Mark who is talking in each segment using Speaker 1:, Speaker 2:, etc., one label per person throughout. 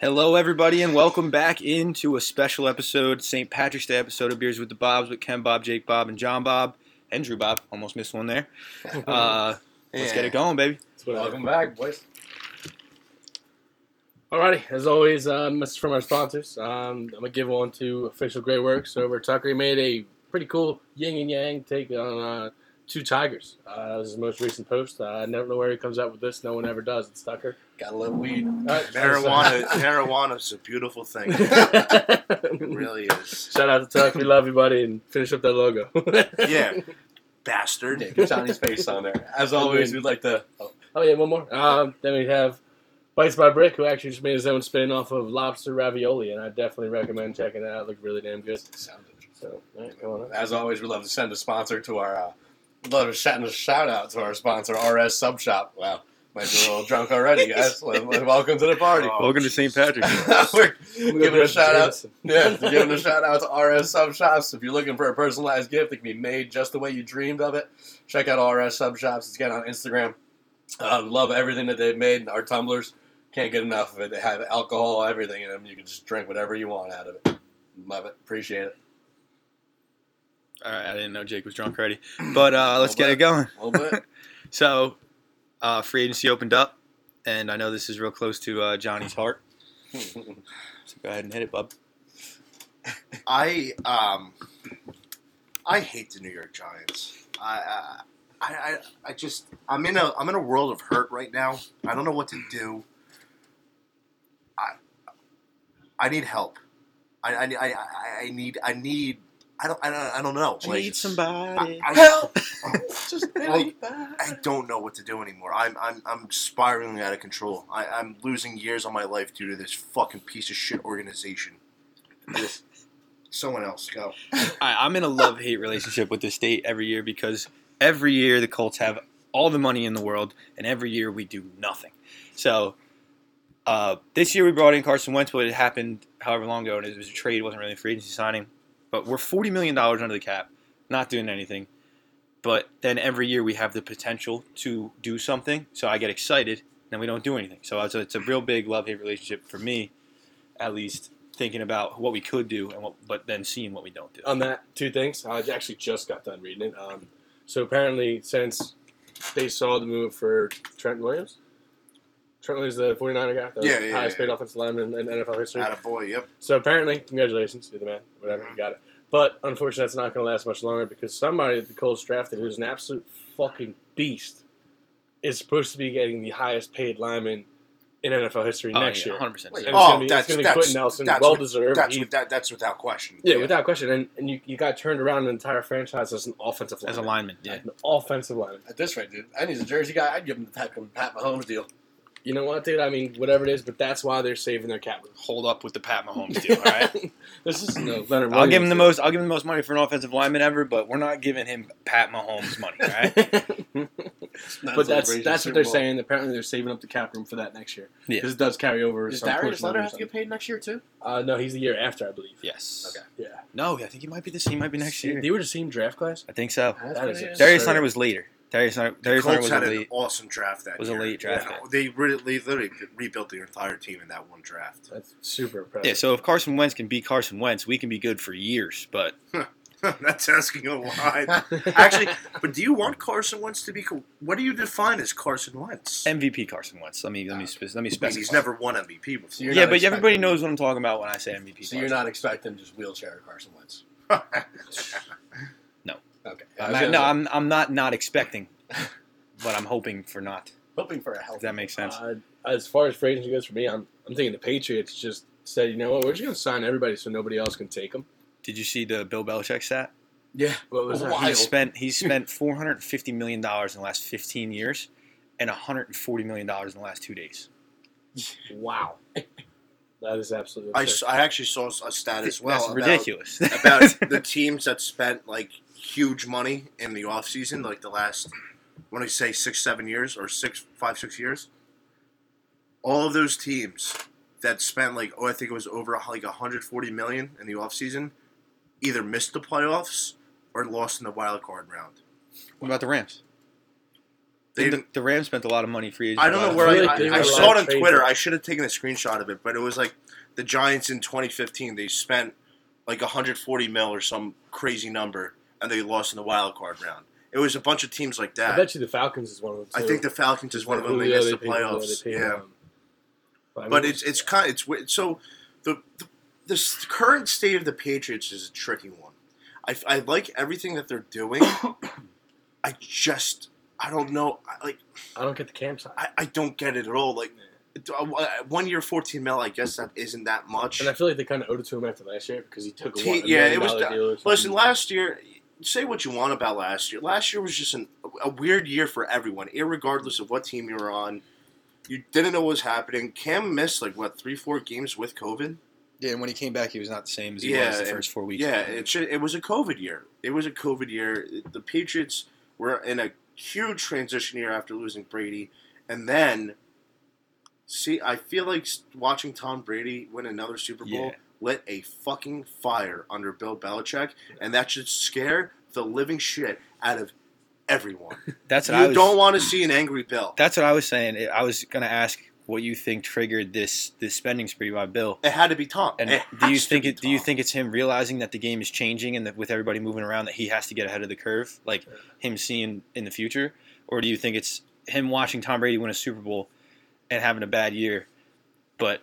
Speaker 1: Hello, everybody, and welcome back into a special episode, St. Patrick's Day episode of Beers with the Bobs with Ken Bob, Jake Bob, and John Bob, and Drew Bob. Almost missed one there. Uh, Let's get it going, baby.
Speaker 2: Welcome back, boys.
Speaker 3: Alrighty, as always, uh, message from our sponsors. Um, I'm gonna give one to Official Great Works over at Tucker. He made a pretty cool yin and yang take on uh, two tigers. Uh, that was his most recent post. Uh, I don't know where he comes up with this. No one ever does. It's Tucker.
Speaker 2: Gotta love weed.
Speaker 3: Uh,
Speaker 4: Marijuana, marijuana's a beautiful thing. It
Speaker 3: Shout
Speaker 4: really is.
Speaker 3: out to Tuck. We love you, buddy, and finish up that logo.
Speaker 4: Yeah, bastard.
Speaker 2: Get Johnny's face on there. As always, we'd like to. Oh,
Speaker 3: Oh yeah, one more. Um, then we have Bites by Brick, who actually just made his own spin off of lobster ravioli, and I definitely recommend checking that out. It looked really damn good.
Speaker 2: sound interesting.
Speaker 3: So, alright, come on up.
Speaker 2: As always, we'd love to send a sponsor to our. Uh, we'd love to send a shout out to our sponsor, RS Sub Shop. Wow, might be a little drunk already, guys. Well, Welcome to the party.
Speaker 4: Oh,
Speaker 1: welcome to St. Patrick's. Day.
Speaker 2: We're
Speaker 3: We'll
Speaker 2: giving
Speaker 3: go
Speaker 2: a shout out.
Speaker 3: Jameson.
Speaker 2: Yeah, giving a shout out to RS Sub Shops. If you're looking for a personalized gift that can be made just the way you dreamed of it, check out RS Sub Shops. It's again on Instagram. Uh, love everything that they've made. Our tumblers can't get enough of it. They have alcohol, everything in them. You can just drink whatever you want out of it. Love it. Appreciate it.
Speaker 1: All right, I didn't know Jake was drunk already, but uh, let's get it going.
Speaker 2: A little bit.
Speaker 1: So, uh, free agency opened up, and I know this is real close to uh, Johnny's heart. So go ahead and hit it, bub.
Speaker 4: I um, I hate the New York Giants. I, I I I just I'm in a I'm in a world of hurt right now. I don't know what to do. I I need help. I I I, I- I need I need I don't I don't I don't know. Like,
Speaker 1: somebody.
Speaker 4: I, I,
Speaker 2: Help! just
Speaker 4: I don't know what to do anymore. I'm I'm I'm spiraling out of control. I, I'm losing years on my life due to this fucking piece of shit organization. Just- Someone else go.
Speaker 1: I, I'm in a love hate relationship with the state every year because every year the Colts have all the money in the world, and every year we do nothing. So uh, this year we brought in Carson Wentz, but it happened however long ago, and it was a trade, it wasn't really a free agency signing. But we're $40 million under the cap, not doing anything. But then every year we have the potential to do something, so I get excited, and we don't do anything. So it's a, it's a real big love hate relationship for me, at least. Thinking about what we could do, and what, but then seeing what we don't do.
Speaker 3: on that, two things. I actually just got done reading it. Um, so apparently, since they saw the move for Trent Williams, Trent Williams, the 49er guy, the
Speaker 4: Yeah, yeah,
Speaker 3: highest
Speaker 4: yeah.
Speaker 3: paid offensive lineman in, in NFL history.
Speaker 4: boy, yep.
Speaker 3: So apparently, congratulations, you're the man. Whatever, you got it. But unfortunately, that's not going to last much longer because somebody that the Colts drafted, who's an absolute fucking beast, is supposed to be getting the highest paid lineman in NFL history
Speaker 1: Oh,
Speaker 3: next
Speaker 1: yeah,
Speaker 3: year.
Speaker 1: 100%.
Speaker 3: And it's
Speaker 4: Oh,
Speaker 3: going to be,
Speaker 4: that's-
Speaker 3: it's gonna be
Speaker 4: that's-
Speaker 3: Quentin Nelson,
Speaker 4: that's
Speaker 3: well
Speaker 4: what-
Speaker 3: deserved.
Speaker 4: That's
Speaker 3: He-
Speaker 4: with that. That's without question.
Speaker 3: yeah, without question. And, and you, you got turned around an entire franchise as an offensive
Speaker 1: as
Speaker 3: lineman.
Speaker 1: a lineman. Yeah,
Speaker 3: An offensive lineman.
Speaker 2: At this rate, dude, I need a Jersey guy. I'd give him the Pat, Pat Mahomes deal.
Speaker 3: You know what, dude? I mean, whatever it is, but that's why they're saving their cap.
Speaker 1: hold up with the Pat Mahomes deal. All right,
Speaker 3: this is no Leonard.
Speaker 1: I'll give him the
Speaker 3: Williams.
Speaker 1: most. I'll give him the most money for an offensive lineman ever, but we're not giving him Pat Mahomes money. All right.
Speaker 2: It's not a
Speaker 3: but that's
Speaker 2: celebration,
Speaker 3: that's what
Speaker 2: Super
Speaker 3: they're
Speaker 2: Bowl.
Speaker 3: saying. Apparently, they're saving up the cap room for that next year
Speaker 1: Yeah.
Speaker 3: because it does carry over.
Speaker 2: Does
Speaker 3: some
Speaker 2: Darius
Speaker 3: portion of
Speaker 2: Leonard
Speaker 3: it or
Speaker 2: have to get paid next year too?
Speaker 3: something. Uh, no, he's the year after, I believe.
Speaker 1: yes.
Speaker 2: Okay.
Speaker 3: Yeah.
Speaker 1: No, I think he might be the same. Might be next year.
Speaker 3: They were the same draft class.
Speaker 1: I think so.
Speaker 3: That is
Speaker 2: That's
Speaker 1: Darius
Speaker 3: absurd.
Speaker 1: Hunter was later. Darius Hunter.
Speaker 4: The
Speaker 1: Darius Hunter
Speaker 4: Colts
Speaker 1: was
Speaker 4: had an
Speaker 1: late.
Speaker 4: awesome draft that
Speaker 1: was a
Speaker 4: year.
Speaker 1: late draft
Speaker 4: And
Speaker 1: pick.
Speaker 4: They really, they literally rebuilt their entire team in that one draft.
Speaker 3: That's super impressive.
Speaker 1: Yeah. So if Carson Wentz can be Carson Wentz, we can be good for years. But
Speaker 4: that's asking a lot. Actually, but do you want Carson Wentz to be? co- What do you define as Carson Wentz?
Speaker 1: MVP Carson Wentz. Let me let me spe- let me
Speaker 4: I mean,
Speaker 1: specify.
Speaker 4: he's never won MVP before.
Speaker 2: So you're
Speaker 1: yeah,
Speaker 2: not
Speaker 1: but everybody
Speaker 2: expecting-
Speaker 1: knows what I'm talking about when I say MVP.
Speaker 2: So you're
Speaker 1: Carson.
Speaker 2: not expecting just wheelchair Carson Wentz?
Speaker 1: No.
Speaker 2: Okay.
Speaker 3: Uh,
Speaker 1: I'm not-
Speaker 2: I was
Speaker 1: no,
Speaker 2: gonna
Speaker 1: I'm I'm not not expecting, but I'm hoping for not.
Speaker 2: say, hoping for a
Speaker 1: If
Speaker 2: health.
Speaker 1: that makes sense.
Speaker 3: Uh, as far as free agency goes for me, I'm I'm thinking the Patriots just said, you know what, we're just gonna sign everybody so nobody else can take them.
Speaker 1: Did you see the Bill Belichick stat?
Speaker 2: Yeah.
Speaker 3: What was that?
Speaker 2: Why?
Speaker 1: He spent he spent four hundred and fifty million dollars in the last fifteen years, and hundred and forty million dollars in the last two days.
Speaker 3: Wow, that is absolutely.
Speaker 4: I,
Speaker 3: absurd.
Speaker 4: s- I actually saw a stat as well.
Speaker 1: That's
Speaker 4: about-
Speaker 1: ridiculous.
Speaker 4: about the teams that spent like huge money in the offseason, like the last, when I say six, seven years or six, five, six years. All of those teams that spent like, oh, I think it was over like 140 million in the offseason either missed the playoffs or lost in the wild card round.
Speaker 1: what about the Rams?
Speaker 4: They,
Speaker 1: the, the Rams spent a lot of money free agency.
Speaker 4: I don't know
Speaker 1: last
Speaker 4: where
Speaker 1: year.
Speaker 3: Really?
Speaker 4: I,
Speaker 3: They
Speaker 4: I,
Speaker 3: were
Speaker 4: I saw it on
Speaker 3: like crazy.
Speaker 4: Twitter. I should have taken a screenshot of it, but it was like the Giants in 2015. They spent like 140 mil or some crazy number, and they lost in the wild card round. It was a bunch of teams like
Speaker 3: I
Speaker 4: that.
Speaker 3: bet you the Falcons is one of them.
Speaker 4: I
Speaker 3: too.
Speaker 4: think the Falcons is one of them. They
Speaker 3: Julio,
Speaker 4: missed the
Speaker 3: paid Julio,
Speaker 4: playoffs.
Speaker 3: they paid
Speaker 4: yeah,
Speaker 3: him. I mean,
Speaker 4: but it's it's kind it's weird. so the, the the s- current state of the Patriots is a tricky one. I, f- I like everything that they're doing. I just I don't know. I, like
Speaker 3: I don't get the campsite.
Speaker 4: I, I don't get it at all. Like d- uh, one year, fourteen mil. I guess that isn't that much.
Speaker 3: And I feel like they kind of owed it to him after last year because he took a
Speaker 4: He-
Speaker 3: one.
Speaker 4: yeah, it was
Speaker 3: dollar
Speaker 4: the-
Speaker 3: deal or
Speaker 4: Listen,
Speaker 3: something.
Speaker 4: last year, say what you want about last year. Last year was just an, a weird year for everyone, irregardless of what team you were on. You didn't know what was happening. Cam missed like what three, four games with COVID.
Speaker 1: Yeah, and when he came back, he was not the same as he
Speaker 4: Yeah,
Speaker 1: was the
Speaker 4: and-
Speaker 1: first four weeks.
Speaker 4: Yeah, it should, it was a COVID year. It was a COVID year. The Patriots were in a huge transition year after losing Brady, and then see, I feel like s- watching Tom Brady win another Super Bowl
Speaker 1: Yeah.
Speaker 4: lit a fucking fire under Bill Belichick, and that should scare the living shit out of everyone.
Speaker 1: that's
Speaker 4: you
Speaker 1: what I was,
Speaker 4: don't want to see an angry Bill.
Speaker 1: That's what I was saying. I was going to ask what you think triggered this this spending spree by Bill.
Speaker 4: It had to be Tom.
Speaker 1: And
Speaker 4: It
Speaker 1: do you
Speaker 4: has to
Speaker 1: think
Speaker 4: be
Speaker 1: it? Do you
Speaker 4: Tom.
Speaker 1: think it's him realizing that the game is changing and that with everybody moving around, that he has to get ahead of the curve, like him seeing in the future, or do you think it's him watching Tom Brady win a Super Bowl and having a bad year? But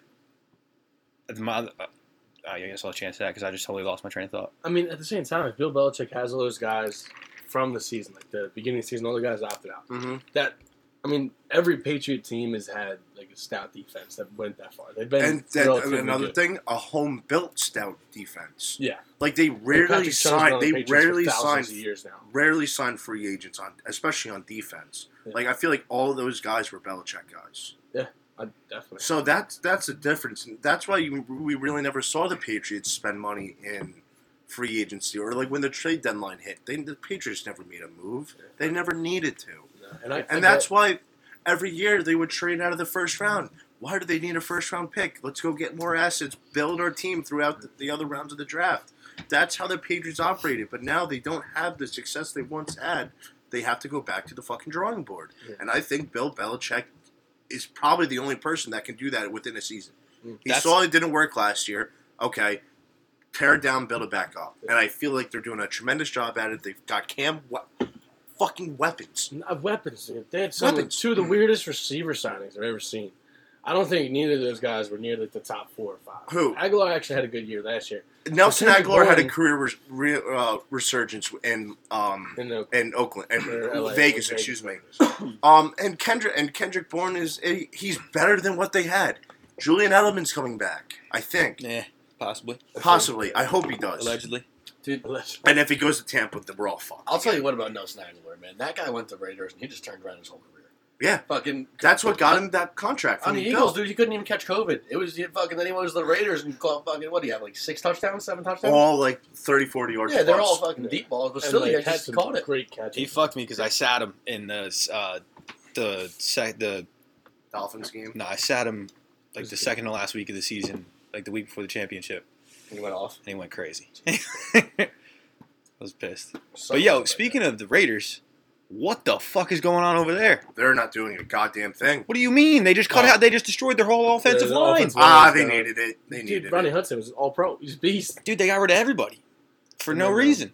Speaker 1: my, uh, I guess I'll chance that because I just totally lost my train of thought.
Speaker 3: I mean, at the same time, if Bill Belichick has all those guys from the season, like the beginning of the season, all the guys opted out.
Speaker 4: Mhm.
Speaker 3: That, I mean, every Patriot team has had like a stout defense that went that far. They've been
Speaker 4: And then
Speaker 3: relatively
Speaker 4: another
Speaker 3: good.
Speaker 4: thing, a home built stout defense.
Speaker 3: Yeah.
Speaker 4: Like they rarely
Speaker 3: Patrick Chubb's been
Speaker 4: sign.
Speaker 3: on the
Speaker 4: They
Speaker 3: Patriots for
Speaker 4: rarely sign.
Speaker 3: thousands of years now.
Speaker 4: Rarely sign free agents on, especially on defense.
Speaker 3: Yeah.
Speaker 4: Like I feel like all those guys were Belichick guys.
Speaker 3: I definitely.
Speaker 4: So that's that's the difference. And That's why you, we really never saw the Patriots spend money in free agency or like when the trade deadline hit. They, the Patriots never made a move. They never needed to.
Speaker 3: and I
Speaker 4: And that's why every year they would trade out of the first round. Why do they need a first round pick? Let's go get more assets, build our team throughout the, the other rounds of the draft. That's how the Patriots operated. But now they don't have the success they once had. They have to go back to the fucking drawing board.
Speaker 3: Yeah.
Speaker 4: And I think Bill Belichick is probably the only person that can do that within a season.
Speaker 3: Mm.
Speaker 4: He
Speaker 1: That's-
Speaker 4: saw it didn't work last year. Okay, tear it down, build it back up. And I feel like they're doing a tremendous job at it. They've got Cam we- fucking weapons.
Speaker 3: Uh, weapons, dude. They had some of-
Speaker 4: Weapons.
Speaker 3: two of the weirdest receiver signings I've ever seen. I don't think neither of those guys were near like the top four or five.
Speaker 4: Who?
Speaker 3: Aguilar actually had a good year last year.
Speaker 4: Nelson
Speaker 3: Patrick
Speaker 4: Aguilar had a
Speaker 3: Bowen-
Speaker 4: career res- re- uh, resurgence in um
Speaker 3: In the,
Speaker 4: in Oakland and
Speaker 3: or LA,
Speaker 4: Vegas, excuse me. Um and Kendrick and Kendrick Bourne is he- he's better than what they had. Julian Edelman's coming back, I think.
Speaker 1: Yeah, possibly,
Speaker 4: Possibly. I hope he does.
Speaker 1: allegedly.
Speaker 2: Dude,
Speaker 4: And if he goes to Tampa, then we're all fucked.
Speaker 2: I'll tell you what about Nelson Aguilar, man. That guy went to Raiders and he just turned around his whole career.
Speaker 4: Yeah.
Speaker 2: Fucking
Speaker 4: That's what got him that contract
Speaker 2: on
Speaker 4: from
Speaker 2: the
Speaker 4: the
Speaker 2: Eagles,
Speaker 4: Bills.
Speaker 2: dude. He couldn't even catch COVID. It was he fucking. Then he went to the Raiders and caught fucking. What do you have? Like six touchdowns, seven touchdowns.
Speaker 4: All like 30, 40 yards.
Speaker 2: yeah, they're
Speaker 4: plus.
Speaker 2: all fucking deep balls, but
Speaker 3: And,
Speaker 2: still,
Speaker 3: like,
Speaker 2: he
Speaker 3: had
Speaker 2: just
Speaker 3: some
Speaker 2: caught it.
Speaker 3: Great catch.
Speaker 1: He fucked me because I sat him in the uh, the sec- the
Speaker 4: Dolphins game.
Speaker 1: no, I sat him like the second to last week of the season, like the week before the championship.
Speaker 2: He went off.
Speaker 1: and he went crazy. I was pissed. But yo, speaking of the Raiders, what the fuck is going on over there?
Speaker 4: They're not doing a goddamn thing.
Speaker 1: What do you mean they just cut
Speaker 3: Oh.
Speaker 1: out? They just destroyed their whole offensive
Speaker 3: the
Speaker 1: line,
Speaker 3: offensive-
Speaker 4: Ah,
Speaker 3: Well,
Speaker 4: they
Speaker 3: uh,
Speaker 4: needed it. They needed
Speaker 3: dude,
Speaker 4: it.
Speaker 3: Ronnie Hudson was all pro. He's a beast.
Speaker 1: dude. They got rid of everybody for
Speaker 3: And
Speaker 1: no
Speaker 3: then, uh,
Speaker 1: reason.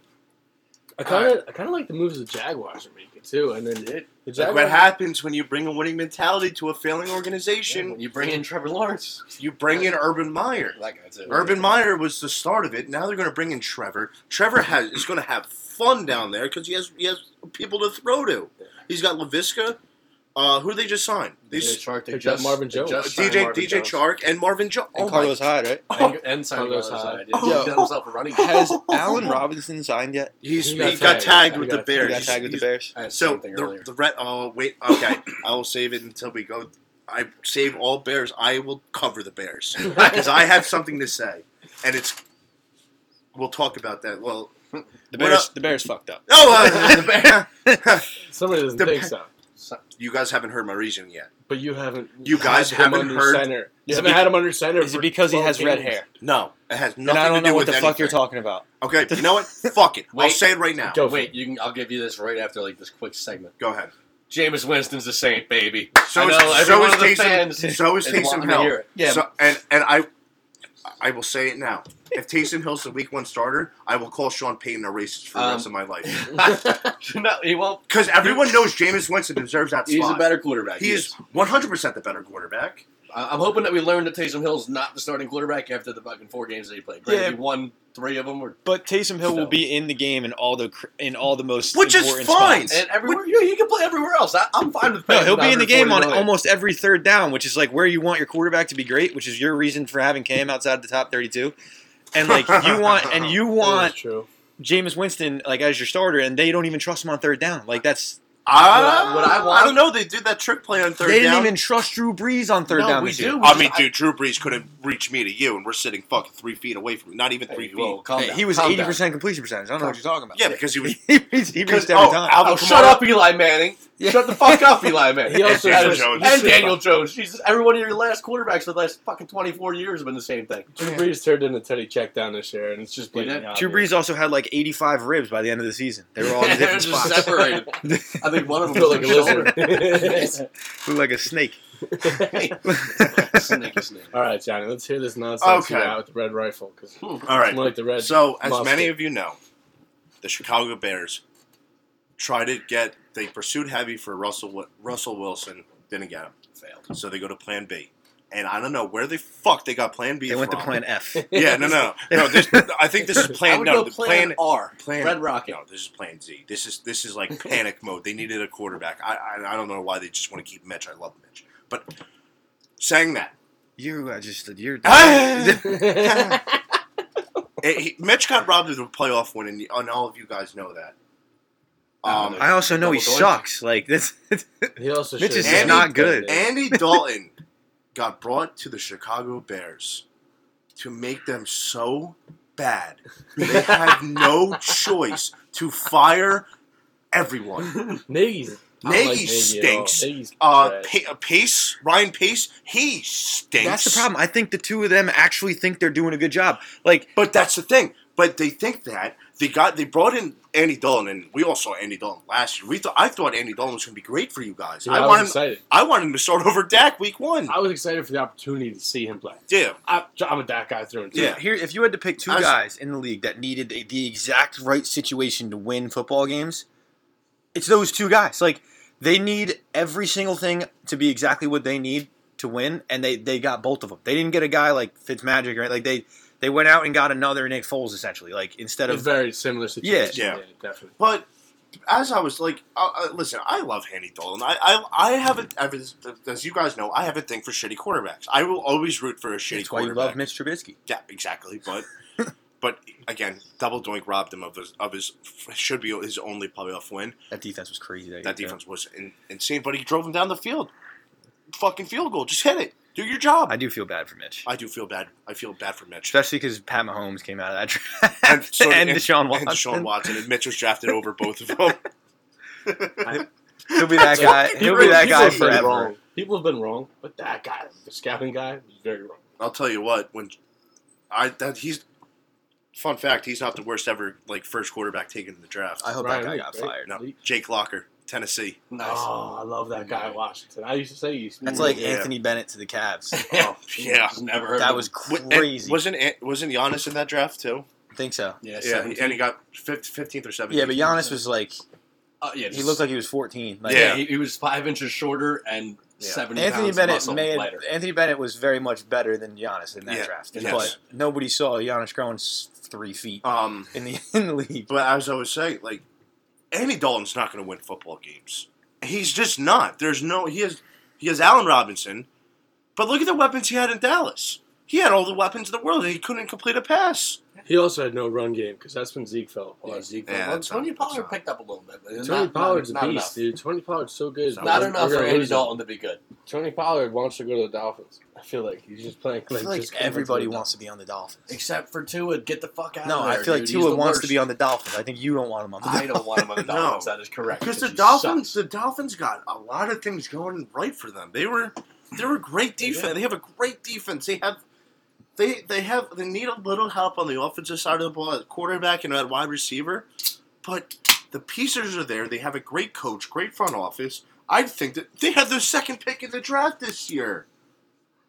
Speaker 3: I kind of, I kind of like the moves the Jaguars are making too. And then
Speaker 2: Dude,
Speaker 3: the
Speaker 4: Like
Speaker 3: Jaguars,
Speaker 4: what happens when you bring a winning mentality to a failing
Speaker 2: when
Speaker 4: organization?
Speaker 2: you bring in Trevor Lawrence.
Speaker 4: You bring in Urban Meyer.
Speaker 2: That guy too.
Speaker 4: Urban Meyer was the start of it. Now they're going to bring in Trevor. Trevor has is going to have fun down there because he has he has people to throw to. He's got Lavisca. Uh, who they just signed? They
Speaker 2: DJ
Speaker 4: s- uh,
Speaker 2: Chark. They
Speaker 3: Picked up
Speaker 2: just
Speaker 3: Marvin
Speaker 2: they
Speaker 3: Jones.
Speaker 2: just signed
Speaker 4: DJ
Speaker 2: Marvin
Speaker 4: DJ
Speaker 2: Jones.
Speaker 4: Chark and Marvin oh Jones.
Speaker 1: and Carlos Hyde, right?
Speaker 2: and, and signed
Speaker 3: Carlos
Speaker 2: Carlos Hyde.
Speaker 3: Hyde.
Speaker 2: Yeah,
Speaker 1: Yo.
Speaker 2: He got himself a running. back.
Speaker 1: Has Allen Robinson signed yet?
Speaker 4: He's,
Speaker 3: He
Speaker 4: he,
Speaker 3: got
Speaker 4: got,
Speaker 3: tagged.
Speaker 4: tagged
Speaker 3: He
Speaker 4: with
Speaker 3: got-
Speaker 4: the
Speaker 3: he
Speaker 1: He
Speaker 4: Bears.
Speaker 1: got tagged with the Bears.
Speaker 2: I had
Speaker 4: So
Speaker 2: something
Speaker 4: the,
Speaker 2: earlier.
Speaker 4: the red. Oh wait, okay. I will save it until we go. I save all bears. I will cover the bears because I have something to say, and it's. We'll talk about that. Well,
Speaker 1: The
Speaker 4: What
Speaker 1: Bears, the Bears fucked up.
Speaker 4: oh, uh, the bear.
Speaker 3: somebody doesn't
Speaker 4: the-
Speaker 3: think so.
Speaker 4: You guys haven't heard my reasoning yet.
Speaker 3: But you haven't.
Speaker 4: You guys
Speaker 3: had him
Speaker 4: haven't
Speaker 3: under
Speaker 4: heard-
Speaker 3: Center. You
Speaker 1: Is it
Speaker 3: haven't
Speaker 1: be-
Speaker 3: had him under center.
Speaker 1: Is it
Speaker 3: for
Speaker 1: because he
Speaker 3: 12
Speaker 1: has red
Speaker 3: games.
Speaker 1: hair?
Speaker 4: No, it has nothing
Speaker 1: And I don't
Speaker 4: to do
Speaker 1: know what
Speaker 4: with
Speaker 1: the fuck you're
Speaker 4: anything.
Speaker 1: talking about.
Speaker 4: Okay, you know what? Fuck it. I'll
Speaker 2: Wait.
Speaker 4: say it right now.
Speaker 3: Go for
Speaker 2: Wait,
Speaker 3: it.
Speaker 2: you can. I'll give you this right after like this quick segment.
Speaker 4: Go ahead.
Speaker 2: Jameis Winston's a saint, baby.
Speaker 4: So
Speaker 2: I
Speaker 4: is,
Speaker 2: know every
Speaker 4: so
Speaker 2: one
Speaker 4: is
Speaker 2: of the
Speaker 4: Taysom.
Speaker 2: fans
Speaker 4: So is
Speaker 2: is wanting
Speaker 4: Taysom
Speaker 2: to
Speaker 4: Hill.
Speaker 2: hear it. Yeah,
Speaker 4: So, and and I, I will say it now. If Taysom Hill's the Week One starter, I will call Sean Payton a racist for the
Speaker 2: Um,
Speaker 4: rest of my life
Speaker 2: no, he won't.
Speaker 4: because everyone knows Jameis Winston deserves that spot.
Speaker 2: He's a better quarterback.
Speaker 4: He is 100% the better quarterback.
Speaker 2: I- I'm hoping that we learned that Taysom Hill's not the starting quarterback after the fucking four games that he played. Granted,
Speaker 1: Yeah.
Speaker 2: he won three of them, or,
Speaker 1: But Taysom Hill will
Speaker 2: So-
Speaker 1: be in the game in all the cr- in all the most
Speaker 4: Which is
Speaker 1: important
Speaker 4: fine.
Speaker 1: spots.
Speaker 2: and everywhere yeah, he can play everywhere else. I, I'm fine with.
Speaker 1: No,
Speaker 2: paying
Speaker 1: he'll be in the game on
Speaker 2: 140 million.
Speaker 1: almost every third down, which is like where you want your quarterback to be great, which is your reason for having Cam outside the top 32. And like you want, and you want
Speaker 3: That's true.
Speaker 1: Jameis Winston like as your starter, and they don't even trust him on third down. Like that's
Speaker 2: I- what I want-
Speaker 4: Ah! don't know. They did that trick play on third
Speaker 1: they didn't
Speaker 4: down.
Speaker 1: even trust Drew Brees on third
Speaker 2: No,
Speaker 1: down.
Speaker 2: we
Speaker 1: this
Speaker 2: do.
Speaker 1: year.
Speaker 2: We
Speaker 4: I
Speaker 2: just-
Speaker 4: mean, dude, Drew Brees couldn't reach me to you, and we're sitting fucking three feet away from you. Not even three
Speaker 2: Hey,
Speaker 4: feet.
Speaker 2: whoa, calm
Speaker 1: Hey,
Speaker 2: down.
Speaker 1: he was
Speaker 2: calm
Speaker 1: eighty
Speaker 2: down.
Speaker 1: percent completion percentage. I don't know what you're talking about.
Speaker 4: Yeah, because he was.
Speaker 1: he reached, he
Speaker 4: Because,
Speaker 1: reached every
Speaker 4: oh,
Speaker 1: time.
Speaker 4: Alvin
Speaker 2: Oh,
Speaker 4: Kamara-
Speaker 2: shut up, Eli Manning.
Speaker 1: Yeah.
Speaker 2: Shut the fuck up, Eli Manning.
Speaker 3: He also-
Speaker 2: That
Speaker 4: Daniel
Speaker 2: is-
Speaker 4: Jones.
Speaker 2: and Daniel Jones. Jesus, every one of your last quarterbacks for the last fucking 24 years has been the same thing.
Speaker 3: Drew Brees turned into Teddy check down this year, and it's just
Speaker 2: He did.
Speaker 3: blatant.
Speaker 1: Drew Brees also had like eighty-five ribs by the end of the season. They were all in different
Speaker 2: Just
Speaker 1: spots.
Speaker 2: separated. I think one of them
Speaker 3: Feel
Speaker 2: was
Speaker 3: like a
Speaker 2: like a shoulder.
Speaker 3: lizard.
Speaker 1: Looked like a snake.
Speaker 2: Snake, snake.
Speaker 3: All right, Johnny, let's hear this nonsense
Speaker 4: Okay.
Speaker 3: you got with the red rifle because it's
Speaker 2: Hmm. uh,
Speaker 4: All right.
Speaker 3: more like the red.
Speaker 4: So, as
Speaker 3: Must
Speaker 4: many
Speaker 3: be.
Speaker 4: of you know, the Chicago Bears tried to get they pursued heavy for Russell Wi- Russell Wilson, didn't get him,
Speaker 2: Failed.
Speaker 4: so they go to Plan B. And I don't know where the fuck they got Plan B.
Speaker 1: They
Speaker 4: from.
Speaker 1: went to Plan F.
Speaker 4: Yeah, no, no, no. This, I think this is
Speaker 2: I
Speaker 4: Plan.
Speaker 2: would
Speaker 4: No,
Speaker 2: go
Speaker 4: the
Speaker 2: plan,
Speaker 4: Plan
Speaker 2: R.
Speaker 4: Plan
Speaker 2: Red Rocket.
Speaker 4: No, this is Plan Z. This is this is like panic mode. They needed a quarterback. I, I I don't know why they just want to keep Mitch. I love Mitch, but saying that
Speaker 1: You, I just, you're.
Speaker 4: it, he, Mitch got robbed of the playoff win, and, and all of you guys know that. Um,
Speaker 1: I also know he
Speaker 2: Double doink.
Speaker 1: sucks. Like this.
Speaker 3: he also
Speaker 1: Mitch
Speaker 3: should-
Speaker 1: is
Speaker 4: just
Speaker 1: not good.
Speaker 4: Andy Dalton got brought to the Chicago Bears to make them so bad they have no choice to fire everyone.
Speaker 3: Nagy's. I don't
Speaker 4: Nagy
Speaker 3: like Nagy at all.
Speaker 4: stinks.
Speaker 3: Nagy's
Speaker 4: Uh,
Speaker 3: trash.
Speaker 4: pa- Pace, Ryan Pace, he stinks.
Speaker 1: That's the problem. I think the two of them actually think they're doing a good job. Like
Speaker 4: But that's the thing. But they think that they got they brought in Andy Dalton, and we all saw Andy Dalton last year. We thought I thought Andy Dalton was going to be great for you guys.
Speaker 3: Dude,
Speaker 4: I,
Speaker 3: I, was
Speaker 4: want him.
Speaker 3: excited.
Speaker 4: I want him to start over Dak week one.
Speaker 3: I was excited for the opportunity to see him play.
Speaker 4: Damn.
Speaker 3: I, I'm a Dak guy through and through.
Speaker 4: Yeah.
Speaker 1: here, if you had to pick two
Speaker 4: I was-
Speaker 1: guys in the league that needed the- the exact right situation to win football games, it's those two guys. Like they need every single thing to be exactly what they need to win, and they they got both of them. They didn't get a guy like Fitzmagic, right? Like they they went out and got another Nick Foles essentially. Like instead
Speaker 3: A
Speaker 1: of
Speaker 3: very similar situation.
Speaker 4: Yeah.
Speaker 3: definitely.
Speaker 4: But as I was like, uh, uh, listen, I love Andy Dalton. I I, I haven't ever, as you guys know, I have a thing for shitty quarterbacks. I will always root for a shitty
Speaker 1: that's why you
Speaker 4: quarterback.
Speaker 1: love Mitch Trubisky.
Speaker 4: Yeah, exactly. But but again, double doink robbed him of his of his should be his only playoff win.
Speaker 1: That defense was crazy.
Speaker 4: That
Speaker 1: year, too.
Speaker 4: defense was in, insane, but he drove him down the field. Fucking field goal, just hit it. Do your job.
Speaker 1: I
Speaker 4: I,
Speaker 1: do feel bad for Mitch.
Speaker 4: do feel bad. I feel bad for Mitch.
Speaker 1: Especially because Pat Mahomes came out of that draft.
Speaker 4: And
Speaker 1: And,
Speaker 4: so- and-
Speaker 1: Deshaun Watson.
Speaker 4: And Deshaun Watson and Mitch was drafted over both of them.
Speaker 1: He'll be that guy. He'll be that guy
Speaker 3: have been
Speaker 1: forever.
Speaker 3: Wrong. People have been wrong, but that guy, the scouting guy, was very wrong.
Speaker 4: I'll tell you what. When I that he's fun fact, he's not the worst ever like first quarterback taken in the draft.
Speaker 1: I hope
Speaker 3: Ryan
Speaker 1: that guy
Speaker 3: Leaf,
Speaker 1: got
Speaker 3: right?
Speaker 1: fired.
Speaker 4: No, Jake Locker, Tennessee.
Speaker 2: Nice.
Speaker 3: Oh, I love that guy at Washington. I used to say he used to
Speaker 1: That's
Speaker 3: be-
Speaker 1: like
Speaker 4: Yeah.
Speaker 1: Anthony Bennett to the Cavs.
Speaker 2: Yeah.
Speaker 4: Oh, Yeah.
Speaker 2: Just Never heard
Speaker 1: That
Speaker 2: of
Speaker 1: was
Speaker 2: him.
Speaker 4: Wa- and
Speaker 1: crazy.
Speaker 4: Wasn't Ant- wasn't Giannis in that draft too?
Speaker 1: I think so.
Speaker 2: Yeah,
Speaker 4: Yeah, he-
Speaker 2: 17.
Speaker 4: and he got fifteenth or seventeenth.
Speaker 1: Yeah, but Giannis was like
Speaker 2: Uh, yeah,
Speaker 1: he looked like he was 14. Like,
Speaker 2: Yeah,
Speaker 4: Yeah.
Speaker 2: he, he was five inches shorter and
Speaker 4: Yeah.
Speaker 2: seventy
Speaker 1: Anthony
Speaker 2: pounds
Speaker 1: Bennett
Speaker 2: muscle
Speaker 1: may
Speaker 2: lighter.
Speaker 1: Anthony Bennett was very much better than Giannis in that
Speaker 4: Yeah.
Speaker 1: draft.
Speaker 4: Yes.
Speaker 1: But nobody saw Giannis growing s- three feet
Speaker 4: Um,
Speaker 1: in the in the league.
Speaker 4: But as I was saying, like Andy Dalton's not going to win football games. He's just not. There's no. He has he has Allen Robinson, but look at the weapons he had in Dallas. He had all the weapons in the world, and he couldn't complete a pass.
Speaker 3: He also had no run game because that's when Zeke fell apart.
Speaker 2: Yeah, Zeke.
Speaker 4: Yeah,
Speaker 2: well,
Speaker 4: that's
Speaker 2: Tony
Speaker 4: not- that's
Speaker 2: Pollard
Speaker 4: not-
Speaker 2: picked up a little bit. but
Speaker 3: Tony
Speaker 2: not,
Speaker 3: Pollard's
Speaker 2: not,
Speaker 3: a beast,
Speaker 2: enough.
Speaker 3: dude. Tony Pollard's so good.
Speaker 4: Not
Speaker 3: We're-
Speaker 2: Not
Speaker 3: we're
Speaker 2: enough for
Speaker 3: gonna
Speaker 2: Andy
Speaker 3: lose him.
Speaker 2: Dalton to be good.
Speaker 3: Tony Pollard wants to go to the Dolphins. I feel like he's just playing.
Speaker 1: I feel like
Speaker 3: just
Speaker 1: everybody wants to be on the Dolphins.
Speaker 2: Except for Tua, get the fuck out
Speaker 1: No,
Speaker 2: of there.
Speaker 1: I feel like
Speaker 2: dude. He's
Speaker 1: Tua
Speaker 2: the
Speaker 1: wants
Speaker 2: worst.
Speaker 1: to be on the Dolphins. I think you don't want him on the
Speaker 2: I
Speaker 1: Dolphins.
Speaker 2: don't want him on the
Speaker 4: No.
Speaker 2: Dolphins. That is correct.
Speaker 4: Because the
Speaker 2: he
Speaker 4: Dolphins,
Speaker 2: sucks.
Speaker 4: the Dolphins got a lot of things going right for them. They were they were great
Speaker 2: They
Speaker 4: defense.
Speaker 2: did.
Speaker 4: They have a great defense. They have they they have they need a little help on the offensive side of the ball at quarterback and at wide receiver, but the pieces are there. They have a great coach, great front office. I think that they had their second pick in the draft this year,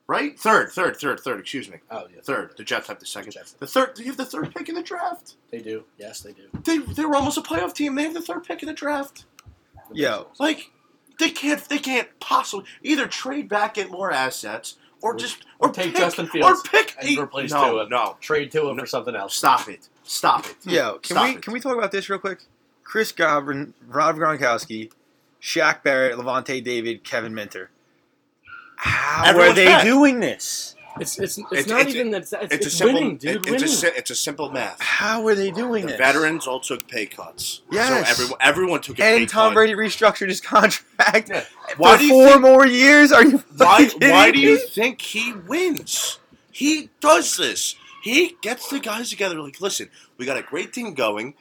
Speaker 4: right? Third, third, third, third. Excuse me,
Speaker 2: Oh yeah,
Speaker 4: third. The Jets have the second.
Speaker 2: Jets.
Speaker 4: The third. They have the third pick in the draft.
Speaker 2: they do. Yes, they do.
Speaker 4: They they were almost a playoff team. They have the third pick in the draft.
Speaker 1: Yo,
Speaker 4: Like they can't they can't possibly either trade back get more assets or just or
Speaker 2: take
Speaker 4: pick,
Speaker 2: Justin Fields
Speaker 4: or pick e-
Speaker 2: and
Speaker 4: eight-
Speaker 2: replace
Speaker 4: no
Speaker 2: Tua.
Speaker 4: no
Speaker 2: Trade to him
Speaker 4: No.
Speaker 2: for something else.
Speaker 4: stop it stop it
Speaker 1: yo, can
Speaker 4: Hmm. Stop
Speaker 1: we
Speaker 4: it.
Speaker 1: can we talk about this real quick? Chris Godwin, Rob Gronkowski, Shaq Barrett, Levante David, Kevin Minter. How
Speaker 4: Everyone's
Speaker 1: are they
Speaker 4: back.
Speaker 1: doing this?
Speaker 3: It's it's, it's,
Speaker 4: It's-
Speaker 3: not
Speaker 4: it's-
Speaker 3: even that. It's, it's,
Speaker 4: it's a simple
Speaker 3: winning, dude.
Speaker 4: it-
Speaker 3: winning.
Speaker 4: it's a si- it's a simple math.
Speaker 1: How are they doing
Speaker 4: The
Speaker 1: this?
Speaker 4: veterans all took pay cuts.
Speaker 1: Yes.
Speaker 4: So everyone, everyone took a pay
Speaker 1: and Tom
Speaker 4: cut.
Speaker 1: Brady restructured his contract
Speaker 2: Yeah.
Speaker 4: Why
Speaker 1: for
Speaker 4: do you
Speaker 1: four
Speaker 4: think-
Speaker 1: more years. Are you
Speaker 4: Why,
Speaker 1: fucking
Speaker 4: why
Speaker 1: kidding
Speaker 4: do you
Speaker 1: me?
Speaker 4: think he wins? He does this. He gets the guys together like, listen, we got a great team going.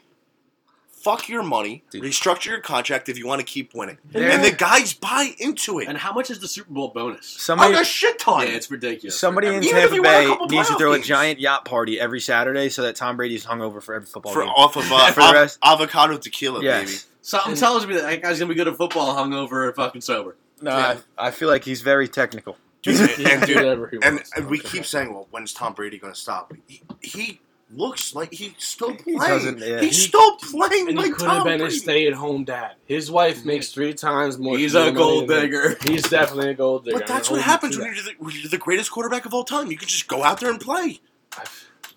Speaker 4: Fuck your money.
Speaker 1: Dude.
Speaker 4: Restructure your contract if you want to keep winning.
Speaker 1: There-
Speaker 4: And the guys buy into it.
Speaker 2: And how much is the Super Bowl bonus?
Speaker 4: I
Speaker 1: Somebody,
Speaker 4: got shit ton.
Speaker 2: yeah, it's ridiculous.
Speaker 1: somebody in
Speaker 2: Every-
Speaker 4: Even if
Speaker 1: Tampa
Speaker 4: you win a
Speaker 1: Bay
Speaker 4: couple
Speaker 1: needs to throw
Speaker 4: playoff
Speaker 1: a
Speaker 4: games.
Speaker 1: giant yacht party every Saturday so that Tom Brady's hungover for every football
Speaker 4: for
Speaker 1: game.
Speaker 4: off of uh,
Speaker 1: For the
Speaker 4: av-
Speaker 1: rest-
Speaker 4: avocado tequila, baby.
Speaker 1: yes.
Speaker 2: something tells me that that guy's gonna be good at football hungover and fucking sober.
Speaker 1: No, I, I feel like he's very technical.
Speaker 4: Dude,
Speaker 3: He can
Speaker 4: and
Speaker 3: do
Speaker 4: dude,
Speaker 3: whatever he
Speaker 4: and,
Speaker 3: wants.
Speaker 4: and we keep saying, well, when's Tom Brady going to stop? He, he looks like he's still
Speaker 1: He
Speaker 4: playing.
Speaker 1: doesn't- yeah.
Speaker 4: He's
Speaker 3: He-
Speaker 4: still playing
Speaker 3: And he
Speaker 4: like
Speaker 3: could have
Speaker 4: Tom
Speaker 3: been a
Speaker 4: Brady. Mm-hmm.
Speaker 3: stay-at-home dad. His wife makes three times more.
Speaker 2: He's a
Speaker 3: money
Speaker 2: gold
Speaker 3: than him.
Speaker 2: digger.
Speaker 3: He's definitely a gold digger.
Speaker 4: But
Speaker 3: I'm
Speaker 4: that's
Speaker 3: holding
Speaker 4: what happens
Speaker 3: to
Speaker 4: when
Speaker 3: that.
Speaker 4: you're, the, when you're the greatest quarterback of all time. You can just go out there and play,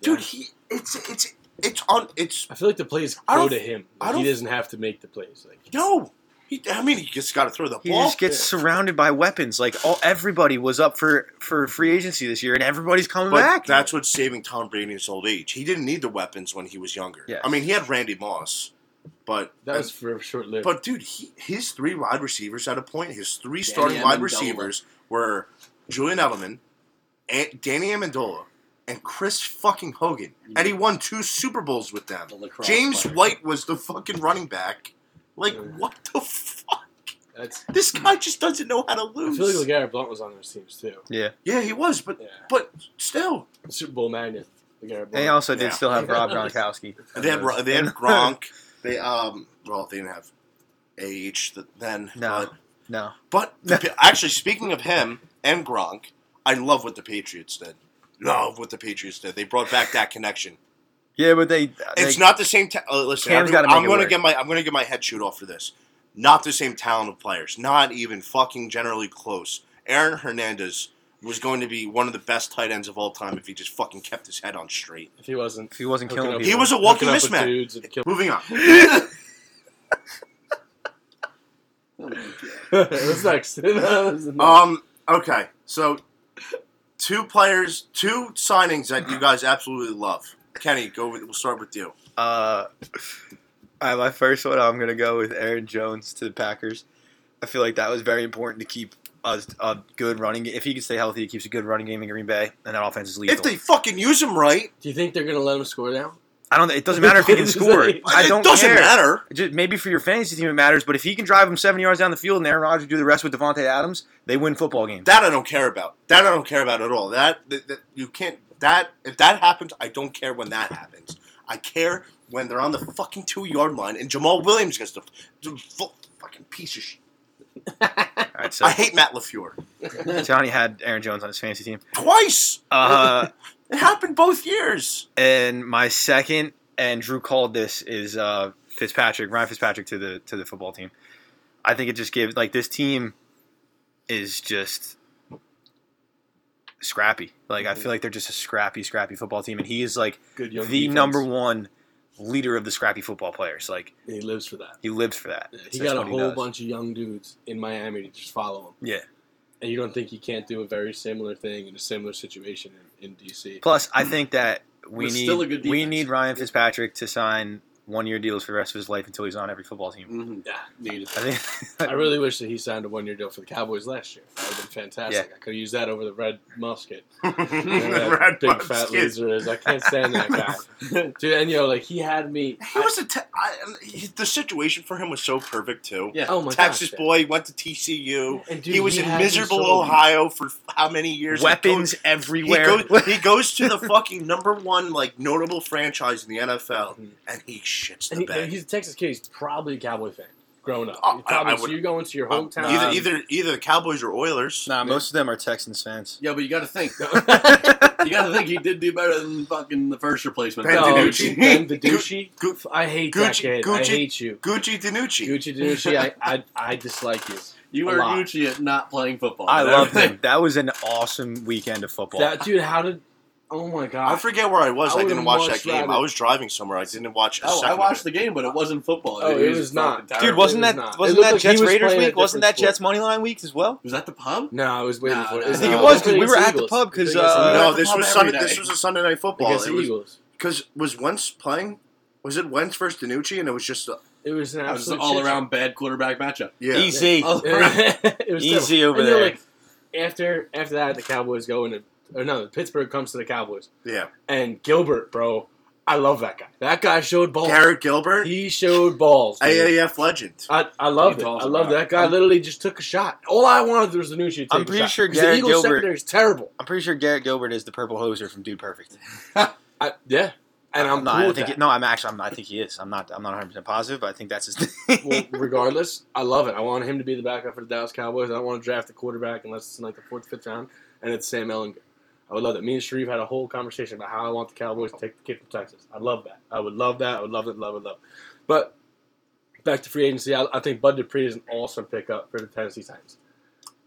Speaker 4: dude. He, it's it's it's on. It's
Speaker 3: I feel like the plays
Speaker 4: I
Speaker 3: go to
Speaker 4: don't-
Speaker 3: him.
Speaker 4: I
Speaker 3: Like, he
Speaker 4: don't-
Speaker 3: doesn't have to make the plays. Like
Speaker 4: no. He, I mean, he just got to throw the
Speaker 1: He
Speaker 4: ball.
Speaker 1: just gets surrounded by weapons. Like all everybody was up for for free agency this year, and everybody's coming
Speaker 4: but
Speaker 1: back.
Speaker 4: that's what's saving Tom Brady in his old age. He didn't need the weapons when he was younger.
Speaker 1: Yes.
Speaker 4: I mean, he had Randy Moss, but
Speaker 3: that was for short lived.
Speaker 4: But dude, he, his three wide receivers at a point, his three
Speaker 2: Danny
Speaker 4: starting wide
Speaker 2: Amendola.
Speaker 4: receivers were Julian Edelman, and Danny Amendola, and Chris fucking Hogan, and he won two Super Bowls with them.
Speaker 2: The lacrosse
Speaker 4: James
Speaker 2: player.
Speaker 4: White was the fucking running back. Like
Speaker 3: Yeah.
Speaker 4: what the fuck?
Speaker 3: that's,
Speaker 4: This guy just doesn't know how to
Speaker 3: I
Speaker 4: lose.
Speaker 3: feel like LeGarrette Blunt was on those teams too.
Speaker 1: yeah,
Speaker 4: yeah, he was, but
Speaker 3: Yeah,
Speaker 4: but still,
Speaker 3: Super Bowl magnet. LeGarrette
Speaker 1: they
Speaker 3: Blount.
Speaker 1: also did
Speaker 4: Yeah.
Speaker 1: still have Rob Gronkowski.
Speaker 4: they had Ro- they had Gronk. They um well they didn't have age th- then.
Speaker 1: No,
Speaker 4: but-
Speaker 1: no.
Speaker 4: But the, Pa- actually, speaking of him and Gronk, I love what the Patriots did. Love what the Patriots did. They brought back that connection.
Speaker 1: Yeah, but they.
Speaker 4: It's
Speaker 1: they-
Speaker 4: not the same. Ta- uh, listen,
Speaker 1: Cam's
Speaker 4: everyone-
Speaker 1: gotta make
Speaker 4: I'm
Speaker 1: it
Speaker 4: going to
Speaker 1: work.
Speaker 4: get my I'm going to get my head shoot off for this. Not the same talent of players. Not even fucking generally close. Aaron Hernandez was going to be one of the best tight ends of all time if he just fucking kept his head on straight.
Speaker 3: If he wasn't,
Speaker 1: If he wasn't
Speaker 3: hooking
Speaker 1: killing
Speaker 3: up-
Speaker 1: people,
Speaker 4: He was a
Speaker 3: hooking
Speaker 4: walking
Speaker 3: up with
Speaker 4: mismatch.
Speaker 3: dudes and kill-
Speaker 4: Moving on.
Speaker 3: What's next? Uh,
Speaker 4: Um. Okay. So, two players, two signings that you guys absolutely love. Kenny, go. With, we'll start with you.
Speaker 1: Uh, I, my first one, I'm gonna go with Aaron Jones to the Packers. I feel like that was very important to keep a, a good running. ga- If he can stay healthy, he keeps a good running game in Green Bay, and that offense is lethal.
Speaker 4: If they fucking use him right,
Speaker 3: Do you think they're gonna let him score now?
Speaker 1: I don't. It doesn't matter if he can score. I don't
Speaker 4: it doesn't
Speaker 1: care.
Speaker 4: matter.
Speaker 1: Just maybe for your fantasy team it matters, but if he can drive him 70 yards down the field and Aaron Rodgers do the rest with Devontae Adams, they win football games.
Speaker 4: That I don't care about. That I don't care about at all. That, that, that you can't. That if that happens, I don't care when that happens. I care when they're on the fucking two yard line and Jamal Williams gets the, the fu- fucking piece of shit.
Speaker 1: All right, so
Speaker 4: I hate Matt Lafleur
Speaker 1: Johnny had Aaron Jones on his fantasy team.
Speaker 4: twice.
Speaker 1: Uh,
Speaker 4: It happened both years.
Speaker 1: and my second, and Drew called this is uh, Fitzpatrick, Ryan Fitzpatrick to the to the football team. I think it just gives like this team is just scrappy. Like I feel like they're just a scrappy, scrappy football team, and he is like
Speaker 3: Good
Speaker 1: the
Speaker 3: young defense.
Speaker 1: number one leader of the scrappy football players. Like
Speaker 3: He lives for that.
Speaker 1: he lives for that.
Speaker 3: He
Speaker 1: That's
Speaker 3: got a
Speaker 1: what he
Speaker 3: whole
Speaker 1: does.
Speaker 3: bunch of young dudes in Miami to just follow him.
Speaker 1: Yeah.
Speaker 3: And you don't think he can't do a very similar thing in a similar situation in, in DC?
Speaker 1: Plus, I think that we
Speaker 2: But
Speaker 1: need
Speaker 2: still a good
Speaker 1: we
Speaker 2: defense.
Speaker 1: need Ryan Fitzpatrick to sign one year deals for the rest of his life until he's on every football team.
Speaker 2: Mhm.
Speaker 3: Yeah.
Speaker 2: Needed.
Speaker 1: I think
Speaker 3: I really wish that he signed a one-year deal for the Cowboys last year. That would have been fantastic. I could have used that over the red musket. You know, that
Speaker 4: Red
Speaker 3: big
Speaker 4: Bucks
Speaker 3: fat
Speaker 4: kid.
Speaker 3: loser is. I can't stand that guy, dude. And yo, like he had me.
Speaker 4: He was a te- I, um, he- the situation for him was so perfect too.
Speaker 2: Yeah.
Speaker 3: oh my
Speaker 4: Texas
Speaker 3: gosh,
Speaker 4: boy went to TCU.
Speaker 3: And dude,
Speaker 4: he was in
Speaker 3: had me
Speaker 4: miserable
Speaker 3: so-
Speaker 4: Ohio for how many years?
Speaker 1: weapons
Speaker 4: He
Speaker 1: everywhere.
Speaker 4: goes, he goes, he goes to the fucking number one like notable franchise in the NFL,
Speaker 3: Mhm.
Speaker 4: and he shits
Speaker 3: And
Speaker 4: the
Speaker 3: he- and
Speaker 4: bed.
Speaker 3: he's a Texas kid. He's probably a Cowboy fan. growing up.
Speaker 4: Oh,
Speaker 3: You
Speaker 4: I-
Speaker 3: probably-
Speaker 4: I
Speaker 3: so
Speaker 4: would-
Speaker 3: you're going to your
Speaker 4: Um,
Speaker 3: hometown.
Speaker 4: either, either either the Cowboys or Oilers.
Speaker 1: Nah, most of them are Texans fans.
Speaker 2: Yeah, but you got to think. though. you got to think he did do better than fucking the first replacement.
Speaker 4: Ben
Speaker 3: no,
Speaker 4: DiNucci.
Speaker 3: Ben DiNucci.
Speaker 4: Gu-
Speaker 3: I hate that
Speaker 4: Gucci-
Speaker 3: kid. I
Speaker 4: Gucci-
Speaker 3: hate you.
Speaker 4: Gucci Danucci.
Speaker 3: Gucci DiNucci, I, I, I dislike you.
Speaker 2: You
Speaker 3: A
Speaker 2: are
Speaker 3: lot.
Speaker 2: Gucci at not playing football.
Speaker 1: I
Speaker 2: and
Speaker 1: love
Speaker 2: everything.
Speaker 1: him. That was an awesome weekend of football.
Speaker 3: That dude, how did? Oh my god!
Speaker 4: I forget where I was.
Speaker 3: I
Speaker 4: I, didn't
Speaker 3: would've
Speaker 4: watch that
Speaker 3: watched
Speaker 4: game.
Speaker 3: that.
Speaker 4: I was driving somewhere. I didn't watch a
Speaker 2: Oh,
Speaker 4: second.
Speaker 2: I watched
Speaker 4: of
Speaker 2: the game, but it wasn't football.
Speaker 3: Oh, it
Speaker 2: was
Speaker 3: was not.
Speaker 2: fucking
Speaker 1: Dude,
Speaker 2: terrible.
Speaker 1: wasn't that
Speaker 3: It was not. It
Speaker 1: wasn't
Speaker 3: looked
Speaker 1: that
Speaker 3: like he
Speaker 1: Jets
Speaker 3: was
Speaker 1: Raiders
Speaker 3: playing a
Speaker 1: week? Wasn't that
Speaker 3: different
Speaker 1: Jets money line week as well?
Speaker 2: was that the pub?
Speaker 3: no, I was waiting
Speaker 2: Nah,
Speaker 3: for it.
Speaker 2: nah,
Speaker 1: I think
Speaker 2: No,
Speaker 1: it was
Speaker 2: it was
Speaker 1: because we were
Speaker 3: against
Speaker 1: at the
Speaker 3: Eagles.
Speaker 1: pub because
Speaker 3: Against
Speaker 4: it.
Speaker 1: uh,
Speaker 4: No,
Speaker 2: That's
Speaker 4: this
Speaker 2: the problem
Speaker 4: was
Speaker 2: every
Speaker 4: Sunday. This
Speaker 2: day.
Speaker 4: was a Sunday night football.
Speaker 3: against
Speaker 4: It
Speaker 3: the
Speaker 4: was
Speaker 3: Eagles.
Speaker 4: because was Wentz playing? Was it Wentz versus Danucci? And it was just a,
Speaker 3: It was an
Speaker 2: That was
Speaker 3: absolute
Speaker 2: an all
Speaker 3: shit
Speaker 2: around bad quarterback matchup.
Speaker 4: yeah.
Speaker 1: easy.
Speaker 2: Oh,
Speaker 3: show. it was terrible.
Speaker 1: Easy over
Speaker 3: And you're
Speaker 1: there.
Speaker 3: Like, after after that, the Cowboys go into or no, Pittsburgh comes to the Cowboys
Speaker 4: Yeah,
Speaker 3: and Gilbert, bro. I love that guy. That guy showed balls.
Speaker 4: Garrett Gilbert,
Speaker 3: He showed balls. dude.
Speaker 4: AAF legend.
Speaker 3: I, I loved it.
Speaker 2: He
Speaker 3: I
Speaker 2: talks
Speaker 3: loved
Speaker 2: about
Speaker 3: that guy. Literally just took a shot. All I wanted was the new shoe.
Speaker 1: I'm pretty sure
Speaker 3: the
Speaker 1: Garrett
Speaker 3: Eagles
Speaker 1: Gilbert-
Speaker 3: secondary is terrible.
Speaker 1: I'm pretty sure Garrett Gilbert is the purple hoser from Dude Perfect.
Speaker 3: I, yeah, and I'm
Speaker 1: no,
Speaker 3: cool
Speaker 1: I
Speaker 3: with
Speaker 1: think
Speaker 3: that.
Speaker 1: no, I'm actually I'm, I think he is. I'm not I'm not 100 percent positive, but I think that's his
Speaker 3: well,
Speaker 1: name.
Speaker 3: regardless, I love it. I want him to be the backup for the Dallas Cowboys. I don't want to draft a quarterback unless it's in like the fourth, fifth round, and it's Sam Ellinger. I would love that. Me and Sharif had a whole conversation about how I want the Cowboys to take the kid from Texas. I love that. I would love that. I would love it. Love it. Love. it. But back to free agency, I, I think Bud Dupree is an awesome pickup for the Tennessee Titans.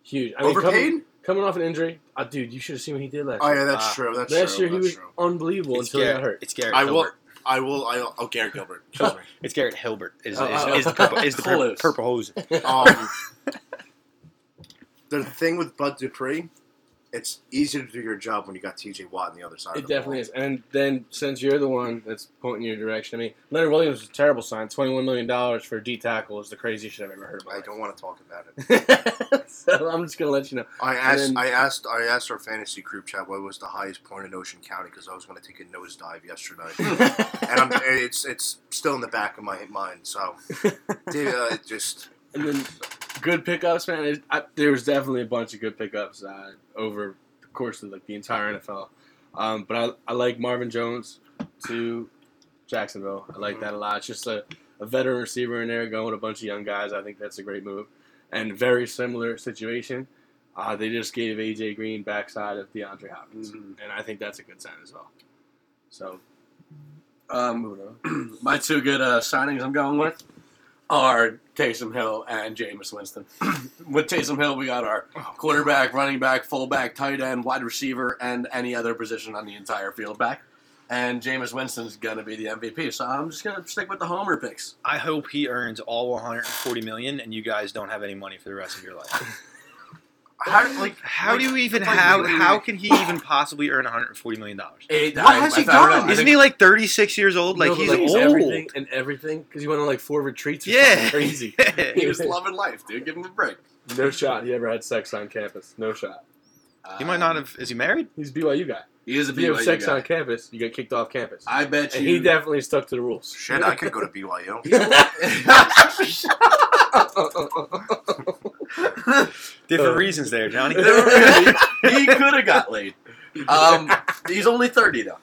Speaker 3: Huge. I mean, coming,
Speaker 4: Overpaid?
Speaker 3: coming off an injury, uh, dude, you should have seen what he did last
Speaker 4: Oh
Speaker 3: year.
Speaker 4: yeah, that's
Speaker 1: Uh,
Speaker 4: true. That's
Speaker 3: last
Speaker 4: true.
Speaker 3: year he
Speaker 4: that's
Speaker 3: was
Speaker 4: true.
Speaker 3: unbelievable
Speaker 1: it's
Speaker 3: until he got
Speaker 1: Garrett.
Speaker 3: hurt.
Speaker 1: It's Garrett.
Speaker 4: I
Speaker 1: Hilbert.
Speaker 4: will. I will. I will. Oh, Garrett Gilbert. Excuse me.
Speaker 1: It's Garrett Hilbert. Is,
Speaker 3: Oh,
Speaker 1: is,
Speaker 3: oh,
Speaker 1: is the purple is the pur-
Speaker 2: close.
Speaker 1: purple hoser?
Speaker 4: Um, the thing with Bud Dupree, it's easier to do your job when you got T.J. Watt on the other side.
Speaker 3: It definitely is. And then since you're the one that's pointing your direction, I mean, Leonard Williams was a terrible sign. Twenty-one million dollars for a D tackle is the craziest shit I've ever heard.
Speaker 4: I
Speaker 3: About.
Speaker 4: don't want to talk about it.
Speaker 3: so I'm just gonna let you know.
Speaker 4: I asked.
Speaker 3: then-
Speaker 4: I asked. I asked our fantasy group chat what was the highest point in Ocean County because I was going to take a nosedive yesterday, and I'm, it's it's still in the back of my mind. So, David, uh, it just
Speaker 3: And then good pickups, man. It- I, there was definitely a bunch of good pickups uh, over the course of like the entire NFL. Um, but I, I like Marvin Jones to Jacksonville. I like that a lot. It's just a, a veteran receiver in there going with a bunch of young guys. I think that's a great move. And very similar situation. Uh, they just gave AJ Green backside of DeAndre Hopkins,
Speaker 2: Mhm.
Speaker 3: and I think that's a good sign as well. So
Speaker 2: Um,
Speaker 3: moving on.
Speaker 2: my two good uh, signings I'm going with are Taysom Hill and Jameis Winston. with Taysom Hill, we got our
Speaker 3: Oh,
Speaker 2: quarterback, running back, fullback, tight end, wide receiver, and any other position on the entire field back. And Jameis Winston's going to be the MVP. So I'm just going to stick with the homer picks.
Speaker 1: I hope he earns all 140 million, and you guys don't have any money for the rest of your life.
Speaker 4: how like
Speaker 1: How do you even
Speaker 4: like,
Speaker 1: how
Speaker 4: really-
Speaker 1: how can he even possibly earn 140 million dollars?
Speaker 2: Eight,
Speaker 4: What has he
Speaker 2: I don't know.
Speaker 4: done?
Speaker 2: I
Speaker 1: Isn't
Speaker 2: think-
Speaker 1: he like 36 years old? Like
Speaker 3: No, but,
Speaker 1: he's
Speaker 3: like,
Speaker 1: old.
Speaker 3: everything and everything because he went on like four retreats. Or
Speaker 1: Yeah.
Speaker 3: something crazy.
Speaker 2: he was loving life, dude. Give him a break.
Speaker 3: No shot. He ever had sex on campus. No shot.
Speaker 1: he might not have. Is he married?
Speaker 3: He's a BYU guy.
Speaker 2: Um, He is a
Speaker 3: If you have
Speaker 2: BYU
Speaker 3: sex
Speaker 2: guy.
Speaker 3: on campus, you get kicked off campus.
Speaker 2: I bet
Speaker 3: and
Speaker 2: you.
Speaker 3: he definitely stuck to the rules.
Speaker 4: shit? I could go to BYU.
Speaker 1: Different
Speaker 3: Uh.
Speaker 1: reasons there, Johnny.
Speaker 2: he could have got laid. Um, he's only 30, though.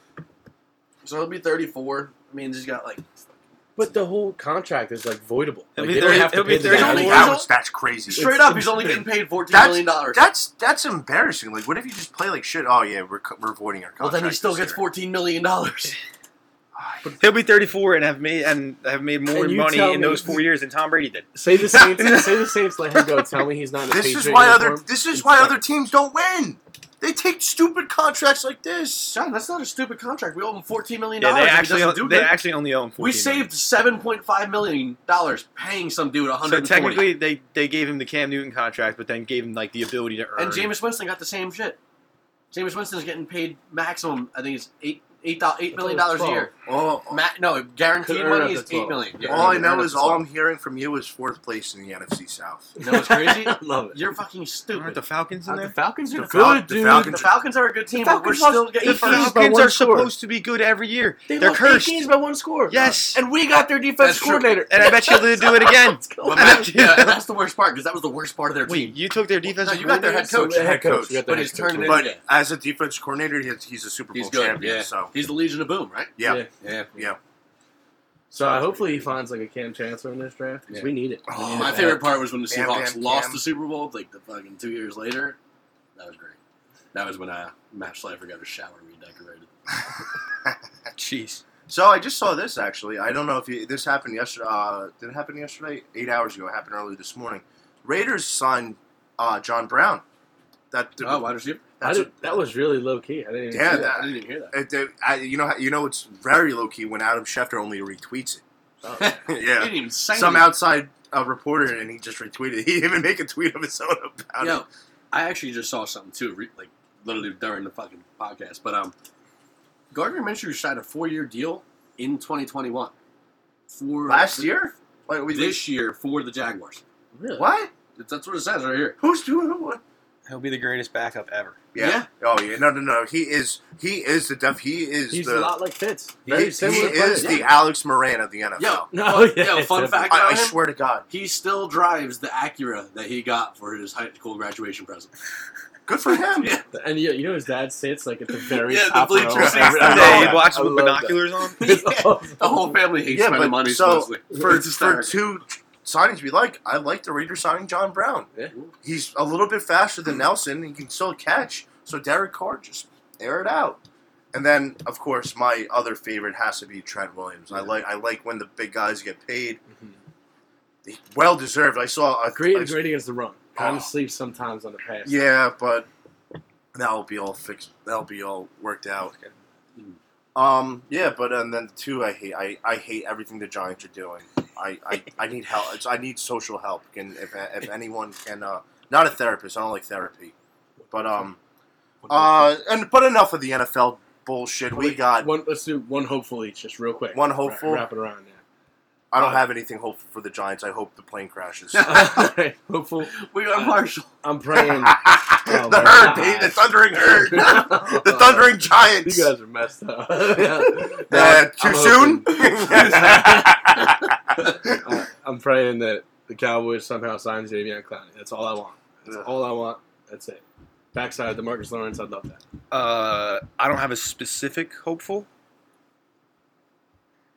Speaker 2: So he'll be 34. I mean, he's got like.
Speaker 3: but the whole contract is like voidable.
Speaker 1: It'll
Speaker 3: Like,
Speaker 1: be
Speaker 3: they don't
Speaker 1: thirty-
Speaker 3: have to
Speaker 1: it'll
Speaker 3: pay
Speaker 1: be
Speaker 3: the
Speaker 1: thirty-
Speaker 3: guy.
Speaker 2: Only-
Speaker 4: that was that's crazy.
Speaker 2: Straight up, he's only getting paid $14 million. dollars.
Speaker 4: That's that's embarrassing. Like, what if you just play like shit? Oh yeah, we're co- we're avoiding our contract.
Speaker 2: well, then he still
Speaker 4: this
Speaker 2: gets
Speaker 4: year.
Speaker 2: $14 million. dollars.
Speaker 1: He'll be 34 and have made and have made more
Speaker 3: And you
Speaker 1: money
Speaker 3: tell
Speaker 1: in
Speaker 3: me-
Speaker 1: those four years than Tom Brady did.
Speaker 3: Say the Saints. say the Saints let him go. Tell me he's not. In a
Speaker 4: This is
Speaker 3: Patriot
Speaker 4: why other
Speaker 3: uniform.
Speaker 4: this is
Speaker 3: It's
Speaker 4: why
Speaker 3: fine.
Speaker 4: other teams don't win. They take stupid contracts like this.
Speaker 2: John, that's not a stupid contract. We owe him $14 million.
Speaker 1: Yeah, they
Speaker 2: if he
Speaker 1: actually
Speaker 2: doesn't
Speaker 1: o-
Speaker 2: do
Speaker 1: they
Speaker 2: good.
Speaker 1: actually only owe him. 14
Speaker 2: We
Speaker 1: million.
Speaker 2: saved $7.5 million dollars paying some dude
Speaker 1: So
Speaker 2: 140
Speaker 1: technically, they, they gave him the Cam Newton contract, but then gave him like the ability to earn.
Speaker 2: And Jameis Winston got the same shit. Jameis Winston's getting paid maximum. I think it's eight eight do- eight million dollars a year.
Speaker 4: Oh,
Speaker 2: Ma- no,
Speaker 3: Could
Speaker 2: guaranteed
Speaker 3: earn up
Speaker 2: money is
Speaker 3: to
Speaker 2: eight
Speaker 3: 12.
Speaker 2: million. Yeah,
Speaker 4: all I
Speaker 2: earn
Speaker 4: know
Speaker 2: up
Speaker 4: is
Speaker 2: to
Speaker 4: all
Speaker 2: 12.
Speaker 4: I'm hearing from you is fourth place in the NFC South.
Speaker 2: You know what's crazy?
Speaker 3: I love it.
Speaker 2: You're fucking stupid.
Speaker 1: aren't the Falcons in
Speaker 2: Uh, the
Speaker 1: there?
Speaker 2: Falcons are
Speaker 4: The
Speaker 2: good,
Speaker 4: Fal- the
Speaker 2: dude.
Speaker 4: Falcons-
Speaker 2: the Falcons are a good team,
Speaker 3: The
Speaker 2: but we're
Speaker 3: Falcons lost
Speaker 2: still getting
Speaker 1: The
Speaker 2: first.
Speaker 3: by
Speaker 1: Falcons
Speaker 3: one
Speaker 1: are
Speaker 3: score.
Speaker 1: supposed to be good every year.
Speaker 3: They
Speaker 1: They're
Speaker 3: lost
Speaker 1: cursed.
Speaker 3: eight games by one score.
Speaker 1: Yes,
Speaker 3: and we got their defense
Speaker 2: That's true.
Speaker 3: coordinator.
Speaker 1: and I bet you they'll do it again.
Speaker 2: But
Speaker 1: I
Speaker 2: that-
Speaker 1: bet you-
Speaker 2: yeah, that's the worst part because that was the worst part of their
Speaker 1: Wait,
Speaker 2: team.
Speaker 1: you took their defense?
Speaker 2: No, you got their head
Speaker 3: So
Speaker 2: coach.
Speaker 3: the head coach.
Speaker 4: Head
Speaker 2: coach. But he's turned it
Speaker 4: But
Speaker 2: Yeah.
Speaker 4: as a defense coordinator, he's, he's a Super Bowl
Speaker 2: He's good.
Speaker 4: champion.
Speaker 2: yeah.
Speaker 4: So
Speaker 2: He's the Legion of Boom, right?
Speaker 4: yeah,
Speaker 3: Yeah.
Speaker 2: Yeah.
Speaker 3: So uh, hopefully he finds like a Cam Chancellor in this draft because
Speaker 1: Yeah.
Speaker 3: we need it. We
Speaker 4: Oh,
Speaker 3: need
Speaker 2: My
Speaker 3: it.
Speaker 2: favorite part was when the
Speaker 4: Bam,
Speaker 2: Seahawks
Speaker 4: bam,
Speaker 2: lost
Speaker 4: bam.
Speaker 2: the Super Bowl, like the fucking two years later. That was great. That was when uh, Matt Schleifer got his shower redecorated.
Speaker 1: Jeez.
Speaker 4: So I just saw this actually. I don't know if you, this happened yesterday. Uh, did it happen yesterday? Eight hours ago. It happened early this morning. Raiders signed uh, John Brown. That
Speaker 2: Oh, wide receiver.
Speaker 3: I
Speaker 4: that's
Speaker 3: did- that was really low key. I didn't. Even
Speaker 4: Yeah,
Speaker 3: see that.
Speaker 4: that-
Speaker 2: I didn't even hear that.
Speaker 4: it- they- I- you know. how- You know. It's very low key when Adam Schefter only retweets
Speaker 3: Oh.
Speaker 4: it.
Speaker 2: He
Speaker 4: yeah.
Speaker 2: didn't even say
Speaker 4: Some
Speaker 2: anything.
Speaker 4: outside uh, reporter and he just retweeted. it. He didn't even make a tweet of his own about
Speaker 2: Yo,
Speaker 4: it.
Speaker 2: I actually just saw something too, re- like literally during the fucking podcast. But um, Gardner Minshew signed a four-year deal in 2021 for
Speaker 4: Last year? Like we
Speaker 2: this year for the Jaguars.
Speaker 3: Really?
Speaker 4: What?
Speaker 2: That's what it says right here.
Speaker 4: Who's doing what?
Speaker 1: He'll be the greatest backup ever.
Speaker 4: Yeah. Oh yeah. No no no. He is. He is the def. He is
Speaker 3: He's a
Speaker 4: the.
Speaker 3: lot like Fitz.
Speaker 4: he
Speaker 3: Very
Speaker 4: he
Speaker 3: similar.
Speaker 4: is
Speaker 3: player.
Speaker 4: the Alex Moran of the NFL.
Speaker 2: Yo,
Speaker 3: No,
Speaker 2: fun-
Speaker 3: yeah,
Speaker 2: yo, fun
Speaker 3: definitely.
Speaker 2: fact
Speaker 4: I,
Speaker 2: about
Speaker 4: I
Speaker 2: him,
Speaker 4: swear to God.
Speaker 2: he still drives the Acura that he got for his high school graduation present.
Speaker 4: Good for him.
Speaker 2: Yeah.
Speaker 3: And you, you know his dad sits like at the very
Speaker 2: Yeah, the
Speaker 3: top
Speaker 2: bleachers.
Speaker 3: row. of every-
Speaker 4: I
Speaker 1: yeah,
Speaker 4: love
Speaker 1: he
Speaker 4: that.
Speaker 1: watches
Speaker 4: I
Speaker 1: with
Speaker 4: love that.
Speaker 1: binoculars on.
Speaker 2: The whole family hates
Speaker 4: Yeah,
Speaker 2: spending
Speaker 4: but
Speaker 2: money.
Speaker 4: so-
Speaker 2: supposedly.
Speaker 4: For,
Speaker 2: It's
Speaker 4: for
Speaker 2: hysterical.
Speaker 4: two signings we like, I like the Raiders signing John Brown.
Speaker 3: Yeah.
Speaker 4: He's a little bit faster than Nelson. He can still catch. So Derek Carr just air it out. And then, of course, my other favorite has to be Trent Williams. I like I like when the big guys get paid. Well deserved. I saw a
Speaker 3: Great,
Speaker 4: I-
Speaker 3: and great against the run. Kind
Speaker 4: Oh.
Speaker 3: of sleep sometimes on the pass.
Speaker 4: Yeah, but that'll be all fixed. That'll be all worked out.
Speaker 2: Mm.
Speaker 4: Um, yeah, but and then two, I hate. I, I hate everything the Giants are doing. I, I, I need help. It's, I need social help. Can if, if anyone can, uh, not a therapist. I don't like therapy, but um, uh, and but enough of the NFL bullshit. We got.
Speaker 3: One, let's do one hopeful each, just real quick.
Speaker 4: One hopeful?
Speaker 3: Wrap, wrap it around.
Speaker 4: I don't have anything hopeful for the Giants. I hope the plane crashes. the
Speaker 3: Yeah. All right, hopeful. Uh,
Speaker 2: we got Marshall.
Speaker 3: I'm praying. Oh, my
Speaker 4: herd, baby, the
Speaker 3: God.
Speaker 4: thundering herd, the
Speaker 3: the
Speaker 4: thundering Giants.
Speaker 3: You guys are messed up. Yeah. No,
Speaker 4: Uh,
Speaker 3: I'm-
Speaker 4: too
Speaker 3: I'm hoping-
Speaker 4: soon?
Speaker 3: Uh, I'm praying that the Cowboys somehow sign Javion Clowney. That's all I want. That's
Speaker 4: Ugh.
Speaker 3: all I want. That's it. Backside of the Marcus Lawrence, I'd love that.
Speaker 1: Uh, I don't have a specific hopeful.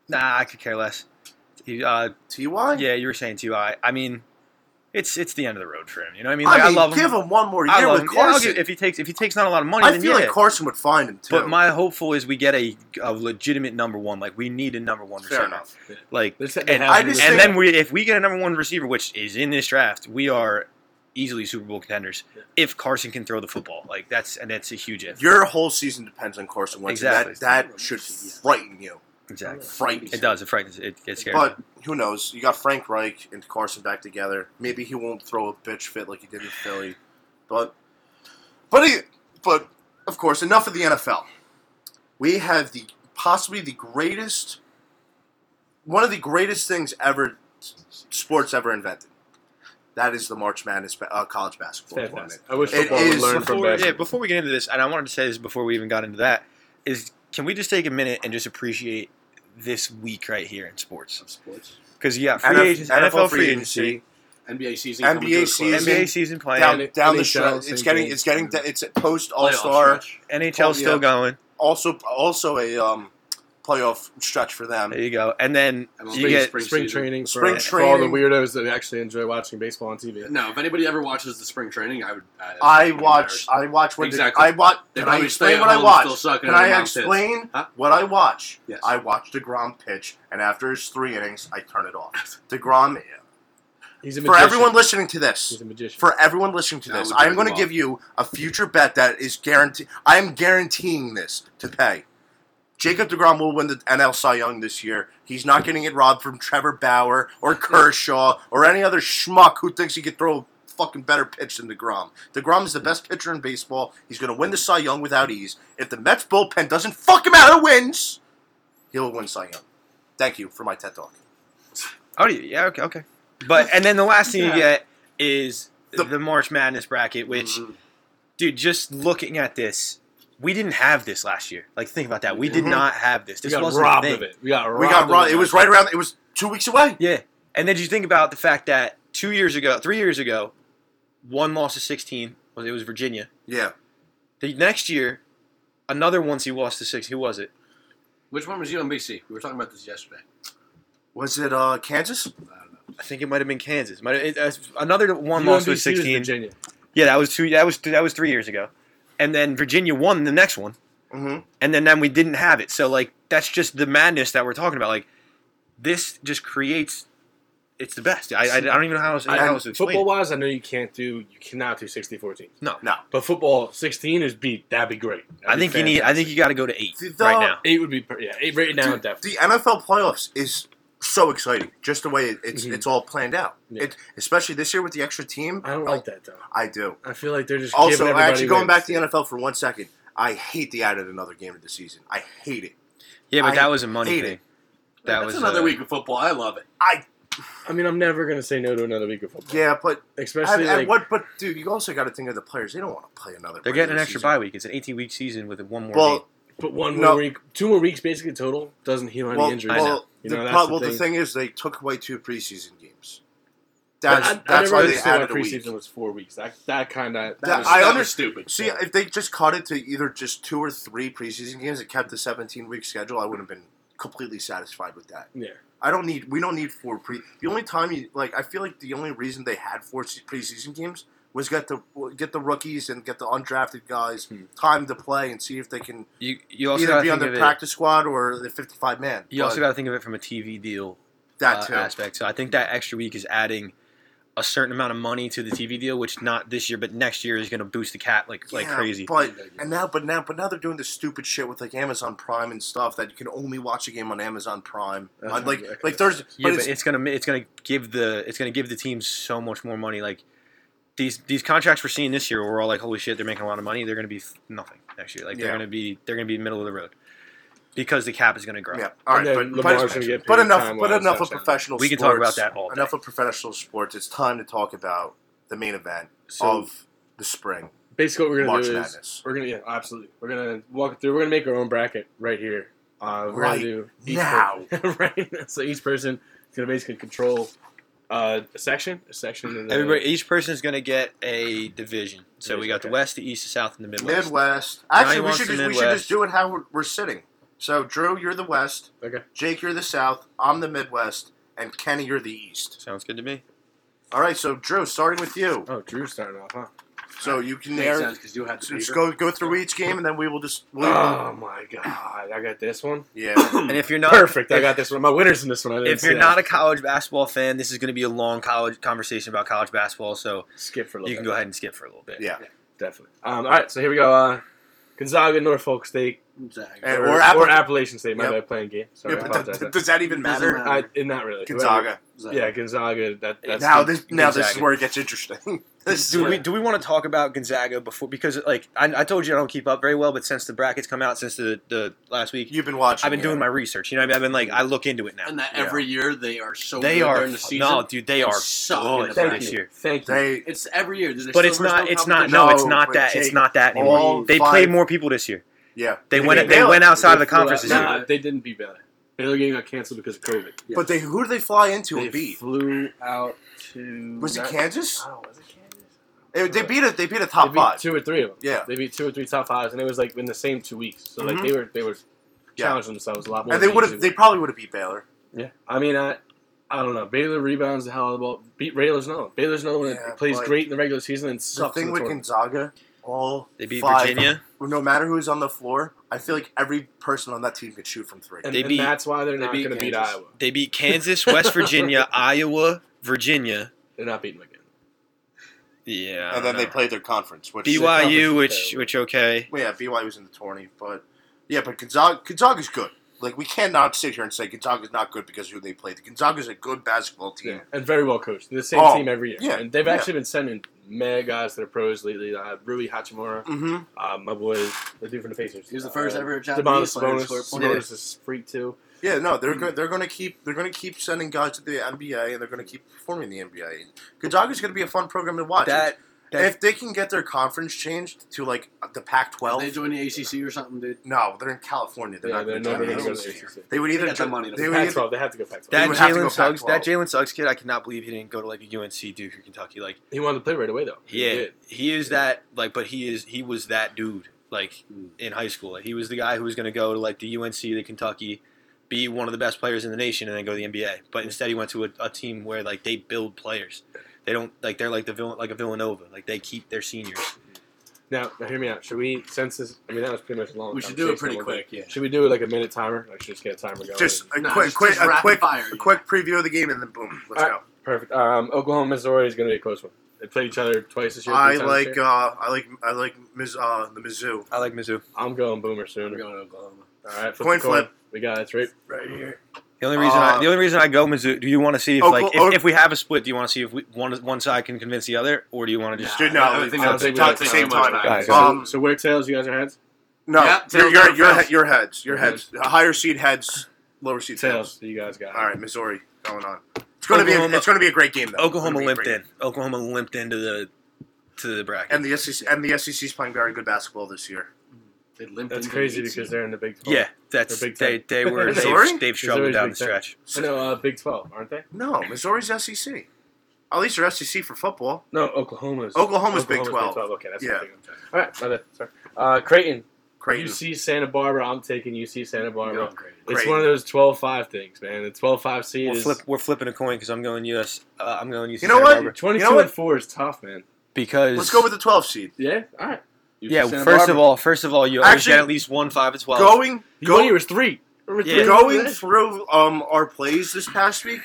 Speaker 1: Nah, I could care less. You- Uh,
Speaker 4: Ty?
Speaker 1: yeah, you were saying too. I, I mean, it's it's the end of the road for him. You know what I mean?
Speaker 4: I,
Speaker 1: Like, I,
Speaker 4: mean,
Speaker 1: love him.
Speaker 4: give him one more year
Speaker 1: I love
Speaker 4: with
Speaker 1: him. Yeah, I'll
Speaker 4: Carson.
Speaker 1: give- if he takes if he takes not a lot of money,
Speaker 4: I
Speaker 1: then
Speaker 4: feel
Speaker 1: yeah.
Speaker 4: like Carson would find him too.
Speaker 1: but my hopeful is we get a, a legitimate number one. Like we need a number one
Speaker 4: fair
Speaker 1: receiver.
Speaker 4: enough.
Speaker 1: Like
Speaker 3: They said they
Speaker 1: and,
Speaker 3: have
Speaker 4: I
Speaker 3: him
Speaker 4: just
Speaker 3: in
Speaker 1: and
Speaker 3: the-
Speaker 1: then we if we get a number one receiver, which is in this draft, we are easily Super Bowl contenders
Speaker 3: Yeah.
Speaker 1: if Carson can throw the football. Like that's and that's a huge if.
Speaker 4: Your whole season depends on Carson Wentz. and
Speaker 1: Exactly.
Speaker 4: That that should frighten you.
Speaker 1: Exactly.
Speaker 4: Frightens.
Speaker 1: It
Speaker 4: you.
Speaker 1: does. It frightens. It, it scares.
Speaker 4: But who knows? You got Frank Reich and Carson back together. Maybe he won't throw a bitch fit like he did in Philly. But but he, but of course, enough of the NFL. We have the possibly the greatest one of the greatest things ever sports ever invented. That is the March Madness ba- uh, college basketball tournament.
Speaker 3: Fantastic. I wish
Speaker 4: It
Speaker 3: football
Speaker 4: is-
Speaker 3: would learn from
Speaker 1: before, yeah,
Speaker 3: basketball.
Speaker 1: before we get into this, and I wanted to say this before we even got into that, is can we just take a minute and just appreciate this week right here in sports?
Speaker 2: Of sports.
Speaker 1: Because you got free agents, NFL, free agency,
Speaker 2: NBA season. coming
Speaker 4: NBA
Speaker 2: to a close.
Speaker 4: season.
Speaker 1: NBA season
Speaker 4: down,
Speaker 1: playing,
Speaker 3: And
Speaker 4: down the
Speaker 3: NHL,
Speaker 4: show.
Speaker 3: same
Speaker 4: It's getting
Speaker 3: thing.
Speaker 4: it's getting it's post
Speaker 2: Playoff
Speaker 4: All Star.
Speaker 2: stretch.
Speaker 1: NHL still
Speaker 4: yeah.
Speaker 1: going.
Speaker 4: Also also a um, playoff stretch for them.
Speaker 1: There you go. And then
Speaker 2: MLB
Speaker 1: you get
Speaker 2: spring
Speaker 3: spring
Speaker 2: season.
Speaker 3: training, for,
Speaker 4: Spring
Speaker 3: for all the
Speaker 4: training.
Speaker 3: weirdos that actually enjoy watching baseball on TV.
Speaker 2: No, if anybody ever watches the spring training, I would. uh, I,
Speaker 4: I
Speaker 2: I'd be
Speaker 4: watch.
Speaker 2: embarrassed.
Speaker 4: I watch when
Speaker 2: Exactly.
Speaker 4: the, I watch.
Speaker 2: They
Speaker 4: Can I
Speaker 2: probably stay
Speaker 4: explain
Speaker 2: at
Speaker 4: what I
Speaker 2: home still
Speaker 4: watch?
Speaker 2: sucking
Speaker 4: Can
Speaker 2: on their
Speaker 4: I
Speaker 2: mom's tits.
Speaker 4: explain
Speaker 2: Huh?
Speaker 4: what I watch?
Speaker 2: Yes.
Speaker 4: I watch Degrom pitch, and after his three innings, I turn it off. Degrom.
Speaker 3: He's a
Speaker 4: For
Speaker 3: magician.
Speaker 4: everyone listening to
Speaker 3: He's
Speaker 4: this,
Speaker 3: a magician.
Speaker 4: for everyone listening to
Speaker 2: That
Speaker 4: this,
Speaker 2: would
Speaker 4: I'm
Speaker 2: turn
Speaker 4: going
Speaker 2: you
Speaker 4: to
Speaker 2: off.
Speaker 4: give you a future bet that is guaranteed. I am guaranteeing this to pay. Jacob DeGrom will win the NL Cy Young this year. He's not getting it robbed from Trevor Bauer or Kershaw or any other schmuck who thinks he could throw a fucking better pitch than DeGrom. DeGrom is the best pitcher in baseball. He's going to win the Cy Young without ease. If the Mets bullpen doesn't fuck him out of wins, he'll win Cy Young. Thank you for my TED talk.
Speaker 1: Oh yeah, okay, okay. But and then the last thing you
Speaker 2: Yeah.
Speaker 1: get is
Speaker 4: The-
Speaker 1: the, March Madness bracket, which
Speaker 3: Mm-hmm.
Speaker 2: Mhm.
Speaker 1: dude, just looking at this, we didn't have this last year. Like think about that. We did
Speaker 4: Mhm.
Speaker 1: not have this.
Speaker 3: Mm-hmm. we
Speaker 1: This
Speaker 3: got
Speaker 1: wasn't
Speaker 3: robbed
Speaker 1: a
Speaker 3: of
Speaker 1: thing.
Speaker 3: it. We got robbed.
Speaker 4: we got
Speaker 3: of
Speaker 4: Ron. It was right around. It was two weeks away.
Speaker 1: Yeah. And then you think about the fact that two years ago, three years ago, one loss to sixteen was it was Virginia.
Speaker 4: Yeah.
Speaker 1: The next year, another once he lost to six. Who was it?
Speaker 2: Which one was UMBC? We were talking about this yesterday.
Speaker 4: Was it uh, Kansas?
Speaker 2: I don't know.
Speaker 1: I think it might have been Kansas. Might have, it, uh, another one
Speaker 3: UMBC
Speaker 1: loss was
Speaker 3: was
Speaker 1: sixteen.
Speaker 3: Virginia.
Speaker 1: Yeah, that was two. That was that was three years ago, and then Virginia won the next one,
Speaker 4: Mm-hmm.
Speaker 1: and then then we didn't have it. So like that's just the madness that we're talking about. Like this just creates. It's the best. I, I, I don't even know how else, how else to explain.
Speaker 3: Football
Speaker 1: It.
Speaker 3: wise, I know you can't do you cannot do 60 14.
Speaker 4: No.
Speaker 3: But football 16 is beat. That'd be great. That'd
Speaker 1: I
Speaker 3: be
Speaker 1: think you need. I think you got to go to eight
Speaker 4: The-
Speaker 1: right now.
Speaker 3: eight would be per- yeah eight right now
Speaker 4: Dude,
Speaker 3: definitely.
Speaker 4: The NFL playoffs is so exciting. Just the way it, it's
Speaker 3: Mhm.
Speaker 4: it's all planned out.
Speaker 3: Yeah.
Speaker 4: It, especially this year with the extra team. oh,
Speaker 3: I don't like that though.
Speaker 4: I do.
Speaker 3: I feel like they're just
Speaker 4: Also,
Speaker 3: Giving everybody
Speaker 4: actually going
Speaker 3: wins.
Speaker 4: back to the NFL for one second, I hate the added another game of the season. I hate it.
Speaker 1: Yeah, but
Speaker 4: I
Speaker 1: that was a money
Speaker 4: hate
Speaker 1: thing.
Speaker 4: it.
Speaker 1: That
Speaker 2: That's
Speaker 1: was
Speaker 2: another
Speaker 1: uh,
Speaker 2: week of football. I love it.
Speaker 4: I
Speaker 3: I mean, I'm never gonna say no to another week of football.
Speaker 4: yeah, but at,
Speaker 3: especially
Speaker 4: at
Speaker 3: like
Speaker 4: what? But dude, you also got to think of the players. They don't want to play another.
Speaker 1: They're getting an
Speaker 4: regular
Speaker 1: extra
Speaker 4: season.
Speaker 1: bye week. It's an 18 week season with one more. game.
Speaker 4: Well,
Speaker 3: but one
Speaker 4: No.
Speaker 3: more week, two more weeks basically total doesn't heal any
Speaker 4: well,
Speaker 3: injuries.
Speaker 1: I
Speaker 4: well,
Speaker 3: You
Speaker 4: the,
Speaker 3: know, that's
Speaker 4: pro-
Speaker 3: the
Speaker 4: well, the
Speaker 3: thing.
Speaker 4: thing is, they took away two preseason games.
Speaker 3: But
Speaker 4: That's
Speaker 3: I, I
Speaker 4: that's
Speaker 3: never
Speaker 4: why they
Speaker 3: understood
Speaker 4: added
Speaker 3: why
Speaker 4: a week.
Speaker 3: preseason was four weeks. That that kind of
Speaker 4: That-
Speaker 2: That was,
Speaker 4: I
Speaker 2: that
Speaker 4: under-
Speaker 2: was stupid.
Speaker 4: See, if they just cut it to either just two or three preseason games and kept the 17 week schedule, I would have been completely satisfied with that.
Speaker 3: yeah.
Speaker 4: I don't need, we don't need four pre. The only time you, like, I feel like the only reason they had four se- preseason games was get the get the rookies and get the undrafted guys
Speaker 3: Hmm.
Speaker 4: time to play and see if they can
Speaker 1: you you also got
Speaker 4: either
Speaker 1: to
Speaker 4: be on
Speaker 1: think
Speaker 4: the
Speaker 1: of it.
Speaker 4: practice squad or the 55 man.
Speaker 1: You also
Speaker 4: But
Speaker 1: got to think of it from a TV deal
Speaker 4: that
Speaker 1: uh,
Speaker 4: too.
Speaker 1: aspect. So I think that extra week is adding a certain amount of money to the TV deal, which not this year, but next year is going to boost the cat like like
Speaker 4: Yeah,
Speaker 1: crazy.
Speaker 4: But and now, but now, but now they're doing this stupid shit with like Amazon Prime and stuff that you can only watch a game on Amazon Prime.
Speaker 3: That's
Speaker 4: Uh, like,
Speaker 3: ridiculous.
Speaker 4: like there's,
Speaker 1: yeah,
Speaker 4: but
Speaker 1: but
Speaker 4: it's,
Speaker 1: it's gonna ma- it's gonna give the it's gonna give the team so much more money. Like these these contracts we're seeing this year, we're all like, holy shit, they're making a lot of money. They're gonna be f- nothing next year. Like they're
Speaker 4: Yeah.
Speaker 1: gonna be they're gonna be middle of the road because the cap is gonna grow.
Speaker 4: yeah. All
Speaker 3: And
Speaker 4: right,
Speaker 3: then
Speaker 4: but,
Speaker 3: Lamar's
Speaker 4: but,
Speaker 3: gonna get
Speaker 4: but
Speaker 3: paid
Speaker 4: enough,
Speaker 3: time
Speaker 4: but
Speaker 3: wise,
Speaker 4: enough of
Speaker 3: touchdown.
Speaker 4: professional.
Speaker 1: We can
Speaker 4: sports,
Speaker 1: talk about that all day.
Speaker 4: Enough of professional sports. It's time to talk about the main event
Speaker 3: So
Speaker 4: of the spring,
Speaker 3: basically, what we're gonna
Speaker 4: March
Speaker 3: do is
Speaker 4: Madness.
Speaker 3: we're gonna yeah absolutely we're gonna walk through. We're gonna make our own bracket right here. Uh, we're
Speaker 4: Right
Speaker 3: gonna do
Speaker 4: now.
Speaker 3: person- right. now. So each person is gonna basically control uh, a section, a section. And then-
Speaker 1: Everybody, each person is gonna get a division. So we got the
Speaker 3: Okay.
Speaker 1: West, the East, the South, and the Midwest.
Speaker 4: Midwest.
Speaker 1: Now he
Speaker 4: Actually, we
Speaker 1: wants the
Speaker 4: should just, we should
Speaker 1: Midwest.
Speaker 4: just do it how we're, we're sitting. So Drew, you're the West.
Speaker 3: Okay.
Speaker 4: Jake, you're the South. I'm the Midwest, and Kenny, you're the East.
Speaker 1: Sounds good to me.
Speaker 4: All right. So Drew, starting with you.
Speaker 3: Oh, Drew's starting off, huh?
Speaker 4: So you can
Speaker 2: Makes
Speaker 4: narrow.
Speaker 2: sense because you had
Speaker 4: So
Speaker 2: to
Speaker 4: just go go through each game, and then we will just. we will-
Speaker 1: Ah.
Speaker 3: Oh my god, I got this one.
Speaker 4: Yeah.
Speaker 1: And if you're not
Speaker 3: Perfect, I
Speaker 1: if-
Speaker 3: got this one. My winner's in this one. I didn't
Speaker 1: if you're
Speaker 3: see
Speaker 1: not
Speaker 3: that.
Speaker 1: a college basketball fan, this is going to be a long college conversation about college basketball, so
Speaker 3: skip for a little
Speaker 1: you can
Speaker 3: bit.
Speaker 1: go ahead and skip for a little bit.
Speaker 4: Yeah.
Speaker 3: Definitely. Um, all right, so here we go. Uh, Gonzaga, Norfolk State,
Speaker 2: Exactly.
Speaker 4: Eh,
Speaker 3: or,
Speaker 4: or
Speaker 3: or
Speaker 4: Appala-
Speaker 3: Appalachian State. My
Speaker 4: Yep.
Speaker 3: bad, playing game. Sorry, I
Speaker 4: Yeah, but
Speaker 3: apologize.
Speaker 4: th- th- does that even
Speaker 2: Doesn't
Speaker 4: matter?
Speaker 2: matter.
Speaker 3: I, it- not really.
Speaker 4: Gonzaga.
Speaker 3: Yeah, Gonzaga. That, that's
Speaker 4: Now this now this is
Speaker 1: Gonzaga.
Speaker 4: where it gets interesting. this is
Speaker 1: Do
Speaker 4: where,
Speaker 1: we do we want to talk about Gonzaga before because like I, I told you I don't keep up very well, but since the brackets come out since the, the last week,
Speaker 4: you've been watching.
Speaker 1: I've been
Speaker 4: it.
Speaker 1: doing my research. You know, what I mean? I've been like I look into it now.
Speaker 2: And that
Speaker 4: Yeah.
Speaker 2: every year they are so
Speaker 1: They
Speaker 2: good
Speaker 1: are
Speaker 2: during the season.
Speaker 1: no, dude, they are
Speaker 2: Suck
Speaker 1: good
Speaker 2: in the
Speaker 3: Thank
Speaker 1: this
Speaker 2: bracket.
Speaker 3: you.
Speaker 1: year.
Speaker 3: Thank you.
Speaker 4: They
Speaker 2: It's every year. There's
Speaker 1: But it's
Speaker 2: silver
Speaker 1: not
Speaker 2: snow
Speaker 1: it's not
Speaker 2: competition.
Speaker 1: no,
Speaker 4: No,
Speaker 1: it's not
Speaker 4: but
Speaker 1: that it's
Speaker 4: Jake,
Speaker 1: not that anymore.
Speaker 4: all
Speaker 1: They
Speaker 4: five-
Speaker 1: played more people this year.
Speaker 4: yeah,
Speaker 1: They
Speaker 4: They
Speaker 1: went
Speaker 4: beat
Speaker 1: they
Speaker 4: Baylor.
Speaker 1: went outside of the
Speaker 3: They flew
Speaker 1: conference this
Speaker 3: out-
Speaker 1: year.
Speaker 3: Nah, they didn't beat Baylor. Baylor game got canceled because of COVID.
Speaker 2: Yeah.
Speaker 4: but they who do they fly into
Speaker 3: They
Speaker 4: and beat?
Speaker 3: flew out to.
Speaker 4: Was it
Speaker 3: not-
Speaker 4: Kansas?
Speaker 3: Oh, was it Kansas?
Speaker 4: They, they beat it. They beat a
Speaker 3: They
Speaker 4: top
Speaker 3: beat
Speaker 4: five.
Speaker 3: two or three of them.
Speaker 4: Yeah.
Speaker 3: they beat two or three top fives, and it was like in the same two weeks. So
Speaker 4: Mhm.
Speaker 3: like they were they were
Speaker 4: Yeah.
Speaker 3: challenging themselves a lot more.
Speaker 4: and they
Speaker 3: than
Speaker 4: would have.
Speaker 3: usually
Speaker 4: They probably would have beat Baylor.
Speaker 3: would. yeah, I mean I. I don't know. Baylor rebounds the hell out of the ball. Beat Baylor's another. Baylor's another one
Speaker 4: Yeah,
Speaker 3: that plays
Speaker 4: but-
Speaker 3: great in the regular season and
Speaker 4: The
Speaker 3: sucks. in
Speaker 4: thing
Speaker 3: the
Speaker 4: with
Speaker 3: tournament.
Speaker 4: Gonzaga, all
Speaker 1: They beat
Speaker 4: five,
Speaker 1: Virginia.
Speaker 4: No matter who's on the floor, I feel like every person on that team could shoot from three.
Speaker 3: and,
Speaker 1: they
Speaker 3: and
Speaker 1: beat-
Speaker 3: that's why they're
Speaker 2: they
Speaker 3: not
Speaker 2: beat
Speaker 3: going to beat
Speaker 2: Kansas.
Speaker 3: Iowa.
Speaker 1: They beat Kansas, West Virginia, Iowa, Virginia.
Speaker 3: They're not beating them again.
Speaker 1: Yeah. I
Speaker 4: and
Speaker 1: don't
Speaker 4: then they
Speaker 1: know.
Speaker 4: played their conference, which
Speaker 1: BYU,
Speaker 3: conference
Speaker 1: which
Speaker 3: fail.
Speaker 1: which okay.
Speaker 4: Well, yeah, BYU was in the tourney, but yeah, but Gonzaga Gonzaga's good. Like we cannot sit here and say Gonzaga's not good because of who they played. Gonzaga's a good basketball team.
Speaker 3: And very well coached. They're the same
Speaker 4: Oh,
Speaker 3: team every year.
Speaker 4: yeah,
Speaker 3: and they've
Speaker 4: yeah.
Speaker 3: actually been sending mega guys to the pros lately. Uh, Rui Hachimura,
Speaker 4: Mm-hmm.
Speaker 3: uh, my boy, the dude from the Pacers.
Speaker 2: He was the first
Speaker 3: uh,
Speaker 2: ever Japanese
Speaker 3: Demonis
Speaker 2: player to
Speaker 3: Sabonis.
Speaker 2: score a point.
Speaker 4: Yeah.
Speaker 3: Sabonis is freak too.
Speaker 4: Yeah, no, they're go- they're gonna keep they're gonna keep sending guys to the NBA and they're gonna keep performing in the NBA. Gonzaga's gonna be a fun program to watch.
Speaker 1: That that-
Speaker 4: if they can get their conference changed to like the
Speaker 2: Did
Speaker 4: Pac-12,
Speaker 2: They joined the ACC or something, dude.
Speaker 4: no, they're in California. They're
Speaker 3: Yeah,
Speaker 4: not
Speaker 3: they're
Speaker 4: going
Speaker 3: never
Speaker 4: to
Speaker 3: going to go
Speaker 2: Japanese
Speaker 3: to
Speaker 2: this
Speaker 3: the
Speaker 2: year.
Speaker 3: ACC.
Speaker 4: They would
Speaker 2: They
Speaker 4: either
Speaker 2: got the
Speaker 4: jo-
Speaker 2: money to
Speaker 4: they would either
Speaker 3: Pac-12. They have to go Pac-12.
Speaker 1: that
Speaker 4: would have to go
Speaker 1: Jalen Suggs, that
Speaker 4: Pac-12.
Speaker 1: Jalen Suggs kid, I cannot believe he didn't go to like a UNC, Duke, or Kentucky. Like
Speaker 3: he wanted to play right away though. He
Speaker 1: yeah, Hmm.
Speaker 3: did.
Speaker 1: he is that like, but he is he was that dude like
Speaker 2: Mm.
Speaker 1: in high school. Like, he was the guy who was going to go to like the UNC, the Kentucky, be one of the best players in the nation, and then go to the NBA. But instead, he went to a, a team where like they build players. They don't like they're like the villain like a Villanova. Like they keep their seniors.
Speaker 3: Now, now hear me out. Should we since this? I mean, that was pretty much a long.
Speaker 2: We should do it pretty
Speaker 3: conversation.
Speaker 2: quick. Yeah.
Speaker 3: Should we do it like a minute timer? I should just get a timer going.
Speaker 4: Just a
Speaker 2: No,
Speaker 4: quick,
Speaker 2: just-
Speaker 4: quick,
Speaker 2: just
Speaker 4: a
Speaker 2: rapid
Speaker 4: quick,
Speaker 2: fire,
Speaker 4: a
Speaker 2: you
Speaker 4: quick preview of the game, and then boom, let's
Speaker 3: All right, perfect. Um, Oklahoma, Missouri is going to be a close one. They played each other twice this
Speaker 4: go.
Speaker 3: year.
Speaker 4: I
Speaker 3: three times this
Speaker 4: like,
Speaker 3: year.
Speaker 4: uh, I like, I like Miz, uh, the Mizzou
Speaker 1: I like Mizzou.
Speaker 3: I'm going Boomer soon.
Speaker 2: We're
Speaker 3: All
Speaker 2: uh, going to Oklahoma.
Speaker 3: right, flip
Speaker 4: Coin
Speaker 3: the coin.
Speaker 4: flip.
Speaker 3: We got it. It's right.
Speaker 4: right here.
Speaker 1: The only reason I,
Speaker 4: Uh,
Speaker 1: the only reason I go Mizzou. Do you want to see if
Speaker 4: Okla-
Speaker 1: like
Speaker 4: Ok-
Speaker 1: if, if we have a split? Do you want to see if we, one one side can convince the other, or do you want to just?
Speaker 4: Dude, no,
Speaker 2: I would think
Speaker 3: I don't
Speaker 2: that would
Speaker 3: think
Speaker 2: take
Speaker 3: we would
Speaker 2: too
Speaker 3: say
Speaker 2: much
Speaker 4: much
Speaker 2: time.
Speaker 4: back.
Speaker 1: Guys,
Speaker 3: So,
Speaker 4: Um,
Speaker 3: so we're tails. You guys are heads.
Speaker 4: No,
Speaker 2: Yeah,
Speaker 4: your,
Speaker 2: tails
Speaker 4: your,
Speaker 2: down,
Speaker 4: your,
Speaker 2: tails.
Speaker 4: your heads,
Speaker 1: Mm-hmm.
Speaker 4: your heads. Higher seed heads, lower seed
Speaker 3: Tails. You guys got. it.
Speaker 4: All right, Missouri going on. It's going to be a,
Speaker 1: Oklahoma-
Speaker 4: it's going to be a great game though.
Speaker 1: Oklahoma
Speaker 4: It's gonna be a
Speaker 1: limped
Speaker 4: great
Speaker 1: in. Oklahoma limped into the to the bracket.
Speaker 4: game. and the SEC and the SEC's playing very good basketball this year.
Speaker 2: They limped
Speaker 3: That's
Speaker 2: into
Speaker 3: crazy
Speaker 2: the eight
Speaker 3: because
Speaker 2: seed.
Speaker 3: they're in the Big Twelve.
Speaker 1: yeah, that's
Speaker 3: They're Big
Speaker 1: they they were
Speaker 4: Missouri?
Speaker 1: they've, they've struggled
Speaker 3: Missouri's
Speaker 1: down
Speaker 3: Big
Speaker 1: the
Speaker 3: Ten.
Speaker 1: stretch.
Speaker 3: I know uh, Big Twelve, aren't they?
Speaker 4: No, Missouri's SEC. At least they're SEC for football.
Speaker 3: No, Oklahoma's.
Speaker 4: Oklahoma's Big 12.
Speaker 3: Okay, that's
Speaker 4: Yeah.
Speaker 3: yeah. All right, my bad. Sorry. Uh, Creighton.
Speaker 4: Creighton.
Speaker 3: UC Santa Barbara. I'm taking UC Santa Barbara.
Speaker 2: Going crazy.
Speaker 3: It's
Speaker 4: Creighton.
Speaker 3: one of those 12-5 things, man. The 12-5 seed
Speaker 1: We're,
Speaker 3: is
Speaker 1: flip, we're flipping a coin because I'm going US. Uh, I'm going UC.
Speaker 4: You know what?
Speaker 1: Barbara
Speaker 3: 22
Speaker 4: You know what?
Speaker 3: and 4 is tough, man.
Speaker 1: Because
Speaker 4: Let's go with the 12 seed.
Speaker 3: Yeah, all right. UC
Speaker 1: yeah.
Speaker 3: Santa
Speaker 1: First
Speaker 3: Barbara.
Speaker 1: of all, first of all, you always
Speaker 4: Actually,
Speaker 1: get at least one five and twelve.
Speaker 4: Going
Speaker 3: you
Speaker 4: go,
Speaker 3: won yours three. Remember
Speaker 1: Yeah.
Speaker 3: three?
Speaker 4: going through um our plays this past week,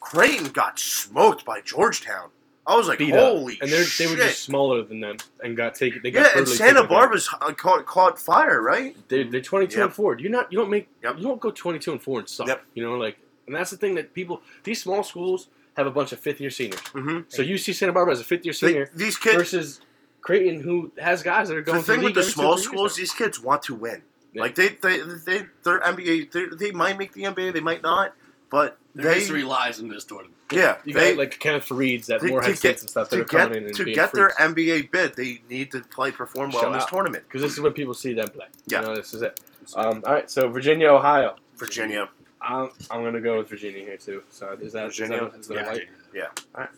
Speaker 4: Creighton got smoked by Georgetown. I was like,
Speaker 3: Beat up.
Speaker 4: holy
Speaker 3: and they're, they
Speaker 4: shit!
Speaker 3: were just smaller than them and got taken. They got
Speaker 4: yeah, and
Speaker 3: brutally
Speaker 4: Santa
Speaker 3: taken down.
Speaker 4: Barbara's uh, caught, caught fire, right?
Speaker 3: They're, they're 22
Speaker 4: Yep.
Speaker 3: and 4. You not you don't make
Speaker 4: Yep.
Speaker 3: you don't go 22 and 4 and suck.
Speaker 4: Yep.
Speaker 3: You know, like and that's the thing that people these small schools have a bunch of fifth year seniors.
Speaker 4: Mm-hmm.
Speaker 3: So UC Santa Barbara has a fifth year senior
Speaker 4: these kids,
Speaker 3: versus Creighton, who has guys that are going.
Speaker 4: the thing
Speaker 3: through
Speaker 4: with the
Speaker 3: league every two,
Speaker 4: small
Speaker 3: three years
Speaker 4: schools,
Speaker 3: now.
Speaker 4: these kids want to win.
Speaker 3: Yeah.
Speaker 4: Like they, they, they, they're NBA. They, they might make the NBA. They might not. But
Speaker 2: Their
Speaker 4: they,
Speaker 2: history lies in this tournament.
Speaker 4: yeah,
Speaker 3: you
Speaker 4: they
Speaker 3: got like Kenneth Reeds at
Speaker 4: to- to
Speaker 3: Morehead
Speaker 4: get-
Speaker 3: State and stuff that
Speaker 4: to
Speaker 3: are coming in
Speaker 4: get
Speaker 3: and
Speaker 4: to
Speaker 3: being
Speaker 4: get their NBA bid, they need to play perform well
Speaker 3: Show
Speaker 4: in this
Speaker 3: out.
Speaker 4: tournament.
Speaker 3: because this is when people see them play.
Speaker 4: Yeah.
Speaker 3: You know, this is it. Um, all right, so Virginia, Ohio.
Speaker 4: Virginia,
Speaker 3: I'm, I'm gonna go with Virginia here too. So is that is that-
Speaker 4: Virginia?
Speaker 3: is that
Speaker 1: Yeah.
Speaker 3: right?
Speaker 4: Yeah.
Speaker 3: All right.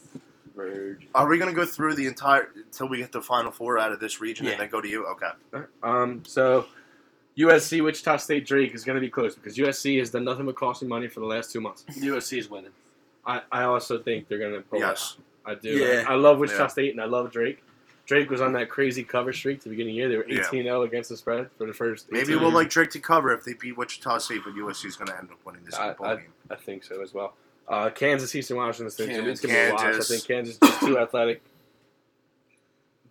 Speaker 3: Virg-
Speaker 4: are we going to go through the entire until we get the final four out of this region
Speaker 1: Yeah.
Speaker 4: and then go to you? Okay.
Speaker 3: Um, so USC Wichita State Drake is going to be close because USC has done nothing but costing money for the last two months.
Speaker 2: USC is winning.
Speaker 3: I, I also think they're going to pull it
Speaker 4: Yes.
Speaker 3: out. I do.
Speaker 1: Yeah.
Speaker 3: I, I love Wichita
Speaker 4: Yeah.
Speaker 3: State and I love Drake. Drake was on that crazy cover streak to the beginning of the year. They
Speaker 4: Yeah.
Speaker 3: were 18 0 against the spread for the first.
Speaker 4: Maybe
Speaker 3: 18
Speaker 4: we'll
Speaker 3: years.
Speaker 4: like Drake to cover if they beat Wichita State, but USC is going to end up winning this
Speaker 3: I-
Speaker 4: bowl
Speaker 3: I-
Speaker 4: game.
Speaker 3: I think so as well. Uh, Kansas, Eastern Washington State. It's going to be a wash.
Speaker 4: Kansas.
Speaker 3: I think Kansas is too athletic.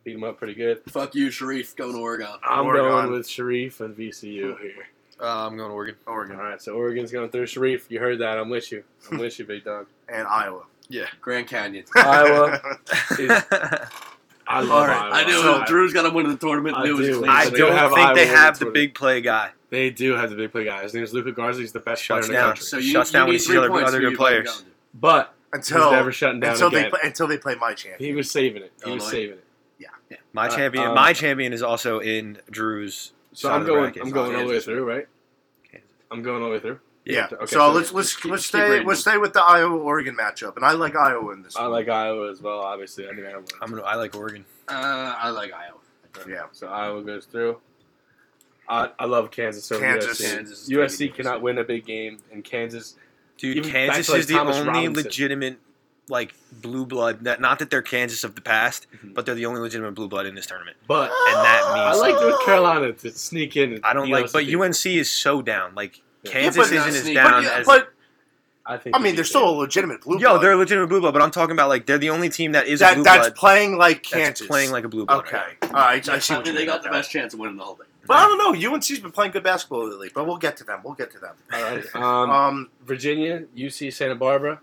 Speaker 3: Beat them up pretty good.
Speaker 2: Fuck you, Sharif. Going to Oregon.
Speaker 3: I'm
Speaker 4: Oregon.
Speaker 3: going with Sharif and VCU here.
Speaker 1: Uh, I'm going Oregon.
Speaker 4: Oregon
Speaker 3: All right, so Oregon's going through Sharif. You heard that. I'm with you. I'm with you, big dog.
Speaker 4: and Iowa.
Speaker 2: Grand Canyon.
Speaker 3: Iowa. I
Speaker 4: All
Speaker 3: love
Speaker 4: right,
Speaker 3: Iowa.
Speaker 2: I knew
Speaker 4: So-
Speaker 2: Drew's got to win the tournament.
Speaker 3: I
Speaker 2: knew it was
Speaker 3: do.
Speaker 2: clean.
Speaker 1: I
Speaker 3: They
Speaker 1: don't
Speaker 3: have
Speaker 1: think
Speaker 3: Iowa
Speaker 1: they
Speaker 3: on
Speaker 1: have the
Speaker 3: Twitter.
Speaker 1: big play guy.
Speaker 3: They do have the big play guy. His name is Luca Garza. He's the best
Speaker 1: Shuts
Speaker 3: player in the
Speaker 1: down.
Speaker 3: country.
Speaker 2: So you,
Speaker 1: Shuts
Speaker 2: you
Speaker 1: down when
Speaker 2: need
Speaker 1: you see
Speaker 2: three
Speaker 1: other-
Speaker 2: points
Speaker 1: other
Speaker 2: for
Speaker 1: good
Speaker 2: you,
Speaker 1: players.
Speaker 2: Gonzaga.
Speaker 3: But
Speaker 4: until
Speaker 3: he's never shutting down
Speaker 4: until they
Speaker 3: again.
Speaker 4: play, until they play my champion.
Speaker 3: he was saving it. He was
Speaker 2: Illinois.
Speaker 3: saving it.
Speaker 1: My
Speaker 3: Uh,
Speaker 1: champion.
Speaker 3: um,
Speaker 1: my champion is also in Drew's.
Speaker 3: So
Speaker 1: side
Speaker 3: I'm
Speaker 1: of the
Speaker 3: going.
Speaker 1: bracket.
Speaker 3: I'm going all the way
Speaker 2: Kansas.
Speaker 3: through, right?
Speaker 1: Kansas.
Speaker 3: I'm going all the way through.
Speaker 4: Yeah.
Speaker 3: Okay,
Speaker 4: so,
Speaker 3: so
Speaker 4: let's let's
Speaker 2: keep-
Speaker 4: let's
Speaker 2: keep
Speaker 4: stay
Speaker 2: reading.
Speaker 4: let's stay with the Iowa Oregon matchup, and I like Iowa in this.
Speaker 3: I
Speaker 4: one.
Speaker 3: like Iowa as well. Obviously, I think Iowa. wins.
Speaker 1: I'm, gonna- I like Oregon.
Speaker 2: Uh, I like Iowa.
Speaker 4: Yeah.
Speaker 3: So Iowa goes through. I, I love Kansas over
Speaker 4: Kansas.
Speaker 3: USC.
Speaker 2: Kansas. is
Speaker 3: USC
Speaker 2: taking
Speaker 3: cannot win a big game, and Kansas.
Speaker 1: Dude,
Speaker 3: Even back
Speaker 1: Kansas
Speaker 3: to, like,
Speaker 1: is the
Speaker 3: Thomas
Speaker 1: only
Speaker 3: Robinson.
Speaker 1: legitimate like blue blood. That not that they're Kansas of the past,
Speaker 3: Mhm.
Speaker 1: but they're the only legitimate blue blood in this tournament.
Speaker 3: But
Speaker 1: And that
Speaker 3: I
Speaker 1: means
Speaker 3: like North Carolina to sneak in. and
Speaker 1: I don't
Speaker 3: beat
Speaker 1: like,
Speaker 3: us
Speaker 1: but
Speaker 3: if they-
Speaker 1: UNC is so down. Like
Speaker 3: Yeah.
Speaker 1: Kansas
Speaker 2: Yeah, but
Speaker 1: isn't as
Speaker 2: not
Speaker 1: down
Speaker 4: But, yeah,
Speaker 1: as.
Speaker 4: but
Speaker 3: I think.
Speaker 4: I
Speaker 3: they
Speaker 4: mean,
Speaker 3: beat
Speaker 4: they're still a
Speaker 3: Kansas.
Speaker 4: legitimate blue.
Speaker 1: yo,
Speaker 4: blood.
Speaker 1: they're a legitimate blue blood. But I'm talking about like they're the only team that is a
Speaker 4: that,
Speaker 1: blue
Speaker 4: that's
Speaker 1: blood
Speaker 4: playing like
Speaker 1: that's
Speaker 4: Kansas.
Speaker 1: playing like a blue blood.
Speaker 4: okay.
Speaker 1: right
Speaker 4: All right, I see
Speaker 2: I
Speaker 4: what you
Speaker 2: mean, they
Speaker 4: mean
Speaker 2: got the
Speaker 4: about
Speaker 2: best chance of winning the whole thing.
Speaker 4: that. But I don't know. UNC's been playing good basketball lately, but we'll get to them. We'll get to them.
Speaker 3: All right. Um,
Speaker 4: Um,
Speaker 3: Virginia, UC Santa Barbara.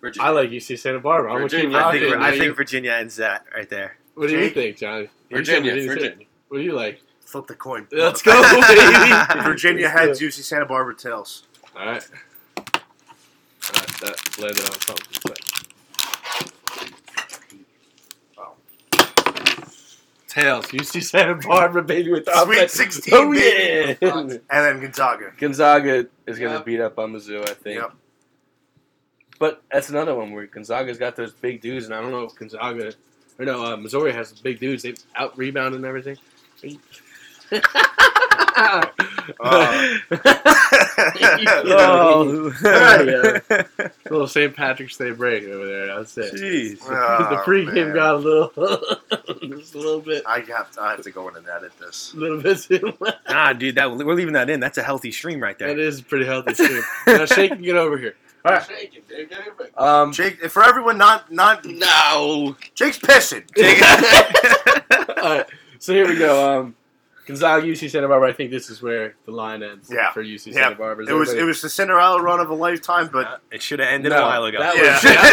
Speaker 2: Virginia.
Speaker 3: I like UC Santa Barbara. I'm gonna keep
Speaker 2: Virginia.
Speaker 1: now. I
Speaker 3: rocking
Speaker 1: think
Speaker 3: with
Speaker 1: I
Speaker 3: you.
Speaker 1: think Virginia ends that right there.
Speaker 3: What do you
Speaker 4: Jake?
Speaker 3: think, Johnny?
Speaker 2: Virginia,
Speaker 3: What do you think?
Speaker 2: Virginia.
Speaker 3: What do you like?
Speaker 4: flip the coin.
Speaker 3: Let's go, baby.
Speaker 4: Virginia
Speaker 3: Let's do
Speaker 4: heads
Speaker 3: it.
Speaker 4: UC Santa Barbara tails.
Speaker 3: All right. All right, that landed on something. But.
Speaker 4: Wow.
Speaker 3: Tails, UC Santa Barbara, baby, with the
Speaker 4: Sweet
Speaker 3: upset.
Speaker 4: 16,
Speaker 3: Oh
Speaker 4: baby.
Speaker 3: yeah!
Speaker 2: baby.
Speaker 4: And then Gonzaga.
Speaker 3: Gonzaga is going to
Speaker 2: Yep.
Speaker 3: beat up on Mizzou, I think.
Speaker 4: Yep.
Speaker 3: But that's another one where Gonzaga's got those big dudes, and I don't know if Gonzaga or no uh, Missouri has big dudes. They out rebound and everything. Oh.
Speaker 4: Uh.
Speaker 3: You know,
Speaker 1: Oh,
Speaker 3: Yeah. little St. Patrick's Day break over there. That's it.
Speaker 1: jeez.
Speaker 3: the pregame
Speaker 4: man.
Speaker 3: got a little, just a little bit,
Speaker 4: I have to, I have to go in and edit this.
Speaker 3: little bit too much.
Speaker 1: Nah, dude, that we're leaving that in. That's a healthy stream right
Speaker 3: That
Speaker 1: there.
Speaker 3: is pretty healthy too. now shake and get over here. All right.
Speaker 2: Shaking, dude. Get over it.
Speaker 3: Um,
Speaker 4: Jake, for everyone not not
Speaker 1: No.
Speaker 4: Jake's pissing.
Speaker 3: all right. So here we go. Um, Gonzaga, UC Santa Barbara. I think this is where the line ends.
Speaker 4: Yeah.
Speaker 3: For UC
Speaker 4: Yeah.
Speaker 3: Santa Barbara. Is
Speaker 4: It was
Speaker 3: everybody-
Speaker 4: it was the Cinderella run of a lifetime, but
Speaker 1: Uh, it should have ended
Speaker 3: No,
Speaker 1: a while ago.
Speaker 3: that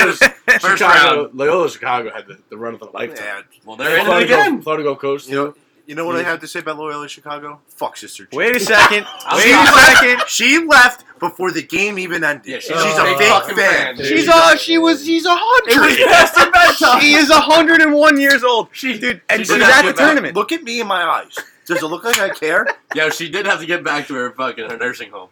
Speaker 4: was-
Speaker 3: that
Speaker 4: first
Speaker 3: Chicago,
Speaker 4: round.
Speaker 3: Loyola Chicago had the, the run of the lifetime.
Speaker 4: Yeah.
Speaker 2: Well,
Speaker 3: Florida
Speaker 2: there it is again.
Speaker 3: Gulf- Florida Gulf Coast.
Speaker 4: You know you know what I have to say about Loyola Chicago? Fuck sister. Jake.
Speaker 1: Wait a second.
Speaker 3: I'll
Speaker 1: Wait a
Speaker 3: stop.
Speaker 1: second.
Speaker 4: She left before the game even ended.
Speaker 2: Yeah, she's
Speaker 4: she's,
Speaker 3: a
Speaker 4: a
Speaker 3: big uh,
Speaker 4: fake
Speaker 2: Oh, fucking
Speaker 4: fan.
Speaker 2: fan, dude.
Speaker 1: She's a she was she's a
Speaker 4: It was
Speaker 1: hundred.
Speaker 4: past her bedtime.
Speaker 1: She is hundred and one years old. She dude, and
Speaker 2: she
Speaker 1: she's
Speaker 2: did
Speaker 1: at
Speaker 2: not
Speaker 1: the
Speaker 2: give up.
Speaker 1: tournament.
Speaker 4: Look at me in my eyes. Does it look like I care?
Speaker 2: Yeah, she did have to get back to her fucking her nursing home.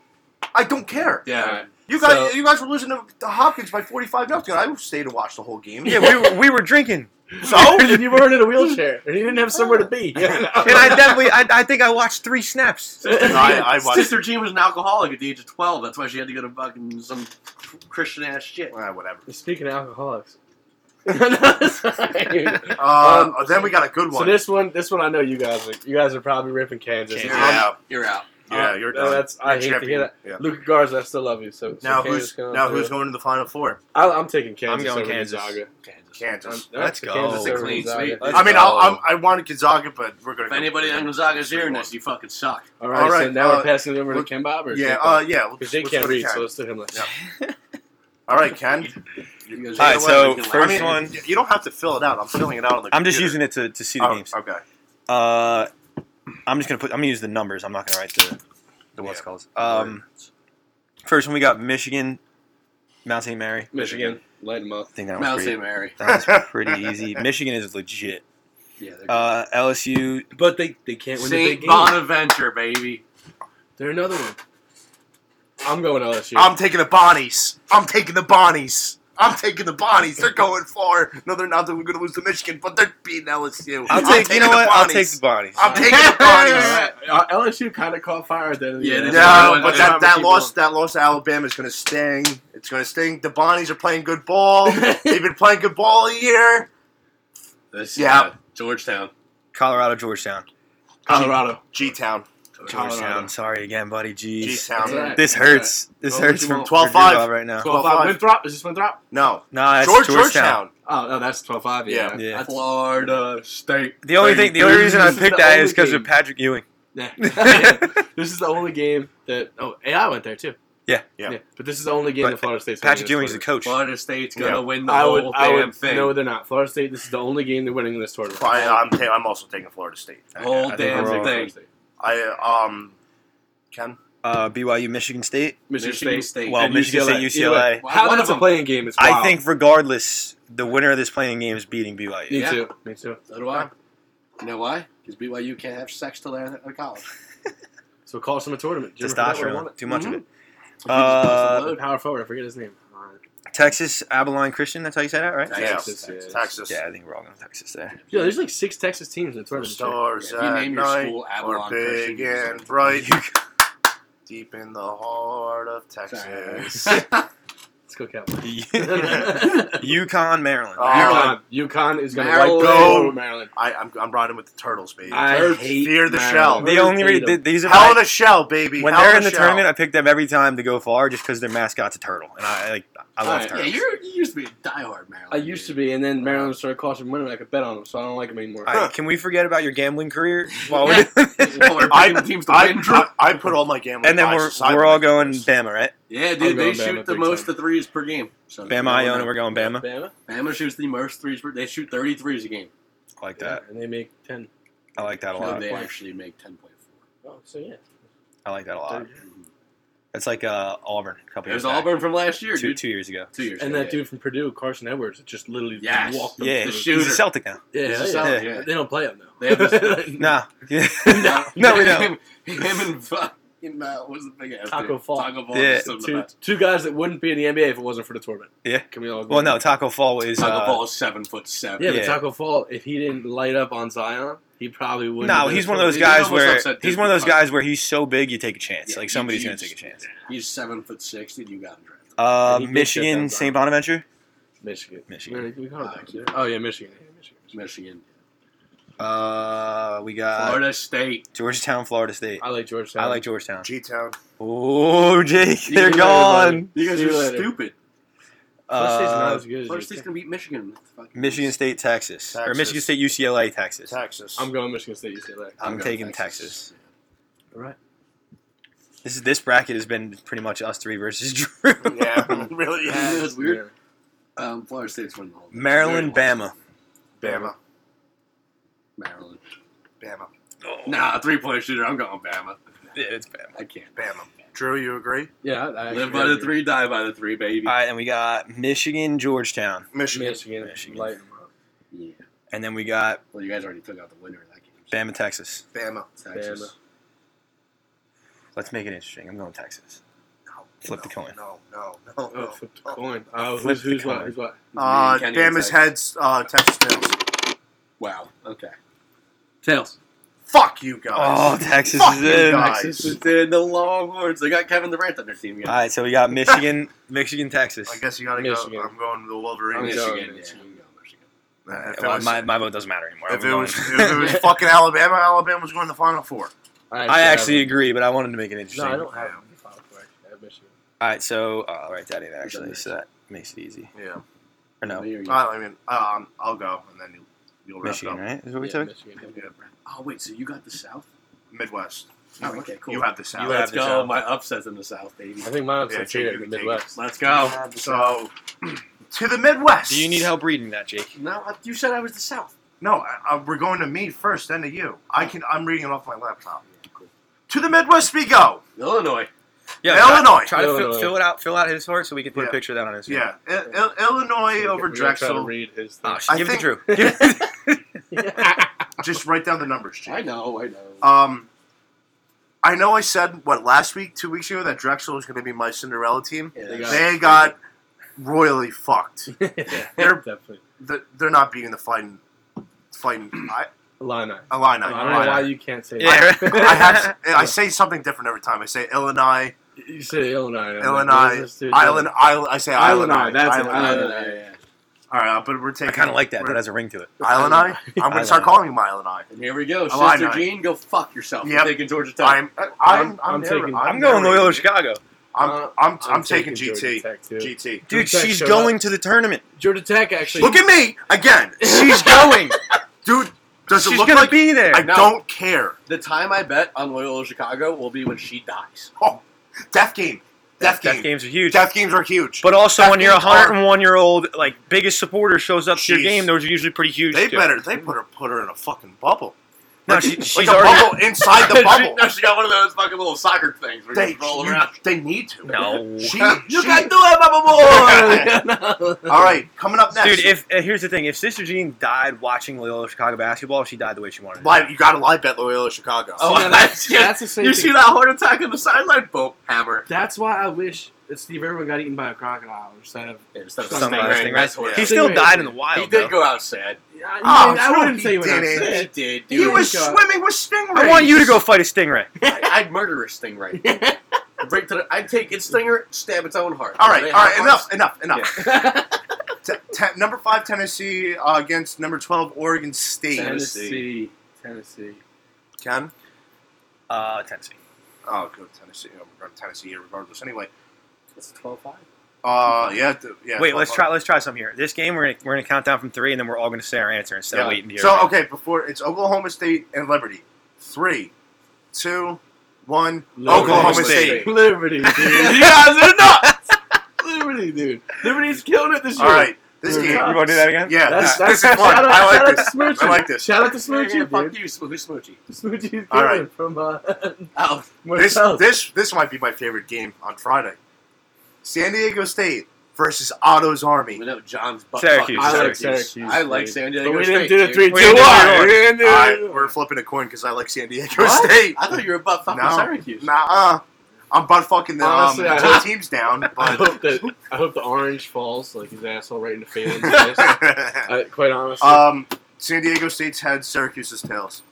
Speaker 4: I don't care.
Speaker 2: Yeah.
Speaker 3: All right.
Speaker 4: You guys,
Speaker 3: So-
Speaker 4: you guys were losing to to Hopkins by forty-five nothing. I stayed and watched the whole game.
Speaker 1: Yeah, we were, we were drinking,
Speaker 4: So
Speaker 3: And you weren't in a wheelchair. And you didn't have somewhere to be. And
Speaker 1: and I definitely I, I think I watched three snaps.
Speaker 2: Sister,
Speaker 4: No, I-
Speaker 2: Jean-
Speaker 4: I watched-
Speaker 2: Sister Jean was an alcoholic at the age of 12. That's why she had to go to fucking some Christian ass shit.
Speaker 4: Ah, whatever.
Speaker 3: Speaking of alcoholics. Sorry.
Speaker 4: Uh,
Speaker 3: Um,
Speaker 4: then we got a good
Speaker 3: so
Speaker 4: one.
Speaker 3: this one, this one, I know you guys. Are, you guys are probably ripping Kansas.
Speaker 2: Kansas.
Speaker 4: Yeah.
Speaker 2: You're out.
Speaker 4: yeah, you're
Speaker 3: No,
Speaker 4: done.
Speaker 3: Uh, that's I
Speaker 4: You're
Speaker 3: hate to
Speaker 4: champion.
Speaker 3: hear that.
Speaker 4: Yeah.
Speaker 3: Luca Garza, I still love you. So so
Speaker 4: Now
Speaker 3: Kansas
Speaker 4: who's
Speaker 3: coming
Speaker 4: now
Speaker 3: through.
Speaker 4: who's going to the final four?
Speaker 3: I, I'm taking Kansas.
Speaker 1: going
Speaker 3: over
Speaker 1: Kansas.
Speaker 3: Gonzaga.
Speaker 4: Kansas.
Speaker 3: I'm-
Speaker 1: Let's
Speaker 3: I'm
Speaker 1: go.
Speaker 3: Kansas
Speaker 1: It's a
Speaker 3: over
Speaker 2: clean
Speaker 3: Gonzaga.
Speaker 2: sweep.
Speaker 4: I mean, I'll, I'm, I wanted Gonzaga, but we're going
Speaker 2: If
Speaker 4: to.
Speaker 2: anybody on Gonzaga's hearing this, you fucking suck.
Speaker 3: All right,
Speaker 4: All
Speaker 3: so
Speaker 4: right,
Speaker 3: now
Speaker 4: uh,
Speaker 3: we're passing it over to
Speaker 4: look-
Speaker 3: Ken Bob. or
Speaker 4: Yeah,
Speaker 3: Ken
Speaker 4: uh,
Speaker 3: Bob?
Speaker 4: yeah. let's-
Speaker 3: 'Cause they
Speaker 4: let's
Speaker 3: can't
Speaker 4: go to
Speaker 3: read, so
Speaker 4: Ken.
Speaker 3: let's do him. Like,
Speaker 4: Yeah. All right, Ken.
Speaker 2: You guys
Speaker 1: All right,
Speaker 2: are-
Speaker 1: so
Speaker 2: you
Speaker 1: first
Speaker 2: guys are-
Speaker 1: one-
Speaker 4: You don't have to fill it out. I'm filling it out on the.
Speaker 1: I'm just
Speaker 4: computer.
Speaker 1: using it to, to see the
Speaker 4: Oh,
Speaker 1: games.
Speaker 4: okay.
Speaker 1: Uh, I'm just gonna put I'm gonna use the numbers. I'm not gonna write the the what's
Speaker 4: Yeah.
Speaker 1: calls. Um, first one we got Michigan, Mount St. Mary.
Speaker 3: Michigan, light him up.
Speaker 1: I think that
Speaker 2: Mount
Speaker 1: was
Speaker 2: St.
Speaker 1: pretty,
Speaker 2: Mary.
Speaker 1: that was pretty easy. Michigan is legit.
Speaker 2: Yeah, they're
Speaker 1: Uh, LSU
Speaker 3: But they, they can't win the
Speaker 2: St.
Speaker 3: big game.
Speaker 2: Bonaventure, baby.
Speaker 3: They're another one. I'm going LSU.
Speaker 4: I'm taking the Bonnies. I'm taking the Bonnies. I'm taking the Bonnies. They're going far. No, they're not. They're going to lose to Michigan, but they're beating LSU.
Speaker 1: I'll
Speaker 4: I'm
Speaker 1: take. You
Speaker 4: taking
Speaker 1: know
Speaker 4: the
Speaker 1: what? I'll take
Speaker 4: Bonnies.
Speaker 1: the Bonnies.
Speaker 4: I'm taking the Bonnies.
Speaker 3: Uh, LSU kind of caught fire at the end of the
Speaker 2: Yeah,
Speaker 3: year.
Speaker 2: they
Speaker 3: That's why I
Speaker 4: No,
Speaker 3: went-
Speaker 4: but
Speaker 3: that's
Speaker 4: that,
Speaker 3: why
Speaker 4: that
Speaker 3: I'm
Speaker 4: loss that loss to Alabama is going to sting. It's going to sting. The Bonnies are playing good ball. They've been playing good ball all year.
Speaker 2: This,
Speaker 4: Yeah.
Speaker 2: uh, Georgetown.
Speaker 1: Colorado, Georgetown.
Speaker 3: Colorado.
Speaker 4: G Town.
Speaker 3: Colorado.
Speaker 1: Georgetown. Sorry again, buddy.
Speaker 4: G
Speaker 1: Jeez.
Speaker 4: Town.
Speaker 1: This hurts. This
Speaker 2: Go
Speaker 1: hurts
Speaker 2: with
Speaker 1: from
Speaker 2: your
Speaker 4: 12-5.
Speaker 1: right now.
Speaker 3: 12
Speaker 4: 12-5.
Speaker 3: Winthrop. Is this Winthrop?
Speaker 4: No.
Speaker 1: Nah, it's
Speaker 4: George,
Speaker 1: Georgetown.
Speaker 4: Georgetown.
Speaker 3: Oh, no, that's 12 5. Yeah.
Speaker 1: Yeah.
Speaker 2: Florida State.
Speaker 1: The only thing, the only reason I
Speaker 3: This is
Speaker 1: picked
Speaker 3: the
Speaker 1: that
Speaker 3: only
Speaker 1: is because
Speaker 3: game.
Speaker 1: of Patrick Ewing.
Speaker 3: Yeah. this is the only game that. Oh, AI went there too.
Speaker 1: Yeah.
Speaker 4: Yeah.
Speaker 3: But this is the only game
Speaker 1: But
Speaker 3: that Florida State's
Speaker 1: Patrick
Speaker 3: winning
Speaker 1: Ewing's
Speaker 3: this
Speaker 1: the
Speaker 3: tournament.
Speaker 1: coach.
Speaker 2: Florida State's going to
Speaker 4: Yeah.
Speaker 2: win the
Speaker 3: I
Speaker 2: whole
Speaker 3: would. I
Speaker 2: damn
Speaker 3: would.
Speaker 2: thing.
Speaker 3: No, they're not. Florida State. This is the only game they're winning in this tournament.
Speaker 4: I, uh, I'm, ta- I'm also taking Florida State.
Speaker 2: whole
Speaker 1: I think
Speaker 2: damn
Speaker 1: we're all-
Speaker 2: thing.
Speaker 4: I um, Ken.
Speaker 1: Uh, BYU, Michigan State.
Speaker 3: Michigan, State.
Speaker 1: Well,
Speaker 3: and
Speaker 1: Michigan State,
Speaker 3: Either way,
Speaker 1: UCLA.
Speaker 2: Wow,
Speaker 3: How
Speaker 2: one
Speaker 3: that's
Speaker 2: of
Speaker 3: a
Speaker 2: them.
Speaker 3: playing game is.
Speaker 1: I
Speaker 3: wild.
Speaker 1: think regardless, the winner of this playing game is beating
Speaker 3: Me
Speaker 1: BYU.
Speaker 2: Yeah.
Speaker 3: too. Me too.
Speaker 2: So do I. You know why? Because BYU can't have sex till they're out of college.
Speaker 3: So call some a tournament. Jim, I forgot what I wanted.
Speaker 1: Testosterone, too much of it.
Speaker 2: Uh,
Speaker 3: Load power forward. I forget his name. Uh,
Speaker 1: Texas Abilene Christian. That's how you say that, right?
Speaker 4: Yeah.
Speaker 3: Texas, yeah.
Speaker 4: Texas.
Speaker 1: Yeah, I think we're all going to Texas there.
Speaker 3: Yo, there's like six Texas teams in the tournament.
Speaker 4: Stars
Speaker 2: Yeah, if you
Speaker 4: at
Speaker 2: name your
Speaker 4: night
Speaker 2: school
Speaker 4: are
Speaker 2: Avalon
Speaker 4: big
Speaker 2: Christian, you
Speaker 4: and bright, deep in the heart of Texas.
Speaker 3: Let's go Cowboys.
Speaker 1: UConn, Maryland.
Speaker 4: Oh.
Speaker 3: UConn. UConn is going to
Speaker 2: Maryland.
Speaker 3: wipe the floor with Maryland.
Speaker 4: I, I'm, I'm riding with the Turtles, baby.
Speaker 3: I
Speaker 4: Turtles
Speaker 3: hate
Speaker 4: fear the
Speaker 3: Maryland.
Speaker 4: shell.
Speaker 1: the only re- th- these are my-
Speaker 4: Hell in a shell, baby.
Speaker 1: when
Speaker 4: Hell
Speaker 1: they're
Speaker 4: in
Speaker 1: in
Speaker 4: a
Speaker 1: the
Speaker 4: shell.
Speaker 1: tournament, I pick them every time to go far just because their mascot's a turtle, and I like I love
Speaker 3: Alright,
Speaker 2: yeah,
Speaker 1: turtles.
Speaker 2: you're, you used to be a diehard Maryland.
Speaker 3: I used to be, and then Maryland started costing money, and I could bet on them, so I don't like them anymore.
Speaker 1: All right, can we forget about your gambling career while we're doing this?
Speaker 2: Or
Speaker 4: I,
Speaker 2: teams to win.
Speaker 4: I, I, I put all my gambling.
Speaker 1: And then
Speaker 4: lives
Speaker 1: we're
Speaker 4: aside
Speaker 1: we're all
Speaker 4: with
Speaker 1: going
Speaker 4: this.
Speaker 1: Bama, right?
Speaker 2: yeah,
Speaker 3: I'm
Speaker 2: dude,
Speaker 3: going
Speaker 2: they shoot
Speaker 3: Bama
Speaker 2: the
Speaker 3: big
Speaker 2: most
Speaker 3: time.
Speaker 2: of threes per game. So
Speaker 1: Bama, Iona, we're going Bama.
Speaker 3: Bama?
Speaker 2: Bama shoots the most threes per. They shoot 30 threes a game.
Speaker 1: I like
Speaker 3: Yeah,
Speaker 1: that.
Speaker 3: and they make 10.
Speaker 1: I like that a
Speaker 2: No,
Speaker 1: lot.
Speaker 2: they
Speaker 3: Wow.
Speaker 2: actually make 10.4.
Speaker 3: Oh, so yeah.
Speaker 1: I like that a lot.
Speaker 2: Mhm.
Speaker 1: It's like uh, Auburn a couple
Speaker 2: It was
Speaker 1: years back.
Speaker 2: Auburn from last year,
Speaker 1: two,
Speaker 2: dude.
Speaker 1: two years ago.
Speaker 2: Two years.
Speaker 3: And
Speaker 2: ago,
Speaker 3: that dude from Purdue, Carson Edwards, just literally
Speaker 2: Yes.
Speaker 3: walked them
Speaker 1: Yeah,
Speaker 3: through.
Speaker 2: shooter.
Speaker 1: he's a Celtic now.
Speaker 3: Yeah,
Speaker 2: He's a
Speaker 3: yeah.
Speaker 2: Celtic,
Speaker 3: yeah.
Speaker 2: yeah.
Speaker 3: They don't play him, though.
Speaker 2: They have this-
Speaker 1: Nah. Yeah.
Speaker 2: yeah.
Speaker 1: No, we don't.
Speaker 2: Him, him and fucking uh, what was the big ass
Speaker 3: Taco
Speaker 2: dude?
Speaker 3: Fall.
Speaker 2: Taco Fall.
Speaker 1: Yeah.
Speaker 2: is some of the
Speaker 3: two,
Speaker 2: best.
Speaker 3: two guys that wouldn't be in the NBA if it wasn't for the tournament.
Speaker 1: Yeah.
Speaker 3: Can we all agree?
Speaker 1: well, no, Taco Fall is.
Speaker 2: Taco
Speaker 1: Uh,
Speaker 2: Fall is seven foot seven.
Speaker 3: Yeah,
Speaker 1: Yeah.
Speaker 3: but Taco Fall, if he didn't light up on Zion, he he probably wouldn't.
Speaker 1: No,
Speaker 3: have been
Speaker 1: he's
Speaker 3: a
Speaker 1: one of those
Speaker 2: They
Speaker 1: guys
Speaker 2: almost
Speaker 1: where
Speaker 2: upset
Speaker 1: he's
Speaker 2: Duke
Speaker 1: one of those
Speaker 2: because-
Speaker 1: guys where he's so big you take a chance.
Speaker 2: Yeah,
Speaker 1: like
Speaker 2: he-
Speaker 1: somebody's gonna
Speaker 2: he's-
Speaker 1: take a chance.
Speaker 2: He's seven foot six, dude. You got him drafted.
Speaker 1: Uh,
Speaker 3: And he did shut down
Speaker 1: Michigan,
Speaker 3: Brown.
Speaker 1: St. Bonaventure,
Speaker 3: Michigan.
Speaker 1: Michigan.
Speaker 3: Where- we call
Speaker 2: Ah,
Speaker 3: it back here. Oh yeah, Michigan. Yeah, Michigan.
Speaker 2: Michigan,
Speaker 1: Uh, we got
Speaker 2: Florida State.
Speaker 1: Georgetown, Florida State.
Speaker 3: I like Georgetown.
Speaker 1: I like Georgetown.
Speaker 4: G Town.
Speaker 1: Oh, Jake,
Speaker 3: You
Speaker 1: they're
Speaker 3: can
Speaker 1: gone.
Speaker 2: You guys
Speaker 3: See you
Speaker 2: are
Speaker 3: later.
Speaker 2: stupid.
Speaker 3: Florida State's not
Speaker 1: Uh,
Speaker 3: as good as
Speaker 2: Florida
Speaker 3: you
Speaker 2: State's
Speaker 3: think.
Speaker 2: gonna beat Michigan. Fuck.
Speaker 1: Michigan State, Texas. or
Speaker 4: Texas.
Speaker 1: Michigan State, UCLA, Texas.
Speaker 4: Texas.
Speaker 3: I'm going Michigan State. UCLA.
Speaker 1: I'm,
Speaker 2: going
Speaker 1: taking Texas.
Speaker 3: All right.
Speaker 1: This is this bracket has been pretty much us three versus Drew.
Speaker 4: yeah, really.
Speaker 2: Yeah,
Speaker 4: Yeah.
Speaker 2: that's weird. Um, Florida State's winning the whole. thing.
Speaker 1: Maryland,
Speaker 2: Very
Speaker 1: Bama.
Speaker 4: Bama.
Speaker 2: low. Maryland.
Speaker 4: Bama.
Speaker 1: Oh,
Speaker 2: Nah, three point shooter. I'm going Bama.
Speaker 1: Yeah, it's Bama.
Speaker 2: I can't.
Speaker 4: Bama. Drew, you agree?
Speaker 3: Yeah, I
Speaker 2: Live
Speaker 3: actually
Speaker 2: by the
Speaker 3: agree.
Speaker 2: three, die by the three, baby.
Speaker 1: All right, and we got Michigan, Georgetown,
Speaker 4: Michigan.
Speaker 3: Michigan.
Speaker 1: Michigan.
Speaker 3: Light 'em up.
Speaker 2: Yeah.
Speaker 1: and then we got
Speaker 2: Well, you guys already took out the winner of that game.
Speaker 1: Bama, Texas.
Speaker 4: Bama.
Speaker 2: Texas.
Speaker 1: Let's make it interesting. I'm going Texas.
Speaker 4: No,
Speaker 1: Flip
Speaker 4: no,
Speaker 1: the coin.
Speaker 4: No, no, no,
Speaker 3: Oh,
Speaker 4: no.
Speaker 3: flip the
Speaker 4: Oh.
Speaker 3: coin. Oh,
Speaker 1: Flip
Speaker 3: who's,
Speaker 1: the
Speaker 3: who's
Speaker 1: coin.
Speaker 3: what? Who's what?
Speaker 4: Uh,
Speaker 2: Kenny and Texas.
Speaker 4: Bama's heads. Uh, Texas tails.
Speaker 2: Wow. Okay. Tails.
Speaker 4: Fuck you
Speaker 1: Oh,
Speaker 4: guys.
Speaker 1: Texas
Speaker 4: Fuck
Speaker 1: is
Speaker 4: you
Speaker 1: in.
Speaker 4: guys.
Speaker 2: Texas is in the Longhorns. They got Kevin Durant on their team
Speaker 1: All
Speaker 2: again.
Speaker 1: right, so we got Michigan, Michigan, Texas.
Speaker 4: I guess you gotta
Speaker 3: Michigan.
Speaker 4: go. I'm going to the Wolverines.
Speaker 3: I'm
Speaker 2: Michigan.
Speaker 3: going
Speaker 2: yeah,
Speaker 3: Michigan.
Speaker 2: I'm going Michigan.
Speaker 4: Uh, if it
Speaker 1: Well,
Speaker 4: was-
Speaker 1: my, my vote doesn't matter anymore.
Speaker 4: if
Speaker 1: I'm
Speaker 4: it was,
Speaker 1: going.
Speaker 4: if it was fucking Alabama, Alabama was going to the Final Four.
Speaker 1: I
Speaker 3: have
Speaker 1: actually
Speaker 3: it.
Speaker 1: agree, but I wanted to make it interesting.
Speaker 3: No, I don't have it. in the Final Four, actually. I have Michigan.
Speaker 1: All right, so uh, I'll write that in actually,
Speaker 2: Doesn't
Speaker 1: so that makes it easy.
Speaker 4: Yeah.
Speaker 1: Or no,
Speaker 2: Me or you?
Speaker 4: I, I mean, um, I'll go, and then you, you'll wrap
Speaker 1: Michigan,
Speaker 4: it up.
Speaker 1: right? Is what we
Speaker 3: Yeah,
Speaker 1: took.
Speaker 3: Michigan.
Speaker 4: Yeah.
Speaker 2: oh wait, so you got the South?
Speaker 4: Midwest.
Speaker 2: Oh, okay, cool.
Speaker 4: You have the South.
Speaker 1: You have
Speaker 2: Let's
Speaker 1: the
Speaker 2: go.
Speaker 1: South.
Speaker 2: My upsets in the South, baby.
Speaker 3: I think mine's
Speaker 4: Yeah,
Speaker 3: yeah,
Speaker 4: I think
Speaker 3: here
Speaker 4: you
Speaker 3: in the
Speaker 4: can take it.
Speaker 3: Midwest.
Speaker 2: Let's go.
Speaker 4: so to the Midwest.
Speaker 1: Do you need help reading that, Jake?
Speaker 2: No, I- you said I was the South.
Speaker 4: No, I, I, we're going to me first, then to you. I can. I'm reading it off my laptop. To the Midwest we go.
Speaker 2: Illinois.
Speaker 4: Illinois.
Speaker 1: Try, try to fill,
Speaker 3: Illinois.
Speaker 1: fill it out. Fill out his heart so we can put a
Speaker 4: Yeah.
Speaker 1: picture of that on his.
Speaker 4: Yeah, I, I, Illinois
Speaker 3: We're
Speaker 4: over
Speaker 3: gonna try to
Speaker 4: Drexel.
Speaker 3: read his thing.
Speaker 1: Oh,
Speaker 4: I
Speaker 1: give it to
Speaker 4: think-
Speaker 1: Drew. Give it-
Speaker 4: Just write down the numbers, Jake.
Speaker 2: I know. I know.
Speaker 4: Um, I know I said what last week, two weeks ago, that Drexel was going to be my Cinderella team.
Speaker 2: Yeah,
Speaker 3: They got-
Speaker 4: They got royally fucked. They're-
Speaker 3: definitely.
Speaker 4: They're they're not beating the fighting fighting I,
Speaker 3: Illini.
Speaker 4: Illini.
Speaker 3: I don't
Speaker 1: Illini.
Speaker 3: know why you can't say
Speaker 1: Yeah,
Speaker 3: that.
Speaker 1: right.
Speaker 4: I have to- I say something different every time. I say Illinois,
Speaker 3: You say Illinois. I'm like,
Speaker 4: Illinois,
Speaker 3: what is this dude
Speaker 4: Island,
Speaker 3: doing?
Speaker 4: Island. I say Island.
Speaker 3: Illinois, that's it, Uh,
Speaker 2: I
Speaker 3: Illinois.
Speaker 2: know, yeah, yeah.
Speaker 4: All right, uh, but we're taking.
Speaker 1: I kind of like that. That
Speaker 4: we're-
Speaker 1: has a ring to it.
Speaker 4: Illinois. I'm going to start
Speaker 1: Illini.
Speaker 4: calling you my Illinois.
Speaker 2: And here we go.
Speaker 4: Illini.
Speaker 2: Sister Jean, go fuck yourself.
Speaker 4: Yep.
Speaker 2: I'm taking Georgia Tech.
Speaker 4: I'm. I'm. I'm,
Speaker 3: I'm
Speaker 4: narrow-
Speaker 3: taking-
Speaker 1: I'm going
Speaker 4: narrowing-
Speaker 1: Loyola Chicago,
Speaker 4: I'm.
Speaker 3: Uh,
Speaker 4: I'm, I'm, taking,
Speaker 3: Georgia
Speaker 4: GT.
Speaker 3: Tech, too.
Speaker 4: GT.
Speaker 1: dude.
Speaker 3: Tech
Speaker 1: She's
Speaker 3: showed
Speaker 1: going to the tournament.
Speaker 3: Georgia Tech actually.
Speaker 4: Look at me again.
Speaker 1: She's going.
Speaker 4: Dude, does
Speaker 1: She's
Speaker 4: it look
Speaker 1: gonna
Speaker 4: like
Speaker 1: be there.
Speaker 4: I
Speaker 2: No.
Speaker 4: don't care.
Speaker 2: The time I bet on Loyola Chicago will be when she dies.
Speaker 4: Oh, death game. Death, game.
Speaker 1: Death games are huge.
Speaker 4: Death games are huge.
Speaker 1: But also,
Speaker 4: Death
Speaker 1: when your
Speaker 4: games are-
Speaker 1: 101 year old like biggest supporter shows up to your
Speaker 4: Jeez.
Speaker 1: game, those are usually pretty huge.
Speaker 4: they
Speaker 1: too.
Speaker 4: better. They put her put her in a fucking bubble.
Speaker 1: No,
Speaker 4: Like-
Speaker 1: she-
Speaker 4: like
Speaker 1: she's
Speaker 4: a
Speaker 1: already-
Speaker 4: bubble inside the bubble.
Speaker 2: no, she got one of those fucking little soccer things where
Speaker 4: they
Speaker 2: you roll
Speaker 4: you-
Speaker 2: around.
Speaker 4: they need to.
Speaker 1: No,
Speaker 4: She,
Speaker 2: You
Speaker 4: she-
Speaker 2: can do it,
Speaker 3: Oh,
Speaker 2: Mama boy.
Speaker 4: All right, coming up next,
Speaker 1: dude. If uh, here's the thing, if Sister Jean died watching Loyola Chicago basketball, she died the way she wanted. to die.
Speaker 4: live, you got to live bet Loyola Chicago.
Speaker 2: Oh,
Speaker 3: Yeah, that's,
Speaker 2: yeah.
Speaker 3: that's the same
Speaker 2: You
Speaker 3: thing.
Speaker 2: see that heart attack on the sideline? Boom, hammer.
Speaker 3: That's why I wish that Steve Irwin got eated by a crocodile instead of.
Speaker 2: Instead
Speaker 3: of Stingray,
Speaker 2: that's
Speaker 4: Yeah.
Speaker 2: what
Speaker 1: He
Speaker 2: he,
Speaker 1: still
Speaker 3: Stingray.
Speaker 1: died in the wild.
Speaker 2: did
Speaker 1: though.
Speaker 2: go out sad.
Speaker 3: Yeah, I,
Speaker 4: Oh,
Speaker 3: mean, I
Speaker 4: no,
Speaker 3: wouldn't
Speaker 4: he
Speaker 3: say what I'm
Speaker 4: didn't.
Speaker 3: saying.
Speaker 2: did,
Speaker 4: he
Speaker 3: dude.
Speaker 4: was
Speaker 3: God.
Speaker 4: swimming with stingrays.
Speaker 1: I want you to go fight a stingray.
Speaker 2: I, would murder a stingray. Break to the, I'd take its stinger, stab its own heart.
Speaker 4: All right,
Speaker 2: They
Speaker 4: all right,
Speaker 2: have
Speaker 4: enough,
Speaker 2: hearts.
Speaker 4: enough, enough.
Speaker 3: Tennessee.
Speaker 4: Te- te- number five Tennessee uh, against number twelve Oregon State.
Speaker 3: Tennessee. Tennessee.
Speaker 4: Ken.
Speaker 1: Uh, Tennessee.
Speaker 4: Oh, go Tennessee. Oh, we're going to Tennessee here regardless. Anyway.
Speaker 2: It's 12-5.
Speaker 4: Uh, yeah, th- yeah.
Speaker 1: Wait,
Speaker 4: fuck
Speaker 1: let's
Speaker 4: off.
Speaker 1: try. Let's try some here. This game, we're gonna we're gonna count down from three, and then we're all gonna say our answer instead
Speaker 4: Yeah.
Speaker 1: of waiting here.
Speaker 4: So okay, before it's Oklahoma State and Liberty. Three, two, one. Oklahoma,
Speaker 1: Oklahoma
Speaker 4: State.
Speaker 1: State.
Speaker 3: Liberty, dude.
Speaker 1: you guys are not.
Speaker 3: Liberty, dude. Liberty's killing it this year.
Speaker 4: All right, this
Speaker 3: Dude.
Speaker 1: You
Speaker 4: game.
Speaker 3: Yeah.
Speaker 1: want to do that again?
Speaker 4: Yeah,
Speaker 3: That's,
Speaker 4: this,
Speaker 3: that's,
Speaker 4: this is fun.
Speaker 3: Shout out,
Speaker 4: I
Speaker 3: shout
Speaker 4: like
Speaker 3: out
Speaker 4: this.
Speaker 3: to Smoochie.
Speaker 4: I like this.
Speaker 3: Shout out to
Speaker 2: Yeah, yeah,
Speaker 3: Smoochie,
Speaker 2: fuck
Speaker 3: dude.
Speaker 2: you, Smoochie. Smoochie.
Speaker 3: Smoochie's killing
Speaker 4: All
Speaker 3: it
Speaker 4: right.
Speaker 3: from uh,
Speaker 2: Oh,
Speaker 4: This
Speaker 3: Marcellus.
Speaker 4: this this might be my favorite game on Friday. San Diego State versus Otto's Army.
Speaker 2: we know John's butt.
Speaker 1: Syracuse,
Speaker 2: fuck.
Speaker 3: I like
Speaker 1: Syracuse.
Speaker 3: Syracuse.
Speaker 2: I like
Speaker 3: dude.
Speaker 2: San
Speaker 3: But
Speaker 2: Diego
Speaker 3: we
Speaker 2: State.
Speaker 3: didn't do the
Speaker 2: dude.
Speaker 3: three,
Speaker 1: We
Speaker 3: two,
Speaker 1: didn't do it.
Speaker 3: one. We didn't do
Speaker 4: I,
Speaker 3: it.
Speaker 4: we're flipping a coin because I like San Diego
Speaker 2: What?
Speaker 4: State.
Speaker 2: I thought you were butt fucking
Speaker 4: No.
Speaker 2: Syracuse.
Speaker 4: Nah, uh, I'm butt fucking the
Speaker 3: Honestly,
Speaker 4: um,
Speaker 3: I
Speaker 4: two
Speaker 3: hope-
Speaker 4: teams down.
Speaker 3: I
Speaker 4: But
Speaker 3: hope that I hope the orange falls like his asshole right into Phelan's face. I, quite honestly,
Speaker 1: Oh,
Speaker 4: um, San Diego State's heads, Syracuse's tails.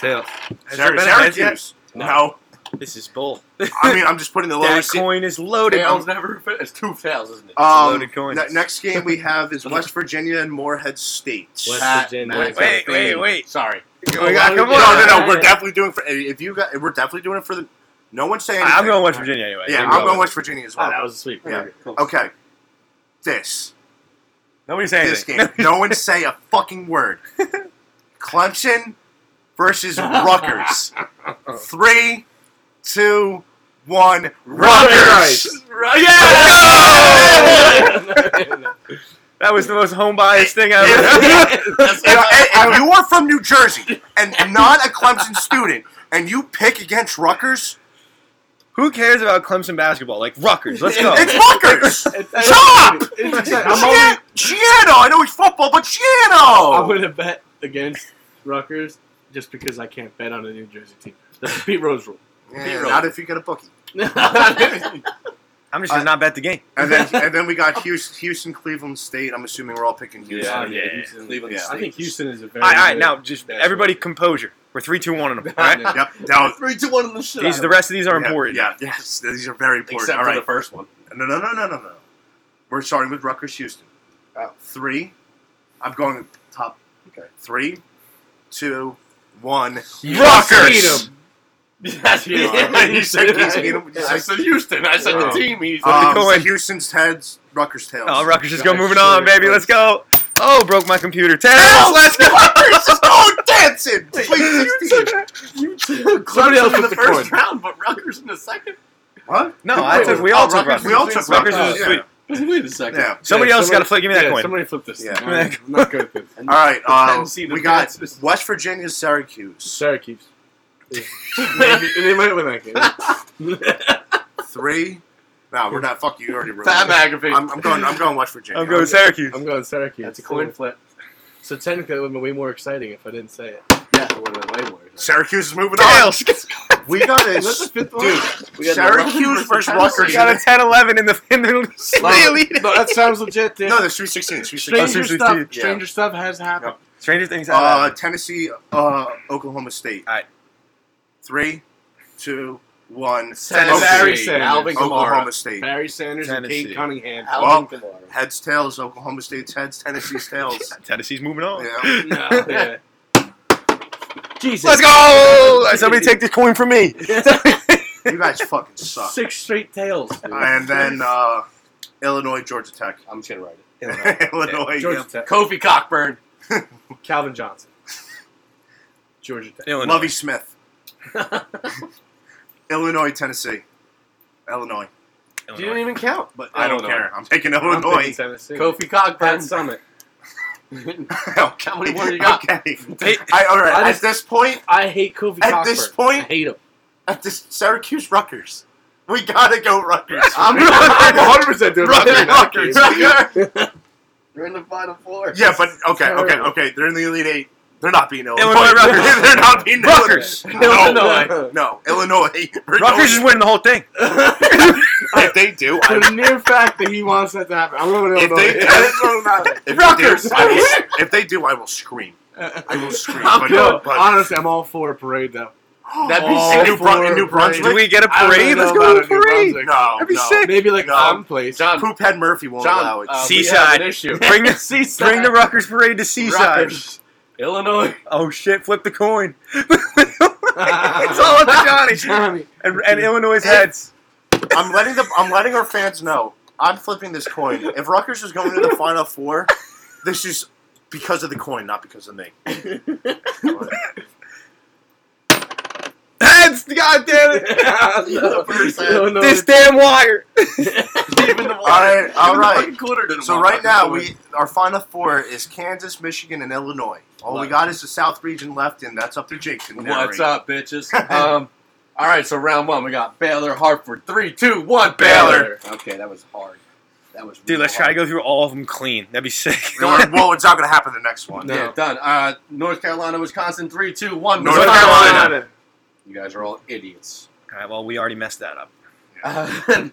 Speaker 1: Tails.
Speaker 5: Has
Speaker 4: Sar-
Speaker 5: there been a heads yet?
Speaker 4: Syracuse. No.
Speaker 1: This is bull.
Speaker 4: I mean, I'm just putting the
Speaker 1: That
Speaker 4: lowest. seed-
Speaker 1: coin is loaded.
Speaker 2: Tails never fit. It's two tails, isn't it?
Speaker 4: Um,
Speaker 1: loaded coins.
Speaker 4: ne- next game we have is West Virginia and Moorhead State.
Speaker 3: West
Speaker 2: Pat
Speaker 3: Virginia.
Speaker 2: Mac-
Speaker 1: Wait, wait, wait.
Speaker 2: Sorry.
Speaker 4: Oh, we got-
Speaker 1: come
Speaker 4: no,
Speaker 1: on.
Speaker 4: no, no. We're definitely doing for eh, if you got. We're definitely doing it for the. No one saying.
Speaker 1: I'm
Speaker 4: anything.
Speaker 1: going West Virginia anyway.
Speaker 4: Yeah,
Speaker 1: Here we
Speaker 4: I'm
Speaker 1: go.
Speaker 4: going West Virginia as
Speaker 3: Oh,
Speaker 4: well.
Speaker 3: that was a sweet.
Speaker 4: Yeah.
Speaker 1: Cool.
Speaker 4: okay. This
Speaker 1: Nobody say
Speaker 4: this
Speaker 1: anything.
Speaker 4: game. no one say a fucking word. Clemson versus Rutgers. Three, two, one. Rutgers.
Speaker 1: Oh, Yeah!
Speaker 3: Virginia.
Speaker 1: That was the most home biased thing I
Speaker 4: Yeah.
Speaker 1: ever.
Speaker 4: If, if you are from New Jersey and not a Clemson student, and you pick against Rutgers,
Speaker 1: Who cares about Clemson basketball? Like Rutgers. Let's go.
Speaker 4: it's Rutgers. Stop! Gian- Giano, I know he's football, but
Speaker 3: I'm
Speaker 4: Giano.
Speaker 3: gonna bet against Rutgers just because I can't bet on a New Jersey team. That's the Pete Rose rule.
Speaker 4: Yeah, not if you get a bookie.
Speaker 1: I'm just gonna not bet the game.
Speaker 4: And then and then we got Houston, Houston, Cleveland State. I'm assuming we're all picking Houston.
Speaker 2: Yeah,
Speaker 1: yeah,
Speaker 3: Houston.
Speaker 2: Cleveland
Speaker 4: Yeah.
Speaker 3: I think Houston is a very.
Speaker 1: All right, all right.
Speaker 3: good-
Speaker 1: Now, just
Speaker 3: That's
Speaker 1: everybody,
Speaker 3: right.
Speaker 1: composure. We're three, two, one on them. All right.
Speaker 4: Yep. Now,
Speaker 2: Three, two, one, in the shit.
Speaker 1: These,
Speaker 2: out
Speaker 1: the
Speaker 2: of
Speaker 1: rest of these are
Speaker 4: yeah,
Speaker 1: important.
Speaker 4: Yeah, yes, these are very
Speaker 2: it.
Speaker 4: important.
Speaker 2: Except
Speaker 4: all
Speaker 2: for
Speaker 4: right.
Speaker 2: the first one.
Speaker 4: No, no, no, no, no, no. We're starting with Rutgers Houston. Three. I'm going top.
Speaker 6: Okay.
Speaker 4: Three, two, one.
Speaker 3: Yes,
Speaker 4: Rutgers.
Speaker 2: Yes, you
Speaker 4: Yeah,
Speaker 2: are.
Speaker 4: you said Case Keenum. You
Speaker 2: I
Speaker 4: said-
Speaker 2: said Houston. I said the
Speaker 4: Oh.
Speaker 2: team. He's
Speaker 4: Um,
Speaker 1: Cohen.
Speaker 4: Houston's heads, Rutgers tails.
Speaker 1: Oh, Rutgers just go
Speaker 3: Nice.
Speaker 1: moving on, baby. Let's go. Oh, broke my computer.
Speaker 4: Tails,
Speaker 1: Tails, let's go.
Speaker 4: Rutgers is going Oh, dancing. Sweet 16.
Speaker 3: Somebody else
Speaker 2: in
Speaker 3: with
Speaker 2: the
Speaker 3: the
Speaker 2: first
Speaker 3: coin.
Speaker 2: round, but Rutgers in the second.
Speaker 4: What?
Speaker 1: No, I took. We
Speaker 4: Oh,
Speaker 1: all took
Speaker 4: Rutgers.
Speaker 1: Rutgers.
Speaker 4: We all took
Speaker 1: Rutgers
Speaker 4: Rutgers.
Speaker 1: was
Speaker 4: yeah.
Speaker 1: sweet.
Speaker 2: Wait a second.
Speaker 4: Yeah.
Speaker 1: Somebody
Speaker 3: Yeah,
Speaker 1: else got to
Speaker 3: somebody-
Speaker 1: flip. Give me that
Speaker 3: yeah,
Speaker 1: coin.
Speaker 3: Somebody flip this.
Speaker 4: Yeah.
Speaker 3: I'm not- I'm not good at this.
Speaker 4: All right, uh,
Speaker 2: Pretend
Speaker 4: we
Speaker 2: the
Speaker 4: got
Speaker 2: Mets.
Speaker 4: West Virginia, Syracuse.
Speaker 3: Syracuse. Maybe- they might win that game.
Speaker 4: Three. No, we're not. Fuck you. You already ruined
Speaker 2: Pat
Speaker 4: it.
Speaker 2: McAfee.
Speaker 4: I'm, I'm going. I'm going West Virginia.
Speaker 1: I'm going Syracuse.
Speaker 3: I'm going Syracuse.
Speaker 2: That's a coin flip.
Speaker 3: So technically, it would have been way more exciting if I didn't say it.
Speaker 2: Yeah, it would have been way more.
Speaker 4: Syracuse is moving on.
Speaker 1: Tails.
Speaker 4: We got a
Speaker 3: That's the
Speaker 4: dude.
Speaker 3: fifth one.
Speaker 2: We got the
Speaker 4: Syracuse
Speaker 2: Rutgers versus
Speaker 4: versus
Speaker 2: Tennessee.
Speaker 4: Rutgers.
Speaker 1: Got a 10-11 in the in the, in the elite.
Speaker 3: No, that sounds legit, dude.
Speaker 4: No, the Sweet 16. Sweet 16.
Speaker 3: Stranger
Speaker 1: Oh, seriously,
Speaker 3: stuff.
Speaker 1: dude.
Speaker 4: Yeah.
Speaker 3: Stranger stuff has happened.
Speaker 1: Stranger things have
Speaker 4: Uh,
Speaker 1: happened.
Speaker 4: Tennessee, uh, Oklahoma State.
Speaker 1: All right.
Speaker 4: Three, two, one.
Speaker 2: Tennessee.
Speaker 3: Barry
Speaker 4: Oklahoma-
Speaker 3: Sanders.
Speaker 2: Alvin Kamara.
Speaker 4: Oklahoma State.
Speaker 3: Barry Sanders and
Speaker 1: Tennessee.
Speaker 3: Kate Cunningham.
Speaker 2: Alvin Kamara.
Speaker 4: Heads, tails. Oklahoma State's heads. Tennessee's tails.
Speaker 1: Tennessee's moving on.
Speaker 4: Yeah.
Speaker 3: No, yeah. Jesus.
Speaker 1: Let's go! Somebody take this coin from me.
Speaker 4: You guys fucking suck.
Speaker 3: Six straight tails. dude.
Speaker 4: And then uh, Illinois, Georgia Tech.
Speaker 2: I'm just gonna write it.
Speaker 4: Illinois.
Speaker 3: Georgia
Speaker 4: yeah.
Speaker 3: Tech.
Speaker 2: Kofi Cockburn.
Speaker 3: Calvin Johnson. Georgia Tech.
Speaker 1: Illinois.
Speaker 4: Lovey Smith. Illinois, Tennessee. Illinois.
Speaker 1: Illinois.
Speaker 3: You didn't even count.
Speaker 4: But I don't
Speaker 2: Illinois.
Speaker 4: care. I'm taking
Speaker 3: I'm thinking
Speaker 4: Illinois.
Speaker 3: Tennessee. Pat
Speaker 2: Kofi Cockburn.
Speaker 3: Summit.
Speaker 4: okay.
Speaker 2: How many more you got?
Speaker 4: Okay.
Speaker 1: Hey,
Speaker 4: I, all right.
Speaker 3: I
Speaker 4: at
Speaker 3: just-
Speaker 4: this point,
Speaker 3: I hate Kofi
Speaker 4: At
Speaker 3: Cockburn.
Speaker 4: this point-
Speaker 3: I hate him.
Speaker 4: at this Syracuse Rutgers. We gotta go Rutgers.
Speaker 3: I'm,
Speaker 4: I'm
Speaker 3: 100% doing
Speaker 4: Rutgers. Rutgers.
Speaker 2: You're in the final four.
Speaker 4: yeah, but okay, okay, okay. They're in the Elite Eight. They're not being Illinois.
Speaker 1: Illinois Rutgers.
Speaker 4: They're not being
Speaker 1: Rutgers.
Speaker 4: Illinois. No, no, Illinois. We're
Speaker 1: Rutgers is
Speaker 4: going-
Speaker 1: winning the whole thing.
Speaker 4: If they do, I
Speaker 3: the mere fact that he wants that to happen, I'm going to
Speaker 4: If
Speaker 3: Illinois.
Speaker 4: they- If
Speaker 2: Rutgers!
Speaker 4: They do, I will, if they do, I will scream. I will scream.
Speaker 3: I'm
Speaker 4: but,
Speaker 3: good.
Speaker 4: but-
Speaker 3: Uh, Honestly, I'm all for a parade though.
Speaker 2: That'd be
Speaker 4: in New,
Speaker 2: sick.
Speaker 3: Oh.
Speaker 4: Brun- in
Speaker 3: for-
Speaker 4: New Brunswick.
Speaker 1: Do we get a
Speaker 3: I don't
Speaker 1: parade?
Speaker 3: know
Speaker 1: Let's
Speaker 3: about
Speaker 1: go to a
Speaker 3: New
Speaker 1: parade.
Speaker 3: Brunswick.
Speaker 4: no,
Speaker 1: That'd be
Speaker 4: no.
Speaker 1: sick.
Speaker 3: Maybe like
Speaker 4: No.
Speaker 3: one place.
Speaker 2: John,
Speaker 4: Poophead Murphy won't
Speaker 2: John,
Speaker 4: allow it.
Speaker 2: uh, we have
Speaker 1: Seaside.
Speaker 2: an issue.
Speaker 1: Bring the
Speaker 3: Seaside.
Speaker 1: bring the Rutgers parade to Seaside.
Speaker 2: Rutgers. Illinois.
Speaker 1: Oh shit! Flip the coin. it's all up to Johnny
Speaker 3: Johnny.
Speaker 1: and, and Illinois heads.
Speaker 4: I'm letting the I'm letting our fans know. I'm flipping this coin. If Rutgers is going to the Final Four, this is because of the coin, not because of me.
Speaker 1: Heads. God damn it!
Speaker 3: Illinois.
Speaker 1: this damn wire.
Speaker 2: Even the
Speaker 4: All right, all right.
Speaker 2: Quarter didn't
Speaker 4: So
Speaker 2: want
Speaker 4: right
Speaker 2: Rutgers
Speaker 4: now
Speaker 2: to win.
Speaker 4: we our Final Four is Kansas, Michigan, and Illinois. All we got is the South region left, and that's up to Jake. to
Speaker 2: What's
Speaker 4: narrate.
Speaker 2: up, bitches? Um, all right, so round one, we got Baylor, Hartford. Three, two, one,
Speaker 4: Baylor.
Speaker 2: Baylor. Okay, that was hard. That was
Speaker 1: Dude,
Speaker 2: real
Speaker 1: let's try to
Speaker 2: hard.
Speaker 1: go through all of them clean. That'd be sick.
Speaker 4: Don't worry, well, it's not going to happen the next one.
Speaker 3: No.
Speaker 2: Yeah, done. Uh, North Carolina, Wisconsin. Three, two, one.
Speaker 4: North
Speaker 2: Wisconsin.
Speaker 4: Carolina.
Speaker 2: You guys are all idiots.
Speaker 1: All right. Well, we already messed that up.
Speaker 2: Uh,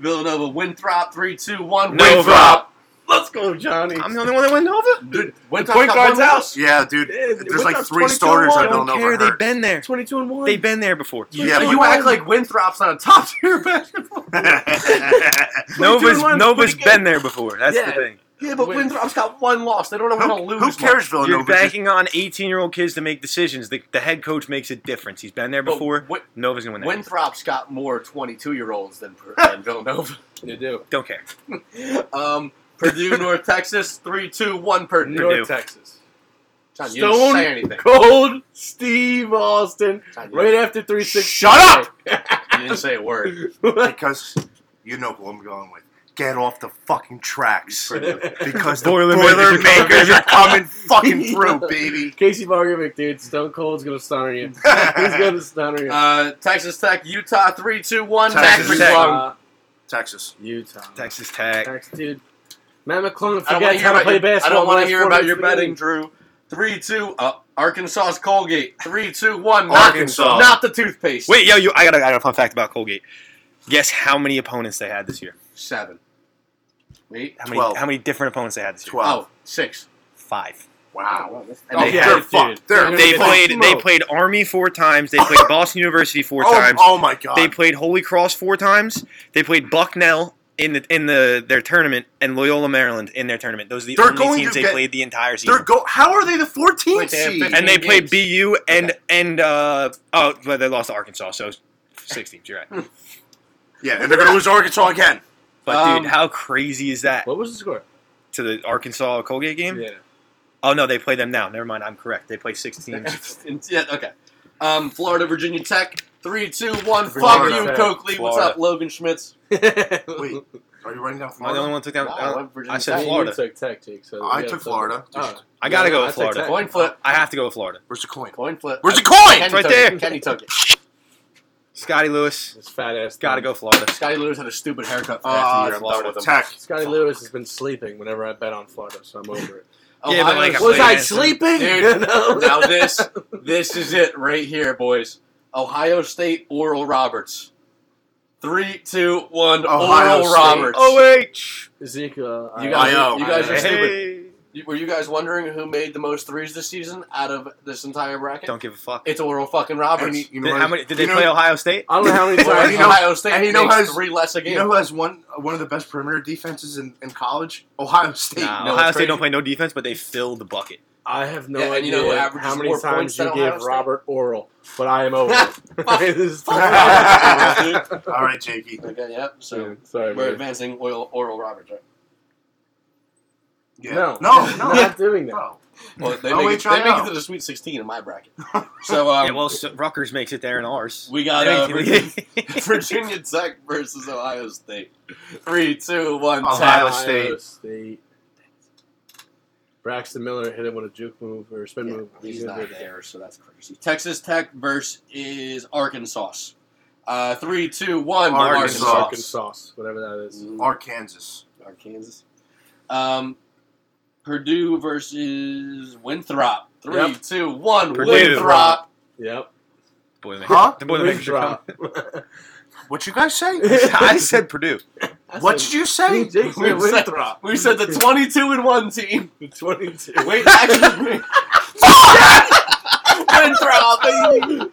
Speaker 2: Villanova, Winthrop. Three, two, one.
Speaker 1: Nova.
Speaker 2: Winthrop. Let's
Speaker 3: go, Johnny.
Speaker 1: I'm the only one that went over.
Speaker 2: Dude, went
Speaker 3: point guard's
Speaker 2: house.
Speaker 4: Yeah, dude. There's like three starters
Speaker 1: I
Speaker 4: I
Speaker 1: don't
Speaker 4: don't
Speaker 1: care.
Speaker 4: over
Speaker 1: They've
Speaker 4: hurt.
Speaker 1: been there.
Speaker 3: Twenty-two and one.
Speaker 1: They've been there before.
Speaker 4: Yeah,
Speaker 2: but
Speaker 4: but
Speaker 2: you act like Winthrop's not a top tier basketball.
Speaker 1: Nova's
Speaker 2: 22 and
Speaker 1: Nova's
Speaker 2: pretty
Speaker 1: been there before. That's
Speaker 2: Yeah.
Speaker 1: the thing.
Speaker 2: yeah, but
Speaker 3: Wait.
Speaker 2: Winthrop's got one loss. They don't know how to
Speaker 4: who,
Speaker 2: lose.
Speaker 4: who cares,
Speaker 1: You're
Speaker 4: Villanova?
Speaker 1: banking on 18 year old kids to make decisions. The, the head coach makes a difference. He's been there
Speaker 2: But
Speaker 1: before.
Speaker 2: Win-
Speaker 1: Nova's gonna win that.
Speaker 2: Winthrop's got more 22 year olds than, than Villanova.
Speaker 3: They do.
Speaker 1: Don't care.
Speaker 2: Um, Purdue, North Texas, 3 2 1 Purdue.
Speaker 3: North Texas.
Speaker 2: John, you didn't
Speaker 3: Stone
Speaker 2: say anything.
Speaker 3: Cold Steve Austin.
Speaker 2: John, you,
Speaker 3: Right after three six.
Speaker 4: Shut
Speaker 2: you didn't say a word.
Speaker 3: up.
Speaker 4: because you know who I'm going with. Get off the fucking tracks because the
Speaker 1: Boilermakers are coming.
Speaker 4: Boilermakers are coming fucking through, baby.
Speaker 3: Casey Margovic, dude, Stone Cold's gonna stunner you. He's gonna stunner you.
Speaker 2: Uh, Texas Tech, Utah, 3 2 1.
Speaker 4: Texas
Speaker 2: Max
Speaker 1: Tech.
Speaker 2: McClung.
Speaker 3: Uh,
Speaker 4: Texas.
Speaker 3: Utah.
Speaker 1: Texas Tech.
Speaker 3: Texas, dude. Matt McClung
Speaker 2: I don't want
Speaker 3: forgets how to play basketball.
Speaker 2: want to
Speaker 3: last
Speaker 2: hear
Speaker 3: four
Speaker 2: about
Speaker 3: minutes
Speaker 2: your
Speaker 3: of the
Speaker 2: betting,
Speaker 3: game.
Speaker 2: Drew. 3 2, uh, Arkansas's Colgate. 3 2 1,
Speaker 4: Arkansas.
Speaker 2: Not, not the toothpaste.
Speaker 1: Wait, yo, you. I got. A, I got a fun fact about Colgate. Guess how many opponents they had this year?
Speaker 2: Seven. Eight.
Speaker 1: How many?
Speaker 4: Twelve.
Speaker 1: How many different opponents they had this year?
Speaker 4: Twelve.
Speaker 2: Oh, six.
Speaker 1: Five.
Speaker 2: Wow.
Speaker 4: Oh,
Speaker 2: And they
Speaker 1: yeah,
Speaker 4: they're
Speaker 3: dude.
Speaker 4: fucked. They're,
Speaker 3: They're
Speaker 1: They
Speaker 3: They
Speaker 1: played. They
Speaker 3: smoked.
Speaker 1: played Army four times. They played Boston University four
Speaker 4: oh,
Speaker 1: times.
Speaker 4: oh my god.
Speaker 1: They played Holy Cross four times. They played Bucknell in the in the their tournament and Loyola Maryland in their tournament. Those are the
Speaker 4: They're
Speaker 1: only
Speaker 4: going
Speaker 1: teams
Speaker 4: to
Speaker 1: they
Speaker 4: get-
Speaker 1: played the entire season.
Speaker 4: They're go. How are they the 14th
Speaker 2: Wait, they have
Speaker 4: seed?
Speaker 2: fifteen.
Speaker 1: and they played
Speaker 2: games.
Speaker 1: BU and
Speaker 2: Okay.
Speaker 1: and uh oh, but they lost to Arkansas, so six teams. You're right.
Speaker 4: yeah, and they're gonna lose to Arkansas again.
Speaker 1: But
Speaker 2: Um,
Speaker 1: dude, how crazy is that
Speaker 3: What was the score?
Speaker 1: to the Arkansas Colgate game?
Speaker 3: Yeah.
Speaker 1: Oh no, they play them now. Never mind, I'm correct. They play six teams.
Speaker 2: yeah, okay. Um, Florida, Virginia Tech, three, two, one. Fuck
Speaker 4: Florida.
Speaker 2: you, Coakley. What's
Speaker 1: Florida.
Speaker 2: up, Logan Schmitz?
Speaker 4: Wait, are you running down
Speaker 1: Am I the only
Speaker 4: Florida?
Speaker 1: one who took uh, down?
Speaker 2: Wow,
Speaker 1: I, don't-
Speaker 2: went Virginia
Speaker 1: I
Speaker 3: Yeah,
Speaker 1: said
Speaker 2: Tech.
Speaker 3: you
Speaker 1: Florida.
Speaker 3: took Tech, Jake, so
Speaker 4: I
Speaker 3: yeah,
Speaker 4: took
Speaker 3: so-
Speaker 4: Florida.
Speaker 3: Oh.
Speaker 1: I gotta
Speaker 3: Yeah,
Speaker 1: go
Speaker 3: I
Speaker 1: with
Speaker 3: took
Speaker 1: Florida.
Speaker 3: Tech.
Speaker 2: Coin flip.
Speaker 1: I have to go with Florida.
Speaker 4: Where's the coin?
Speaker 2: Coin flip.
Speaker 4: Where's
Speaker 1: Uh,
Speaker 4: the coin?
Speaker 2: Kenny
Speaker 1: right
Speaker 2: took
Speaker 1: there.
Speaker 2: It. Kenny took it.
Speaker 1: Scotty Lewis,
Speaker 3: This fat ass.
Speaker 1: gotta
Speaker 3: thing.
Speaker 1: go Florida.
Speaker 2: Scotty Lewis had a stupid haircut for half the
Speaker 4: Uh,
Speaker 2: year. I'm done with him.
Speaker 4: Tech.
Speaker 3: Scotty Lewis has been sleeping whenever I bet on Florida, so I'm over it.
Speaker 1: Yeah, but like
Speaker 2: Ohio's-
Speaker 1: I Was played I against them.
Speaker 3: sleeping?
Speaker 2: Dude, now this this is it right here, boys. Ohio State, Oral Roberts. Three, two, one.
Speaker 4: Ohio
Speaker 2: Oral
Speaker 4: State.
Speaker 2: Roberts.
Speaker 1: OH.
Speaker 3: Ezekiel.
Speaker 2: You
Speaker 3: I-
Speaker 2: guys,
Speaker 4: Ohio.
Speaker 2: you guys are
Speaker 3: Hey.
Speaker 2: stupid.
Speaker 1: Hey.
Speaker 2: You- Were you guys wondering who made the most threes this season out of this entire bracket?
Speaker 1: Don't give a fuck.
Speaker 2: It's Oral fucking
Speaker 4: And
Speaker 2: Roberts.
Speaker 4: you, you know
Speaker 1: Did,
Speaker 4: what-
Speaker 1: how many, did they
Speaker 4: you know-
Speaker 1: play Ohio State?
Speaker 3: I don't know how many
Speaker 2: Well,
Speaker 3: times.
Speaker 4: you
Speaker 2: Ohio
Speaker 4: know-
Speaker 2: State
Speaker 4: and
Speaker 2: makes
Speaker 4: you know has-
Speaker 2: three less a game.
Speaker 4: You know who has one one of the best perimeter defenses in, in college? Ohio State.
Speaker 1: Nah,
Speaker 2: no,
Speaker 1: Ohio
Speaker 2: it's
Speaker 1: State don't
Speaker 2: crazy.
Speaker 1: play no defense, but they fill the bucket.
Speaker 3: I have no
Speaker 2: Yeah, and
Speaker 3: idea
Speaker 2: you know who averages
Speaker 3: how many
Speaker 2: more
Speaker 3: times
Speaker 2: points
Speaker 3: you
Speaker 2: than Ohio
Speaker 3: gave
Speaker 2: State?
Speaker 3: Robert Oral, but I am over it. This is-
Speaker 4: Fuck. All right, Jakey.
Speaker 2: okay, yep. So
Speaker 3: Dude, sorry,
Speaker 2: we're
Speaker 3: man.
Speaker 2: advancing oil, Oral Roberts, right?
Speaker 4: Yeah.
Speaker 3: No.
Speaker 4: no,
Speaker 3: I'm
Speaker 4: no,
Speaker 3: not doing that.
Speaker 4: no.
Speaker 2: Well, they
Speaker 4: Oh,
Speaker 2: make,
Speaker 4: wait,
Speaker 2: it,
Speaker 4: try
Speaker 2: they make it
Speaker 4: out.
Speaker 2: to the Sweet 16 in my bracket. So um,
Speaker 1: yeah, well, so, Rutgers makes it there in ours.
Speaker 2: we got uh, Virginia, Virginia Tech versus Ohio State. Three, two, one.
Speaker 4: Ohio
Speaker 2: Tech.
Speaker 4: State.
Speaker 3: State. Braxton Miller hit him with a juke move or a spin
Speaker 2: Yeah,
Speaker 3: move.
Speaker 2: he's
Speaker 3: gonna
Speaker 2: not
Speaker 3: do it.
Speaker 2: there, so that's crazy. Texas Tech versus Arkansas. Uh, three, two, one.
Speaker 4: Arkansas.
Speaker 2: Arkansas.
Speaker 3: Arkansas, whatever that
Speaker 2: Mm.
Speaker 3: is.
Speaker 4: Arkansas.
Speaker 2: Arkansas. Um, Purdue versus Winthrop. Three,
Speaker 3: Yep.
Speaker 2: two, one.
Speaker 1: Purdue.
Speaker 2: Winthrop.
Speaker 3: Yep.
Speaker 1: Boilermakers.
Speaker 4: Huh?
Speaker 1: The Boilermakers are coming.
Speaker 4: What you guys say?
Speaker 1: I said Purdue.
Speaker 4: what did you say?
Speaker 3: Jake
Speaker 2: We
Speaker 3: said
Speaker 2: said,
Speaker 3: Winthrop.
Speaker 2: we said the 22 and 1 team.
Speaker 3: The 22.
Speaker 2: Wait, actually. Winthrop.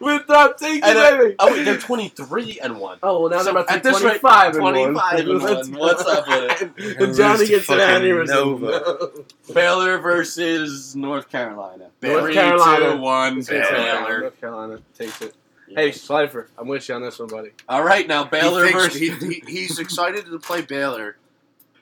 Speaker 3: Winthrop, take
Speaker 2: And,
Speaker 3: it,
Speaker 2: uh,
Speaker 3: baby.
Speaker 2: oh, wait, they're 23 and 1.
Speaker 3: Oh, well, now
Speaker 2: So
Speaker 3: they're about to
Speaker 2: at
Speaker 3: be
Speaker 2: this rate,
Speaker 3: 25 and
Speaker 2: 25
Speaker 3: one.
Speaker 2: and one. What's up with
Speaker 3: it?
Speaker 1: Gonna
Speaker 3: and Johnny
Speaker 1: lose to
Speaker 3: gets an
Speaker 1: fucking
Speaker 3: aneurysm.
Speaker 1: Nova.
Speaker 2: Baylor versus North Carolina.
Speaker 4: North
Speaker 2: Three,
Speaker 3: Carolina.
Speaker 2: two, 1.
Speaker 3: North Carolina-
Speaker 2: Baylor.
Speaker 3: North Carolina takes it. Hey, Schleifer, I'm with you on this one, buddy.
Speaker 2: All right, now Baylor
Speaker 4: he thinks,
Speaker 2: versus.
Speaker 4: he, he, he's excited to play Baylor.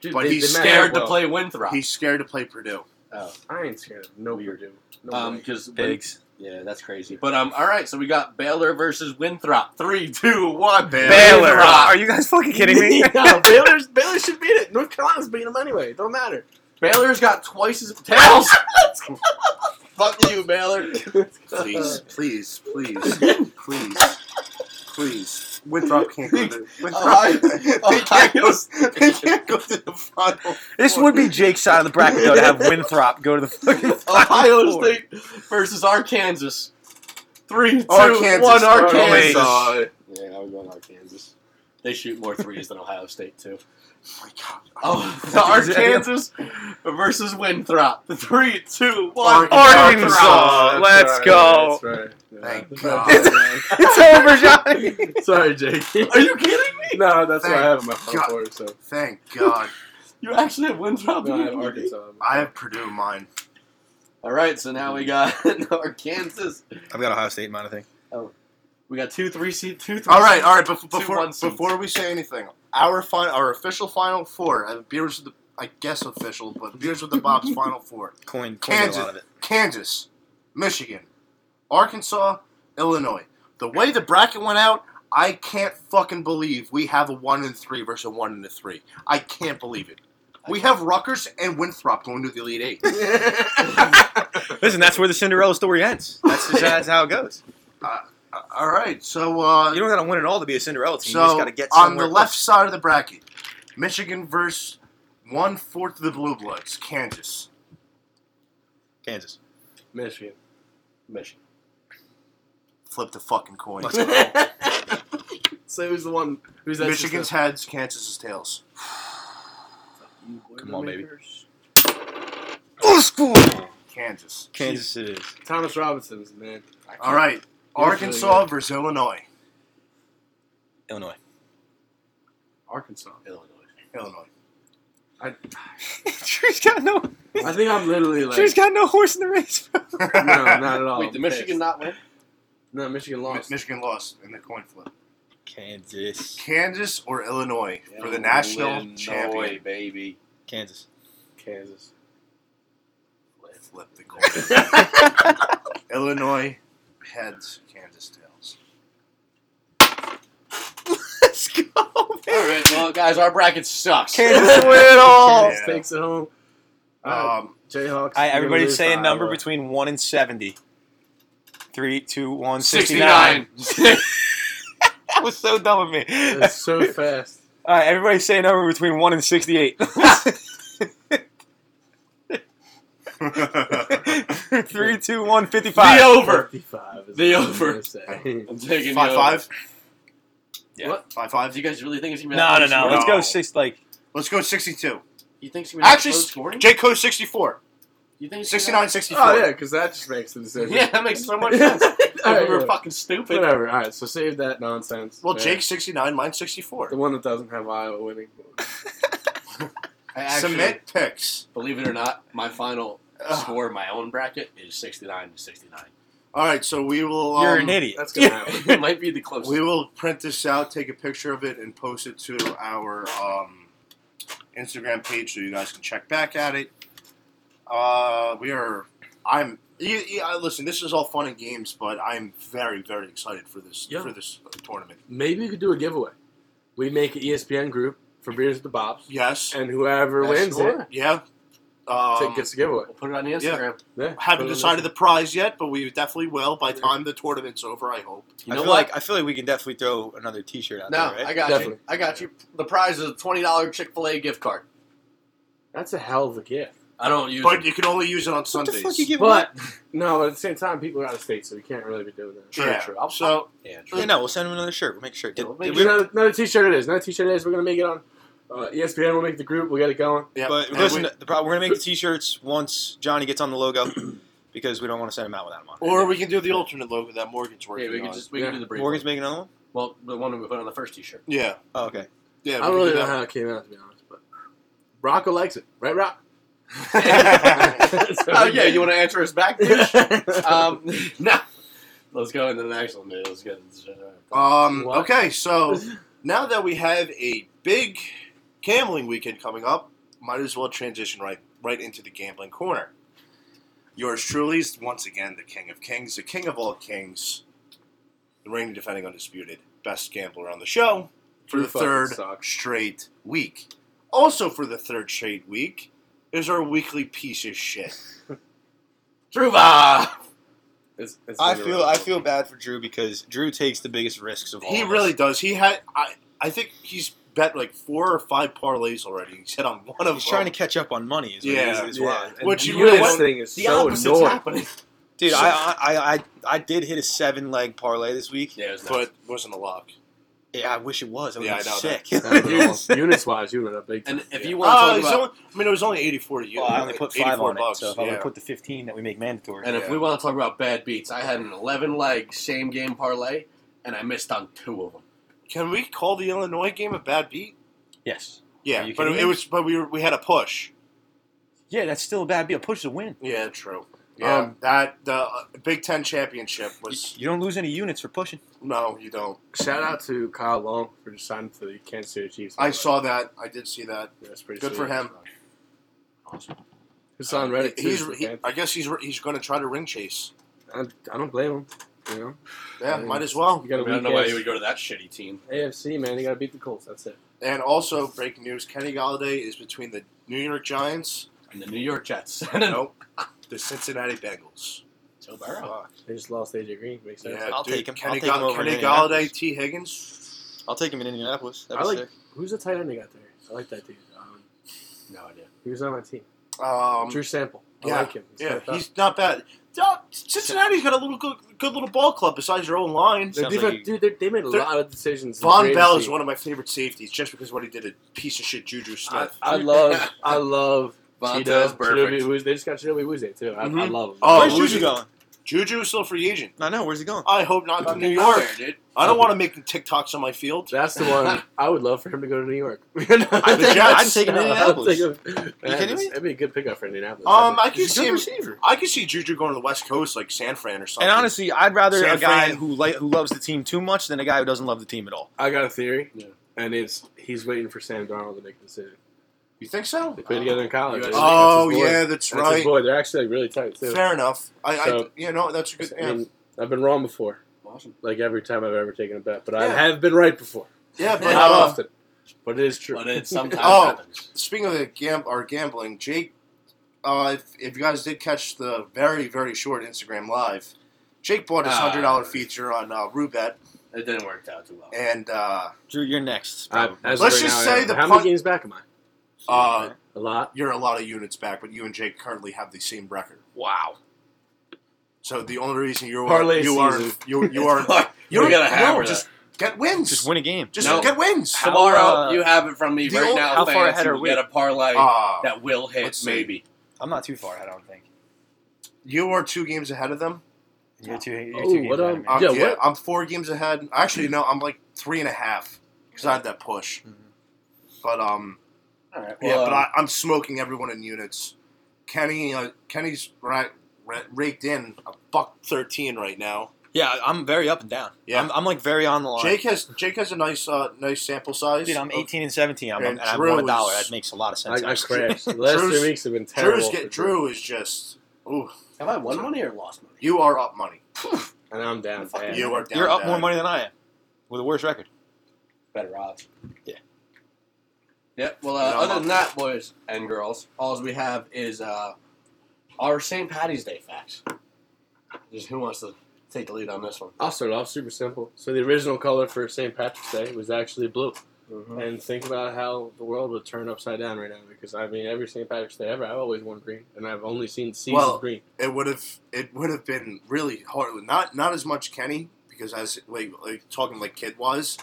Speaker 3: Dude,
Speaker 4: But he's
Speaker 3: match
Speaker 2: Scared
Speaker 3: up
Speaker 2: to
Speaker 3: well.
Speaker 2: play Winthrop.
Speaker 4: He's scared to play Purdue.
Speaker 3: I ain't scared of no
Speaker 2: Weird.
Speaker 3: Purdue. No
Speaker 2: Um,
Speaker 3: way.
Speaker 2: because
Speaker 1: Pigs.
Speaker 2: yeah, that's crazy. But um, all right, so we got Baylor versus Winthrop. Three, two, one.
Speaker 4: Baylor.
Speaker 1: Baylor.
Speaker 2: Winthrop.
Speaker 1: Are you guys fucking kidding me?
Speaker 3: yeah, Baylor's, Baylor should beat it. North Carolina's beating them anyway. Don't matter.
Speaker 2: Baylor's got twice as tails. Fuck you, Baylor.
Speaker 4: Please, please, please, please, please. Winthrop can't go to.
Speaker 2: Ohio-
Speaker 4: Winthrop,
Speaker 2: oh,
Speaker 4: they, can't go, they can't go to the final.
Speaker 1: This would be Jake's side of the bracket though to have Winthrop go to the fucking
Speaker 2: Ohio State versus Arkansas. Three, two, one.
Speaker 4: Arkansas.
Speaker 2: Arkansas.
Speaker 4: Arkansas.
Speaker 2: Yeah, I was going Arkansas. They shoot more threes than Ohio State too.
Speaker 4: Oh my God.
Speaker 2: Oh,
Speaker 1: Is that-
Speaker 2: Arkansas versus Winthrop. Three, two, one.
Speaker 4: Arkansas.
Speaker 1: Arkansas. Let's go.
Speaker 3: That's right.
Speaker 4: Thank
Speaker 3: Yeah.
Speaker 4: God.
Speaker 1: It's over, Johnny.
Speaker 3: Sorry, Jake.
Speaker 2: Are you kidding me?
Speaker 3: No, that's what I have in my
Speaker 4: God.
Speaker 3: front for. So
Speaker 4: Thank God.
Speaker 2: You actually have Winthrop.
Speaker 3: no, I have
Speaker 2: in your league?
Speaker 3: Arkansas.
Speaker 4: I have Purdue in mine.
Speaker 2: All right, so now we got Arkansas.
Speaker 1: I've got Ohio State mine, I think.
Speaker 2: We got two, three seed, two, three.
Speaker 4: All right, all right. But
Speaker 2: Two
Speaker 4: before
Speaker 2: one seeds.
Speaker 4: before we say anything, our final, our official final four. Uh, beers with the, I guess official, but beers with the Bob's final four.
Speaker 1: Coin, coin a
Speaker 4: Kansas.
Speaker 1: lot of it.
Speaker 4: Kansas, Michigan, Arkansas, Illinois. The way the bracket went out, I can't fucking believe we have a one and three versus a one and a three. I can't believe it. We have Rutgers and Winthrop going to the Elite Eight.
Speaker 1: Listen, that's where the Cinderella story ends. That's just that's how it goes.
Speaker 4: All right, so uh,
Speaker 1: You don't got to win it all to be a Cinderella team. you just
Speaker 4: so
Speaker 1: got to get
Speaker 4: on the
Speaker 1: somewhere.
Speaker 4: left side of the bracket, Michigan versus one fourth of the Blue Bloods, Kansas.
Speaker 1: Kansas.
Speaker 3: Michigan.
Speaker 2: Michigan.
Speaker 4: Flip the fucking coin.
Speaker 1: Let's
Speaker 3: So who's the one? Who's that?
Speaker 4: Michigan's heads, Kansas's tails.
Speaker 1: Come on, baby.
Speaker 4: Old school. Kansas.
Speaker 1: Kansas it is.
Speaker 3: Thomas Robinson's man. I can't-
Speaker 4: All right, Arkansas versus Illinois.
Speaker 1: Illinois.
Speaker 3: Arkansas.
Speaker 2: Illinois.
Speaker 4: Illinois.
Speaker 3: I,
Speaker 1: Drew's got no.
Speaker 3: I think I'm literally like
Speaker 1: Drew's got no horse in the race.
Speaker 3: no, not at all.
Speaker 2: Wait, did Michigan not win?
Speaker 3: No, Michigan lost.
Speaker 4: Michigan lost in the coin flip.
Speaker 1: Kansas.
Speaker 4: Kansas or Illinois for the national
Speaker 2: Illinois,
Speaker 4: champion.
Speaker 2: baby.
Speaker 1: Kansas.
Speaker 3: Kansas.
Speaker 4: Flip the coin. Illinois heads, Kansas tails.
Speaker 1: Let's go.
Speaker 2: All right, well, guys, our bracket sucks.
Speaker 1: Kansas win it all.
Speaker 3: Kansas takes it home. Uh,
Speaker 4: Um,
Speaker 3: Jayhawks.
Speaker 1: All right,
Speaker 3: gonna
Speaker 1: everybody
Speaker 3: lose
Speaker 1: say a
Speaker 3: to
Speaker 1: number
Speaker 3: Iowa.
Speaker 1: between 1 and 70. 3, 2, 1, 69.
Speaker 2: 69.
Speaker 1: That was so dumb of me.
Speaker 3: It's so fast.
Speaker 1: All right, everybody say a number between 1 and 68. 3, 2, 1, 55.
Speaker 2: The over.
Speaker 3: 55 is
Speaker 2: The
Speaker 3: what I'm
Speaker 2: over.
Speaker 3: gonna say.
Speaker 2: I'm taking
Speaker 4: five
Speaker 2: the
Speaker 4: five.
Speaker 1: Yeah.
Speaker 2: What?
Speaker 4: Five
Speaker 2: over.
Speaker 4: five.
Speaker 2: Do you guys really think it's gonna be
Speaker 1: No,
Speaker 2: that
Speaker 1: no, no.
Speaker 2: close scoring?
Speaker 1: Let's go
Speaker 4: No.
Speaker 1: six. Like
Speaker 4: Let's go 62.
Speaker 2: You think it's gonna be that
Speaker 4: Actually,
Speaker 2: close scoring?
Speaker 4: J code 64.
Speaker 2: You think it's gonna be
Speaker 4: 69 64.
Speaker 3: Oh yeah, because that just makes the
Speaker 2: that-
Speaker 3: decision.
Speaker 2: Yeah, that makes so much sense.
Speaker 3: All right,
Speaker 2: we were
Speaker 3: whatever.
Speaker 2: fucking stupid.
Speaker 3: Whatever. All right, so save that nonsense.
Speaker 4: Well,
Speaker 3: Yeah.
Speaker 4: Jake's 69, mine's
Speaker 3: the
Speaker 4: 64.
Speaker 3: one that doesn't have Iowa winning.
Speaker 2: I actually-
Speaker 4: Submit picks.
Speaker 2: Believe it or not, my final
Speaker 4: Ugh.
Speaker 2: score in my own bracket is 69 to 69.
Speaker 4: All right, so we will. Um,
Speaker 1: you're an idiot.
Speaker 3: That's gonna happen.
Speaker 2: it might be the closest.
Speaker 4: We will print this out, take a picture of it, and post it to our um, Instagram page so you guys can check back at it. Uh, we are. I'm. You, you, uh, listen, this is all fun and games, but I'm very, very excited for this
Speaker 3: Yeah.
Speaker 4: for this tournament.
Speaker 3: Maybe we could do a giveaway. We make an E ESPN group for beers with the Bobs,
Speaker 4: Yes.
Speaker 3: and whoever
Speaker 2: Best
Speaker 3: wins
Speaker 2: score?
Speaker 4: Yeah.
Speaker 3: it
Speaker 4: Um,
Speaker 3: t- gets a giveaway.
Speaker 2: We'll put it on the Instagram.
Speaker 3: Yeah,
Speaker 4: haven't decided the prize yet, but we definitely will by the time the tournament's over. I hope.
Speaker 2: You
Speaker 1: I
Speaker 2: know
Speaker 1: feel
Speaker 2: what?
Speaker 1: like I feel like we can definitely throw another T-shirt out
Speaker 2: no,
Speaker 1: there,
Speaker 2: I
Speaker 1: right?
Speaker 2: got
Speaker 3: Definitely.
Speaker 2: you. I got you. The prize is a $20 Chick fil A gift card.
Speaker 3: That's a hell of a gift.
Speaker 2: I don't use
Speaker 4: But
Speaker 2: it.
Speaker 4: you can only use it on
Speaker 1: what the
Speaker 4: Sundays.
Speaker 1: fuck you giving?
Speaker 3: But no, but at the same time, people are out of state, so we can't really be doing that.
Speaker 2: True,
Speaker 4: Yeah.
Speaker 2: true. I'll,
Speaker 4: So
Speaker 2: yeah, true.
Speaker 1: Yeah, no, we'll send him another shirt. We'll make a shirt. Did-
Speaker 2: Yeah, we'll
Speaker 1: did
Speaker 2: make
Speaker 1: we-
Speaker 3: There's another, another T-shirt it is. Another T-shirt it is. We're gonna make it on uh, ESPN. We'll make the group. We'll get it going.
Speaker 4: yeah,
Speaker 1: But
Speaker 4: and
Speaker 1: listen,
Speaker 4: we-
Speaker 1: the problem we're gonna make the T-shirts once Johnny gets on the logo because we don't want to send him out without him on.
Speaker 4: or we can do the alternate logo that Morgan's working
Speaker 2: Yeah, we
Speaker 4: on.
Speaker 2: can just we can
Speaker 3: Yeah.
Speaker 2: do the brief.
Speaker 1: Morgan's making another one.
Speaker 2: Well, the one we put on the first T-shirt.
Speaker 4: yeah,
Speaker 1: Oh, okay.
Speaker 4: yeah.
Speaker 3: I
Speaker 4: we
Speaker 3: don't
Speaker 4: can
Speaker 3: really
Speaker 4: do
Speaker 3: know
Speaker 4: that.
Speaker 3: how it came out to be honest, but Rocco likes it, right, Rock?
Speaker 2: oh yeah, you want to answer us back? bitch?
Speaker 3: um,
Speaker 2: um, no. Let's go into the next one, dude. Let's get.
Speaker 4: Um,
Speaker 3: What?
Speaker 4: okay, so now that we have a big gambling weekend coming up, might as well transition right right into the gambling corner. Yours truly is once again the king of kings, the king of all kings, the reigning defending undisputed best gambler on the show for
Speaker 3: Drew
Speaker 4: the
Speaker 3: fucking
Speaker 4: third
Speaker 3: sucks.
Speaker 4: straight week. Also for the third straight week is our weekly piece of shit.
Speaker 2: Truva.
Speaker 3: It's- it's
Speaker 1: I
Speaker 3: been a
Speaker 1: feel
Speaker 3: rough
Speaker 1: I
Speaker 3: one.
Speaker 1: feel bad for Drew because Drew takes the biggest risks of all.
Speaker 4: He
Speaker 1: of
Speaker 4: really
Speaker 1: us.
Speaker 4: does. He had I I think he's bet like four or five parlays already. He's hit on one of
Speaker 1: He's
Speaker 4: them.
Speaker 1: trying to catch up on money. Is what yeah,
Speaker 4: Yeah.
Speaker 1: is
Speaker 3: Yeah.
Speaker 1: why. And-
Speaker 4: Which
Speaker 3: The
Speaker 4: you
Speaker 3: U.S.
Speaker 4: really want-
Speaker 3: thing is
Speaker 2: The
Speaker 3: so
Speaker 2: opposite's
Speaker 3: annoying.
Speaker 2: happening.
Speaker 1: dude, I, I I I I did hit a seven leg parlay this week.
Speaker 2: Yeah, it was
Speaker 4: but wasn't a lock.
Speaker 1: Yeah, I wish it was. That would
Speaker 4: Yeah,
Speaker 1: be
Speaker 4: I know
Speaker 1: sick.
Speaker 3: That units, units wise, you would have big.
Speaker 2: And
Speaker 3: time.
Speaker 2: if
Speaker 3: Yeah.
Speaker 2: you
Speaker 4: Uh,
Speaker 2: want to
Speaker 4: it's
Speaker 2: talk about,
Speaker 4: only- I mean, it was only 84 to you.
Speaker 1: Well, I only put five
Speaker 4: 84
Speaker 1: on
Speaker 4: bucks,
Speaker 1: it, so if I
Speaker 4: yeah.
Speaker 1: would put the fifteen that we make mandatory,
Speaker 2: and if
Speaker 4: yeah.
Speaker 2: we want to talk about bad beats, I had an 11 leg same game parlay, and I missed on two of them.
Speaker 4: Can we call the Illinois game a bad beat?
Speaker 1: yes, Are
Speaker 4: Yeah,
Speaker 1: you
Speaker 4: but
Speaker 1: kidding
Speaker 4: it
Speaker 1: me?
Speaker 4: was. But we were, we had a push.
Speaker 1: yeah, that's still a bad deal. Push to win.
Speaker 4: Yeah, true. Yeah,
Speaker 3: Um,
Speaker 4: that the uh, Big Ten championship
Speaker 1: You,
Speaker 4: was
Speaker 1: you don't lose any units for pushing.
Speaker 4: no, you don't.
Speaker 3: Shout out to Kyle Long for just signing for the Kansas City Chiefs.
Speaker 4: I saw that. I did see that.
Speaker 3: That's pretty
Speaker 4: Good
Speaker 3: sweet.
Speaker 4: for him.
Speaker 3: It's on Reddit. Too,
Speaker 4: He's.
Speaker 3: so
Speaker 4: He,
Speaker 3: man,
Speaker 4: I guess he's. He's going to try to ring chase.
Speaker 3: I, I don't blame him. You know,
Speaker 4: Yeah,
Speaker 3: I mean,
Speaker 4: might as well.
Speaker 3: you got
Speaker 2: I,
Speaker 3: a
Speaker 2: mean, I
Speaker 3: weak
Speaker 2: don't know why
Speaker 3: ass
Speaker 2: you would go to that shitty team.
Speaker 3: AFC man. You got to beat the Colts. That's it.
Speaker 4: And also, breaking news: Kenny Galladay is between the New York Giants.
Speaker 2: And the New York Jets.
Speaker 4: nope, the Cincinnati Bengals.
Speaker 2: Joe Burrow.
Speaker 4: Fuck.
Speaker 3: They just lost AJ Green. Makes sense.
Speaker 4: Yeah,
Speaker 1: I'll
Speaker 4: dude,
Speaker 1: take him.
Speaker 4: Kenny,
Speaker 1: I'll take him over
Speaker 4: Kenny
Speaker 1: in
Speaker 4: Galladay,
Speaker 1: Indianapolis.
Speaker 4: T. Higgins.
Speaker 1: I'll take him in Indianapolis.
Speaker 3: I like who's the tight end they got there. I like that dude. Um,
Speaker 2: No idea.
Speaker 3: he was on my team.
Speaker 4: Um,
Speaker 3: Drew Sample. I
Speaker 4: yeah,
Speaker 3: like him. He's
Speaker 4: yeah,
Speaker 3: stepped up.
Speaker 4: he's not bad. Uh, Cincinnati's got a little good, good little ball club besides your own line.
Speaker 3: The
Speaker 1: Sounds like
Speaker 3: defense,
Speaker 1: he-
Speaker 3: dude, they, they made a
Speaker 4: They're-
Speaker 3: lot of decisions.
Speaker 4: Von Bell is one of my favorite safeties just because of what he did to piece of shit Juju
Speaker 3: I,
Speaker 4: Smith.
Speaker 3: I love, I love.
Speaker 2: Vontae's
Speaker 3: Cheetah, Chidobe
Speaker 2: perfect.
Speaker 3: Awuzie- They just got Chidobe Awuzie, too. I, I
Speaker 4: Mhm.
Speaker 3: love him.
Speaker 4: Oh,
Speaker 1: Where's
Speaker 4: who's
Speaker 1: Juju
Speaker 4: he-
Speaker 1: going?
Speaker 4: Juju is still a free agent.
Speaker 1: I know. Where's he going?
Speaker 4: I hope not to New
Speaker 2: Out
Speaker 4: York.
Speaker 2: there, dude.
Speaker 4: I don't want to make TikToks on my field.
Speaker 3: That's the one I would love for him to go to New York. I
Speaker 4: The Jets. I'd
Speaker 1: take him to Indianapolis.
Speaker 3: Are
Speaker 1: kidding me?
Speaker 3: That'd be a good pickup for Indianapolis.
Speaker 4: Um, I
Speaker 1: He's
Speaker 4: could
Speaker 1: a
Speaker 4: see
Speaker 1: good
Speaker 4: him,
Speaker 1: receiver.
Speaker 4: I could see Juju going to the West Coast, like San Fran or something.
Speaker 1: And honestly, I'd rather
Speaker 4: San
Speaker 1: a guy
Speaker 4: Fran.
Speaker 1: who li- who loves the team too much than a guy who doesn't love the team at all.
Speaker 3: I got a theory,
Speaker 2: Yeah.
Speaker 3: and it's he's waiting for Sam Darnold to make the decision.
Speaker 4: you think so?
Speaker 3: They played together in college.
Speaker 2: Oh,
Speaker 3: That's his
Speaker 4: Oh
Speaker 3: boy.
Speaker 4: yeah, that's,
Speaker 3: That's his
Speaker 4: right.
Speaker 3: boy. They're actually like, really tight too.
Speaker 4: Fair enough. I, I,
Speaker 3: So-
Speaker 4: you know, that's a good.
Speaker 3: I
Speaker 4: Yeah,
Speaker 3: mean, I've been wrong before,
Speaker 2: Awesome.
Speaker 3: like every time I've ever taken a bet, but I
Speaker 4: Yeah.
Speaker 3: have been right before.
Speaker 4: yeah but
Speaker 3: Not
Speaker 4: uh,
Speaker 3: often, but it is true.
Speaker 2: But it sometimes
Speaker 4: Oh.
Speaker 2: happens.
Speaker 4: speaking of the gam- or gambling, Jake, uh, if, if you guys did catch the very very short Instagram live, Jake bought his
Speaker 2: Ah.
Speaker 4: hundred dollar feature on uh, Rubet,
Speaker 2: It didn't work out too well.
Speaker 4: and uh,
Speaker 1: Drew, you're next.
Speaker 3: I, as of right
Speaker 4: Let's just
Speaker 3: now, I
Speaker 4: say
Speaker 3: am.
Speaker 4: the
Speaker 3: how
Speaker 4: punt-
Speaker 3: many games back am I?
Speaker 4: uh,
Speaker 3: A lot.
Speaker 4: you're a lot of units back, but you and Jake currently have the same record.
Speaker 1: wow.
Speaker 4: So the only reason you're
Speaker 3: Parlay
Speaker 4: you are
Speaker 3: season.
Speaker 4: you you are
Speaker 2: you
Speaker 4: you're
Speaker 2: are gonna have
Speaker 4: no,
Speaker 2: her
Speaker 4: just
Speaker 2: that.
Speaker 4: get wins,
Speaker 1: Just win a game.
Speaker 4: just
Speaker 2: No.
Speaker 4: get wins.
Speaker 1: How-
Speaker 2: tomorrow.
Speaker 1: uh,
Speaker 2: you have it from me
Speaker 4: the
Speaker 2: right
Speaker 4: old-
Speaker 2: now.
Speaker 1: how far
Speaker 2: fans,
Speaker 1: ahead
Speaker 2: you
Speaker 1: are
Speaker 2: will
Speaker 1: we?
Speaker 2: Get a parlay
Speaker 4: Ah,
Speaker 2: that will hit
Speaker 4: let's see.
Speaker 2: maybe.
Speaker 1: I'm not too far. I don't think.
Speaker 4: you are two games ahead of them.
Speaker 1: You're too. You're
Speaker 3: Oh,
Speaker 1: too
Speaker 3: what,
Speaker 1: what,
Speaker 3: um,
Speaker 4: I'm,
Speaker 3: Yeah,
Speaker 4: Uh, yeah,
Speaker 3: what-
Speaker 4: I'm four games ahead. Actually, no, I'm like three and a half because I had that push.
Speaker 3: Mm-hmm.
Speaker 1: Mhm.
Speaker 4: But um,
Speaker 2: All right.
Speaker 4: yeah,
Speaker 1: uh,
Speaker 4: but I, I'm smoking everyone in units. Kenny, uh, Kenny's right, ra raked in a buck thirteen right now.
Speaker 1: yeah, I'm very up and down.
Speaker 4: Yeah.
Speaker 1: I'm, I'm like very on the line.
Speaker 4: Jake has Jake has a nice uh, nice sample size.
Speaker 1: Dude, I'm
Speaker 4: of-
Speaker 1: 18 and 17. I'm, and
Speaker 4: And
Speaker 1: I
Speaker 4: Drew
Speaker 1: won a dollar.
Speaker 4: is-
Speaker 1: That makes a lot of
Speaker 3: I,
Speaker 1: sense.
Speaker 3: I
Speaker 1: actually.
Speaker 3: crashed. The last
Speaker 4: Drew's-
Speaker 3: three weeks have been terrible.
Speaker 4: Drew's
Speaker 3: for me.
Speaker 4: get, Drew is just ooh.
Speaker 2: Have I won money or lost money?
Speaker 4: You are up money.
Speaker 3: and I'm down.
Speaker 2: Fuck
Speaker 3: bad.
Speaker 4: You are down
Speaker 1: You're up
Speaker 4: bad.
Speaker 1: more money than I am, with a worse record.
Speaker 2: Better odds.
Speaker 1: Yeah.
Speaker 2: Yep. Well, uh,
Speaker 4: No,
Speaker 2: other
Speaker 4: I'm-
Speaker 2: than that, boys and girls, all we have is uh, our St. Patty's Day facts. Just who wants to take the lead on this one?
Speaker 3: I'll start off super simple. So the original color for St. Patrick's Day was actually blue.
Speaker 4: Mm-hmm.
Speaker 3: And think about how the world would turn upside down right now because I mean every St. Patrick's Day ever I've always worn green and I've only seen seasons
Speaker 4: Well-
Speaker 3: green.
Speaker 4: it would have it would have been really hard. Not not as much Kenny because as like, like talking like kid wise,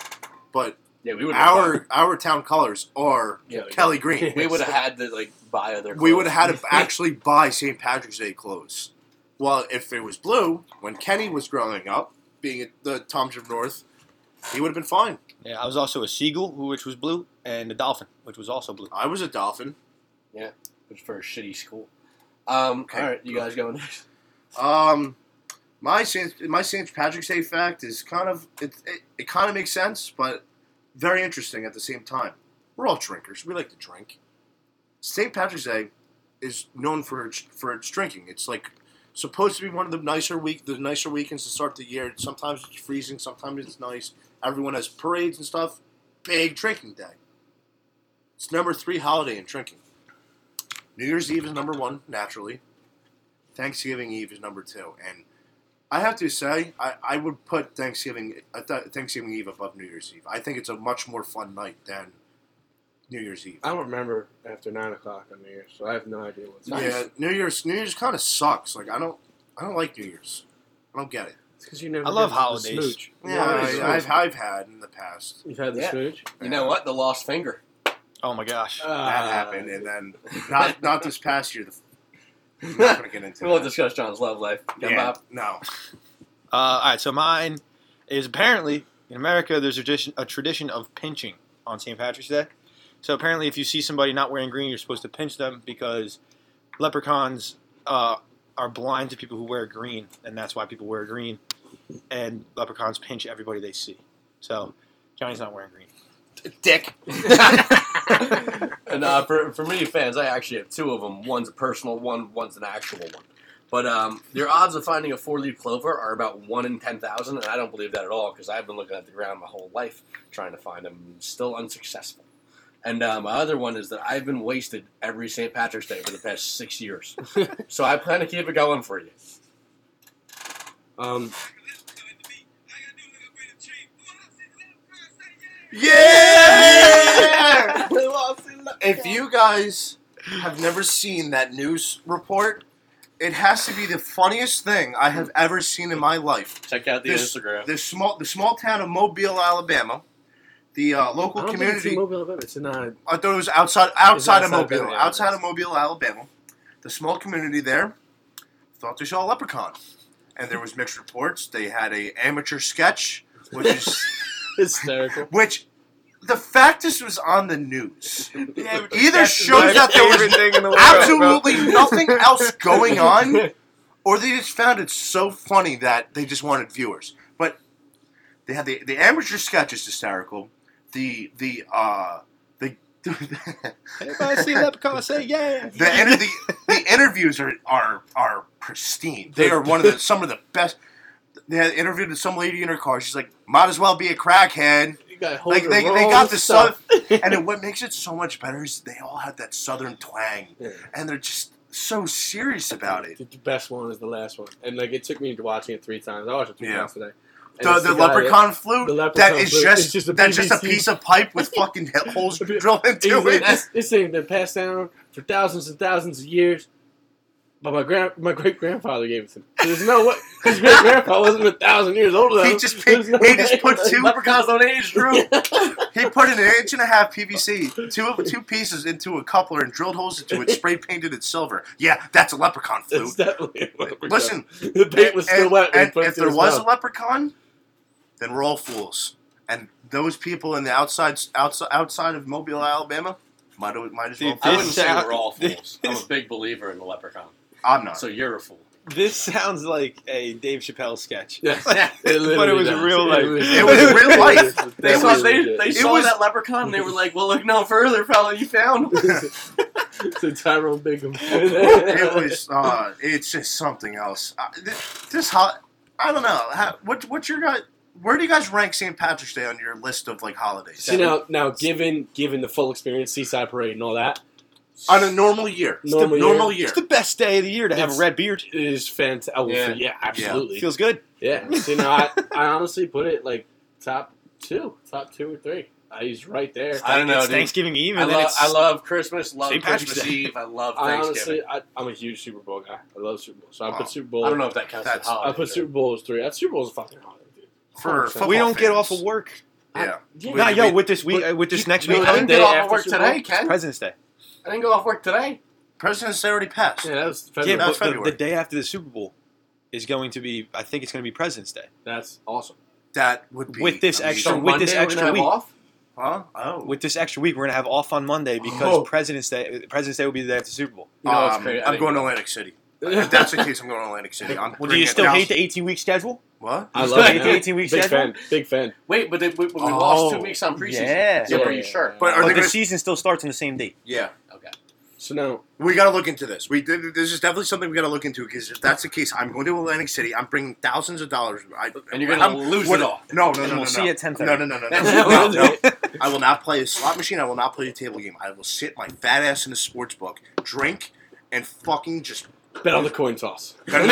Speaker 4: but
Speaker 2: Yeah, we would
Speaker 4: our our town colors are
Speaker 2: Yeah,
Speaker 4: Kelly Green.
Speaker 2: we would have had to like buy other.
Speaker 4: We
Speaker 2: clothes.
Speaker 4: would have had to actually buy St. Patrick's Day clothes. Well, if it was blue, when Kenny was growing up, being at the Toms of North, he would have been fine.
Speaker 1: Yeah, I was also a seagull, who- which was blue, and a dolphin, which was also blue.
Speaker 4: I was a dolphin.
Speaker 2: Which for a shitty school. Um,
Speaker 4: Okay.
Speaker 2: All right, you guys going next?
Speaker 4: Um, my Saint my St. Patrick's Day fact is kind of it, it, it kind of makes sense, but very interesting at the same time. We're all drinkers. We like to drink. St. Patrick's Day is known for its, for its drinking. It's like supposed to be one of the nicer week the nicer weekends to start the year. Sometimes it's freezing. Sometimes it's nice. Everyone has parades and stuff. Big drinking day. It's number three holiday in drinking. New Year's Eve is number one, naturally. Thanksgiving Eve is number two, and I have to say, I, I would put Thanksgiving uh, Th- Thanksgiving Eve above New Year's Eve. I think it's a much more fun night than New Year's Eve.
Speaker 3: I don't remember after nine o'clock on the year, so I have no idea what's
Speaker 2: Nice.
Speaker 4: Yeah, New Year's New Year's kind of sucks. Like I don't I don't like New Year's. I don't get it.
Speaker 3: It's because you never.
Speaker 1: I love
Speaker 3: had the
Speaker 1: holidays.
Speaker 3: smooch.
Speaker 4: Yeah,
Speaker 3: Yeah.
Speaker 4: I, I've, I've had in the past.
Speaker 3: You've had the
Speaker 2: Yeah.
Speaker 3: smooch.
Speaker 2: You know what? The lost finger.
Speaker 1: Oh my gosh.
Speaker 3: Ah. Uh,
Speaker 4: That happened, and then not not this past year. The, I'm not gonna get into.
Speaker 2: we won't
Speaker 4: that.
Speaker 2: discuss John's love life. Come
Speaker 4: Yeah,
Speaker 2: up.
Speaker 4: no.
Speaker 1: Uh, all right, so mine is apparently in America there's a tradition, a tradition of pinching on St. Patrick's Day. So apparently, if you see somebody not wearing green, you're supposed to pinch them because leprechauns uh, are blind to people who wear green, and that's why people wear green. And leprechauns pinch everybody they see. So Johnny's not wearing green.
Speaker 7: Dick.
Speaker 2: and uh, for, for many fans, I actually have two of them. One's a personal one, one's an actual one. But um, your odds of finding a four leaf clover are about one in 10,000, and I don't believe that at all because I've been looking at the ground my whole life trying to find them, still unsuccessful. And uh, my other one is that I've been wasted every St. Patrick's Day for the past six years. so I plan to keep it going for you.
Speaker 3: Um,
Speaker 4: Yeah! if you guys have never seen that news report, it has to be the funniest thing I have ever seen in my life.
Speaker 2: Check out the
Speaker 4: This-
Speaker 2: Instagram.
Speaker 4: The small the small town of Mobile, Alabama, the uh, local
Speaker 3: I don't
Speaker 4: community.
Speaker 3: think it's in Mobile, Alabama. It's in uh,
Speaker 4: I thought it was outside outside,
Speaker 3: outside
Speaker 4: of Mobile,
Speaker 3: Alabama, yeah.
Speaker 4: outside of Mobile, Alabama. The small community there thought they saw a leprechaun, and there was mixed reports. They had a amateur sketch, which is
Speaker 3: hysterical.
Speaker 4: which the fact this was on the news.
Speaker 1: That's
Speaker 4: shows
Speaker 1: my
Speaker 4: that there was
Speaker 1: favorite thing in the world, bro.
Speaker 4: Absolutely nothing else going on, or they just found it so funny that they just wanted viewers. But they had the the amateur sketch is hysterical. The the uh the the,
Speaker 1: Anybody see a leprechaun? Say yeah.
Speaker 4: inter- the, the interviews are, are are pristine. They are one of the some of the best. They had interviewed with some lady in her car. She's like, "Might as well be a crackhead."
Speaker 3: You gotta hold
Speaker 4: Like
Speaker 3: your
Speaker 4: they, they
Speaker 3: roll
Speaker 4: got the
Speaker 3: stuff.
Speaker 4: stuff, and then what makes it so much better is they all have that southern twang
Speaker 3: Yeah.
Speaker 4: and they're just so serious about it.
Speaker 3: The, the best one is the last one, and like it took me to watching it three times. I watched it three
Speaker 4: Yeah.
Speaker 3: times today. And
Speaker 4: The,
Speaker 3: it's
Speaker 4: the,
Speaker 3: guy
Speaker 4: leprechaun flute
Speaker 3: the leprechaun
Speaker 4: that is
Speaker 3: flute.
Speaker 4: just,
Speaker 3: It's just a
Speaker 4: that's just a
Speaker 3: PVC.
Speaker 4: piece of pipe with fucking holes
Speaker 3: It's-
Speaker 4: drilled
Speaker 3: that-
Speaker 4: into
Speaker 3: it's-
Speaker 4: it.
Speaker 3: it's- This thing been passed down for thousands and thousands of years. But my grand, my great grandfather gave it to me. There's no way his great grandpa wasn't a thousand years old. Though.
Speaker 4: He just
Speaker 3: There's
Speaker 4: picked,
Speaker 3: no
Speaker 4: he just
Speaker 3: way.
Speaker 4: put two
Speaker 2: Leprechauns on age, Drew.
Speaker 4: he put an inch and a half PVC two of two pieces into a coupler and drilled holes into it, spray painted it silver. Yeah, that's a leprechaun
Speaker 3: It's
Speaker 4: flute.
Speaker 3: definitely a leprechaun.
Speaker 4: Listen,
Speaker 3: the paint was still
Speaker 4: and,
Speaker 3: wet. when he
Speaker 4: and
Speaker 3: put it
Speaker 4: if
Speaker 3: to
Speaker 4: there
Speaker 3: his
Speaker 4: was
Speaker 3: mouth.
Speaker 4: a leprechaun, then we're all fools. And those people in the outside outside outside of Mobile, Alabama, might might as well.
Speaker 1: Dude,
Speaker 2: I
Speaker 4: I
Speaker 2: wouldn't
Speaker 1: This
Speaker 2: say
Speaker 1: sound-
Speaker 2: we're all fools. I'm a
Speaker 1: this-
Speaker 2: big believer in the leprechaun.
Speaker 4: I'm not.
Speaker 2: So you're a fool.
Speaker 1: This sounds like a Dave Chappelle sketch.
Speaker 3: Yes.
Speaker 1: but it was
Speaker 3: does.
Speaker 1: real life.
Speaker 4: It was real life.
Speaker 2: They
Speaker 4: That
Speaker 2: saw,
Speaker 4: was
Speaker 2: they, they
Speaker 4: It
Speaker 2: saw
Speaker 4: was-
Speaker 2: that leprechaun and they were like, well, look no further, fella, you found him."
Speaker 3: so Tyrone Bigham.
Speaker 4: it was. Uh, it's just something else. Uh, th- this hot. I don't know. How, what what's your guys? Where do you guys rank St. Patrick's Day on your list of like holidays?
Speaker 3: So now, now, given given the full experience, Seaside Parade and all that,
Speaker 4: On a normal year.
Speaker 3: It's the Normal year.
Speaker 4: normal
Speaker 3: normal
Speaker 4: year.
Speaker 1: It's the best day of the year to have a
Speaker 3: It's-
Speaker 1: red beard.
Speaker 3: it is fantastic.
Speaker 2: Yeah.
Speaker 3: Yeah. absolutely.
Speaker 1: Feels good.
Speaker 3: Yeah, you know, I, I honestly put it like top two, top two or three. I He's right there.
Speaker 2: I don't know,
Speaker 1: It's
Speaker 2: dude.
Speaker 1: Thanksgiving Eve,
Speaker 2: I,
Speaker 1: and then
Speaker 2: love,
Speaker 1: it's
Speaker 2: I love Christmas, love
Speaker 1: St. Patrick's
Speaker 2: Christmas
Speaker 1: Day.
Speaker 2: Eve, I love
Speaker 3: I
Speaker 2: Thanksgiving.
Speaker 3: honestly, I, I'm a huge Super Bowl guy. I love Super Bowl, so I
Speaker 4: Wow.
Speaker 3: put Super Bowl.
Speaker 2: I don't know if that counts
Speaker 4: That's-
Speaker 2: as holiday.
Speaker 3: I put Super Bowl as three. That Super Bowl is a fucking holiday, dude.
Speaker 4: For
Speaker 3: 100%.
Speaker 4: football
Speaker 1: we don't get
Speaker 4: fans.
Speaker 1: off of work.
Speaker 4: Yeah.
Speaker 3: Yeah,
Speaker 1: Nah,
Speaker 4: we-
Speaker 1: yo,
Speaker 4: we-
Speaker 1: with this week,
Speaker 3: but
Speaker 1: uh, with this
Speaker 3: you-
Speaker 1: next
Speaker 3: you
Speaker 1: week,
Speaker 3: know,
Speaker 2: I
Speaker 1: I
Speaker 2: didn't
Speaker 3: the
Speaker 1: think
Speaker 3: day
Speaker 2: get off of
Speaker 3: after
Speaker 2: work
Speaker 3: Super
Speaker 2: today,
Speaker 3: Bowl?
Speaker 2: Ken.
Speaker 1: President's Day.
Speaker 2: I didn't go off work today.
Speaker 4: President's Day already passed.
Speaker 3: yeah, that was
Speaker 1: Yeah,
Speaker 3: February.
Speaker 4: that's
Speaker 1: but the,
Speaker 4: February.
Speaker 1: the day after the Super Bowl is going to be. I think it's going to be President's Day
Speaker 3: that's awesome.
Speaker 4: That would be
Speaker 1: With this
Speaker 4: amazing.
Speaker 1: Sure,
Speaker 2: So
Speaker 1: extra- with this
Speaker 2: Monday we're
Speaker 1: extra
Speaker 2: gonna have
Speaker 1: week.
Speaker 2: Off?
Speaker 4: Huh? Oh.
Speaker 1: with this extra week. We're going to have off on Monday because
Speaker 4: Oh.
Speaker 1: President's Day. President's Day will be the day after the Super Bowl.
Speaker 2: You know what's
Speaker 4: Um,
Speaker 2: crazy? I
Speaker 4: I'm
Speaker 2: didn't
Speaker 4: going
Speaker 2: go.
Speaker 4: to Atlantic City. If that's the case, I'm going to Atlantic City.
Speaker 1: Well,
Speaker 4: I'm
Speaker 1: do you
Speaker 4: bringing it
Speaker 1: still
Speaker 4: down-
Speaker 1: hate the 18 week schedule?
Speaker 4: What?
Speaker 3: I
Speaker 1: You
Speaker 3: love
Speaker 1: still
Speaker 3: it.
Speaker 1: hate the 18 week
Speaker 3: Big
Speaker 1: schedule?
Speaker 3: fan, big fan.
Speaker 2: Wait, but they, we, we we
Speaker 4: Oh.
Speaker 2: lost two weeks on preseason.
Speaker 1: Yeah.
Speaker 2: So
Speaker 3: Yeah,
Speaker 2: are you
Speaker 3: yeah,
Speaker 2: sure?
Speaker 3: yeah.
Speaker 4: But are
Speaker 1: But
Speaker 4: they
Speaker 1: the
Speaker 4: gonna-
Speaker 1: season still starts on the same date.
Speaker 4: Yeah.
Speaker 2: Okay.
Speaker 3: So now,
Speaker 4: We got to look into this. We did, this is definitely something we got to look into because if that's the case, I'm going to Atlantic City. I'm bringing thousands of dollars. I,
Speaker 2: And you're gonna
Speaker 4: I'm-
Speaker 2: lose
Speaker 4: what-
Speaker 2: it all.
Speaker 4: No, no, no,
Speaker 1: And
Speaker 4: no,
Speaker 1: we'll
Speaker 4: no.
Speaker 1: see you at 10:30.
Speaker 4: No, no, no, no, no, no, no. I will not play a slot machine. I will not play a table game. I will sit my fat ass in a sports book, drink, and fucking just
Speaker 3: bet on the coin toss.
Speaker 4: bet on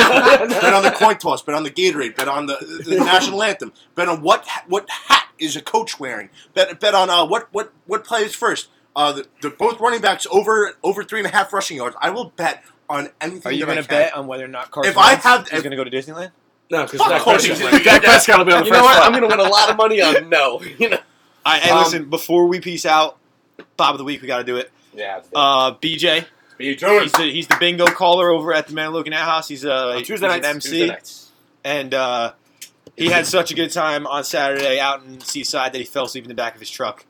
Speaker 4: the, bet on the coin toss, bet on the Gatorade, bet on the, the national anthem, bet on what ha- what hat is a coach wearing, bet bet on uh, what what what play is first. Uh, the, the both running backs over over three and a half rushing yards. I will bet on anything.
Speaker 1: Are you
Speaker 4: that I
Speaker 1: going to
Speaker 4: can.
Speaker 1: bet on whether or not Carson
Speaker 4: I
Speaker 1: Wentz
Speaker 4: have-
Speaker 1: is
Speaker 4: if-
Speaker 1: going to go to Disneyland?
Speaker 2: No, because
Speaker 3: Fuck
Speaker 2: Dak
Speaker 3: horses,
Speaker 2: Prescott.
Speaker 3: dude.
Speaker 2: Dak Prescott will be on the
Speaker 3: You
Speaker 2: first
Speaker 3: know what?
Speaker 2: spot.
Speaker 3: I'm going to win a lot of money on no. You know.
Speaker 1: I, and
Speaker 3: Um,
Speaker 1: listen, before we peace out, Bob of the Week, we got to do it.
Speaker 8: Yeah. it's bad.
Speaker 1: Uh, BJ,
Speaker 8: Be Jordan.
Speaker 1: he's the, he's the bingo caller over at the Man Looking Out House. He's, uh,
Speaker 3: On Tuesday
Speaker 1: he's
Speaker 3: nights,
Speaker 1: an MC.
Speaker 8: Tuesday nights.
Speaker 1: and uh, he had such a good time on Saturday out in Seaside that he fell asleep in the back of his truck.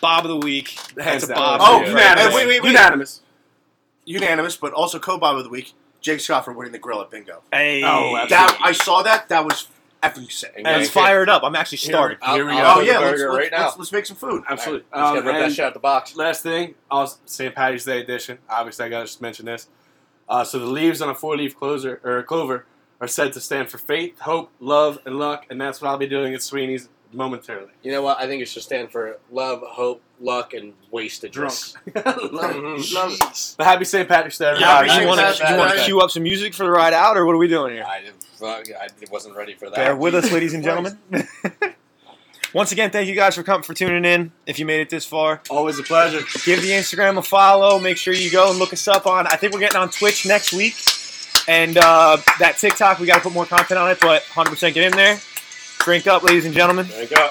Speaker 1: Bob of the week.
Speaker 3: Hands
Speaker 1: That's a
Speaker 3: down.
Speaker 1: Bob.
Speaker 3: Oh,
Speaker 1: of the week.
Speaker 3: unanimous.
Speaker 4: Hey, wait, wait, wait.
Speaker 3: Unanimous.
Speaker 4: Unanimous, but also co-bomb of the week. Jake Scott for winning the grill at bingo.
Speaker 1: Hey.
Speaker 3: Oh, absolutely.
Speaker 4: That I saw that. That was effing sick.
Speaker 8: And
Speaker 1: And
Speaker 8: Thank
Speaker 1: it's
Speaker 8: you.
Speaker 1: fired up. I'm actually started.
Speaker 8: I'll-
Speaker 3: Here we
Speaker 8: I'll
Speaker 3: go.
Speaker 4: Oh
Speaker 8: have a
Speaker 4: yeah, let's,
Speaker 8: burger
Speaker 4: let's,
Speaker 8: right now.
Speaker 4: let's, let's make some food.
Speaker 8: Absolutely.
Speaker 3: Absolutely.
Speaker 8: Let's
Speaker 3: Um,
Speaker 8: get rip that
Speaker 3: and-
Speaker 8: shit out the box.
Speaker 3: Last thing, also St. Patty's Day edition. Obviously, I gotta just mention this. Uh, so the leaves on a four-leaf closer or clover are said to stand for faith, hope, love, and luck, and that's what I'll be doing at Sweeney's momentarily.
Speaker 2: You know what? I think it should stand for love, hope, luck, and wasted
Speaker 3: Drunk.
Speaker 2: Mhm.
Speaker 3: Love it. But happy St. Patrick's Day,
Speaker 1: Yeah,
Speaker 3: everybody.
Speaker 1: you want
Speaker 4: that's
Speaker 1: to you
Speaker 4: bad.
Speaker 1: want to cue up some music for the ride out, or what are we doing here?
Speaker 8: I, didn't, fuck, I wasn't ready for that.
Speaker 1: Bear with us, ladies and gentlemen. Once again, thank you guys for coming for tuning in. If you made it this far,
Speaker 3: Always a pleasure.
Speaker 1: give the Instagram a follow. Make sure you go and look us up on. I think we're getting on Twitch next week, and uh, that TikTok we got to put more content on it. But 100% get in there. Drink up, ladies and gentlemen.
Speaker 8: There you go.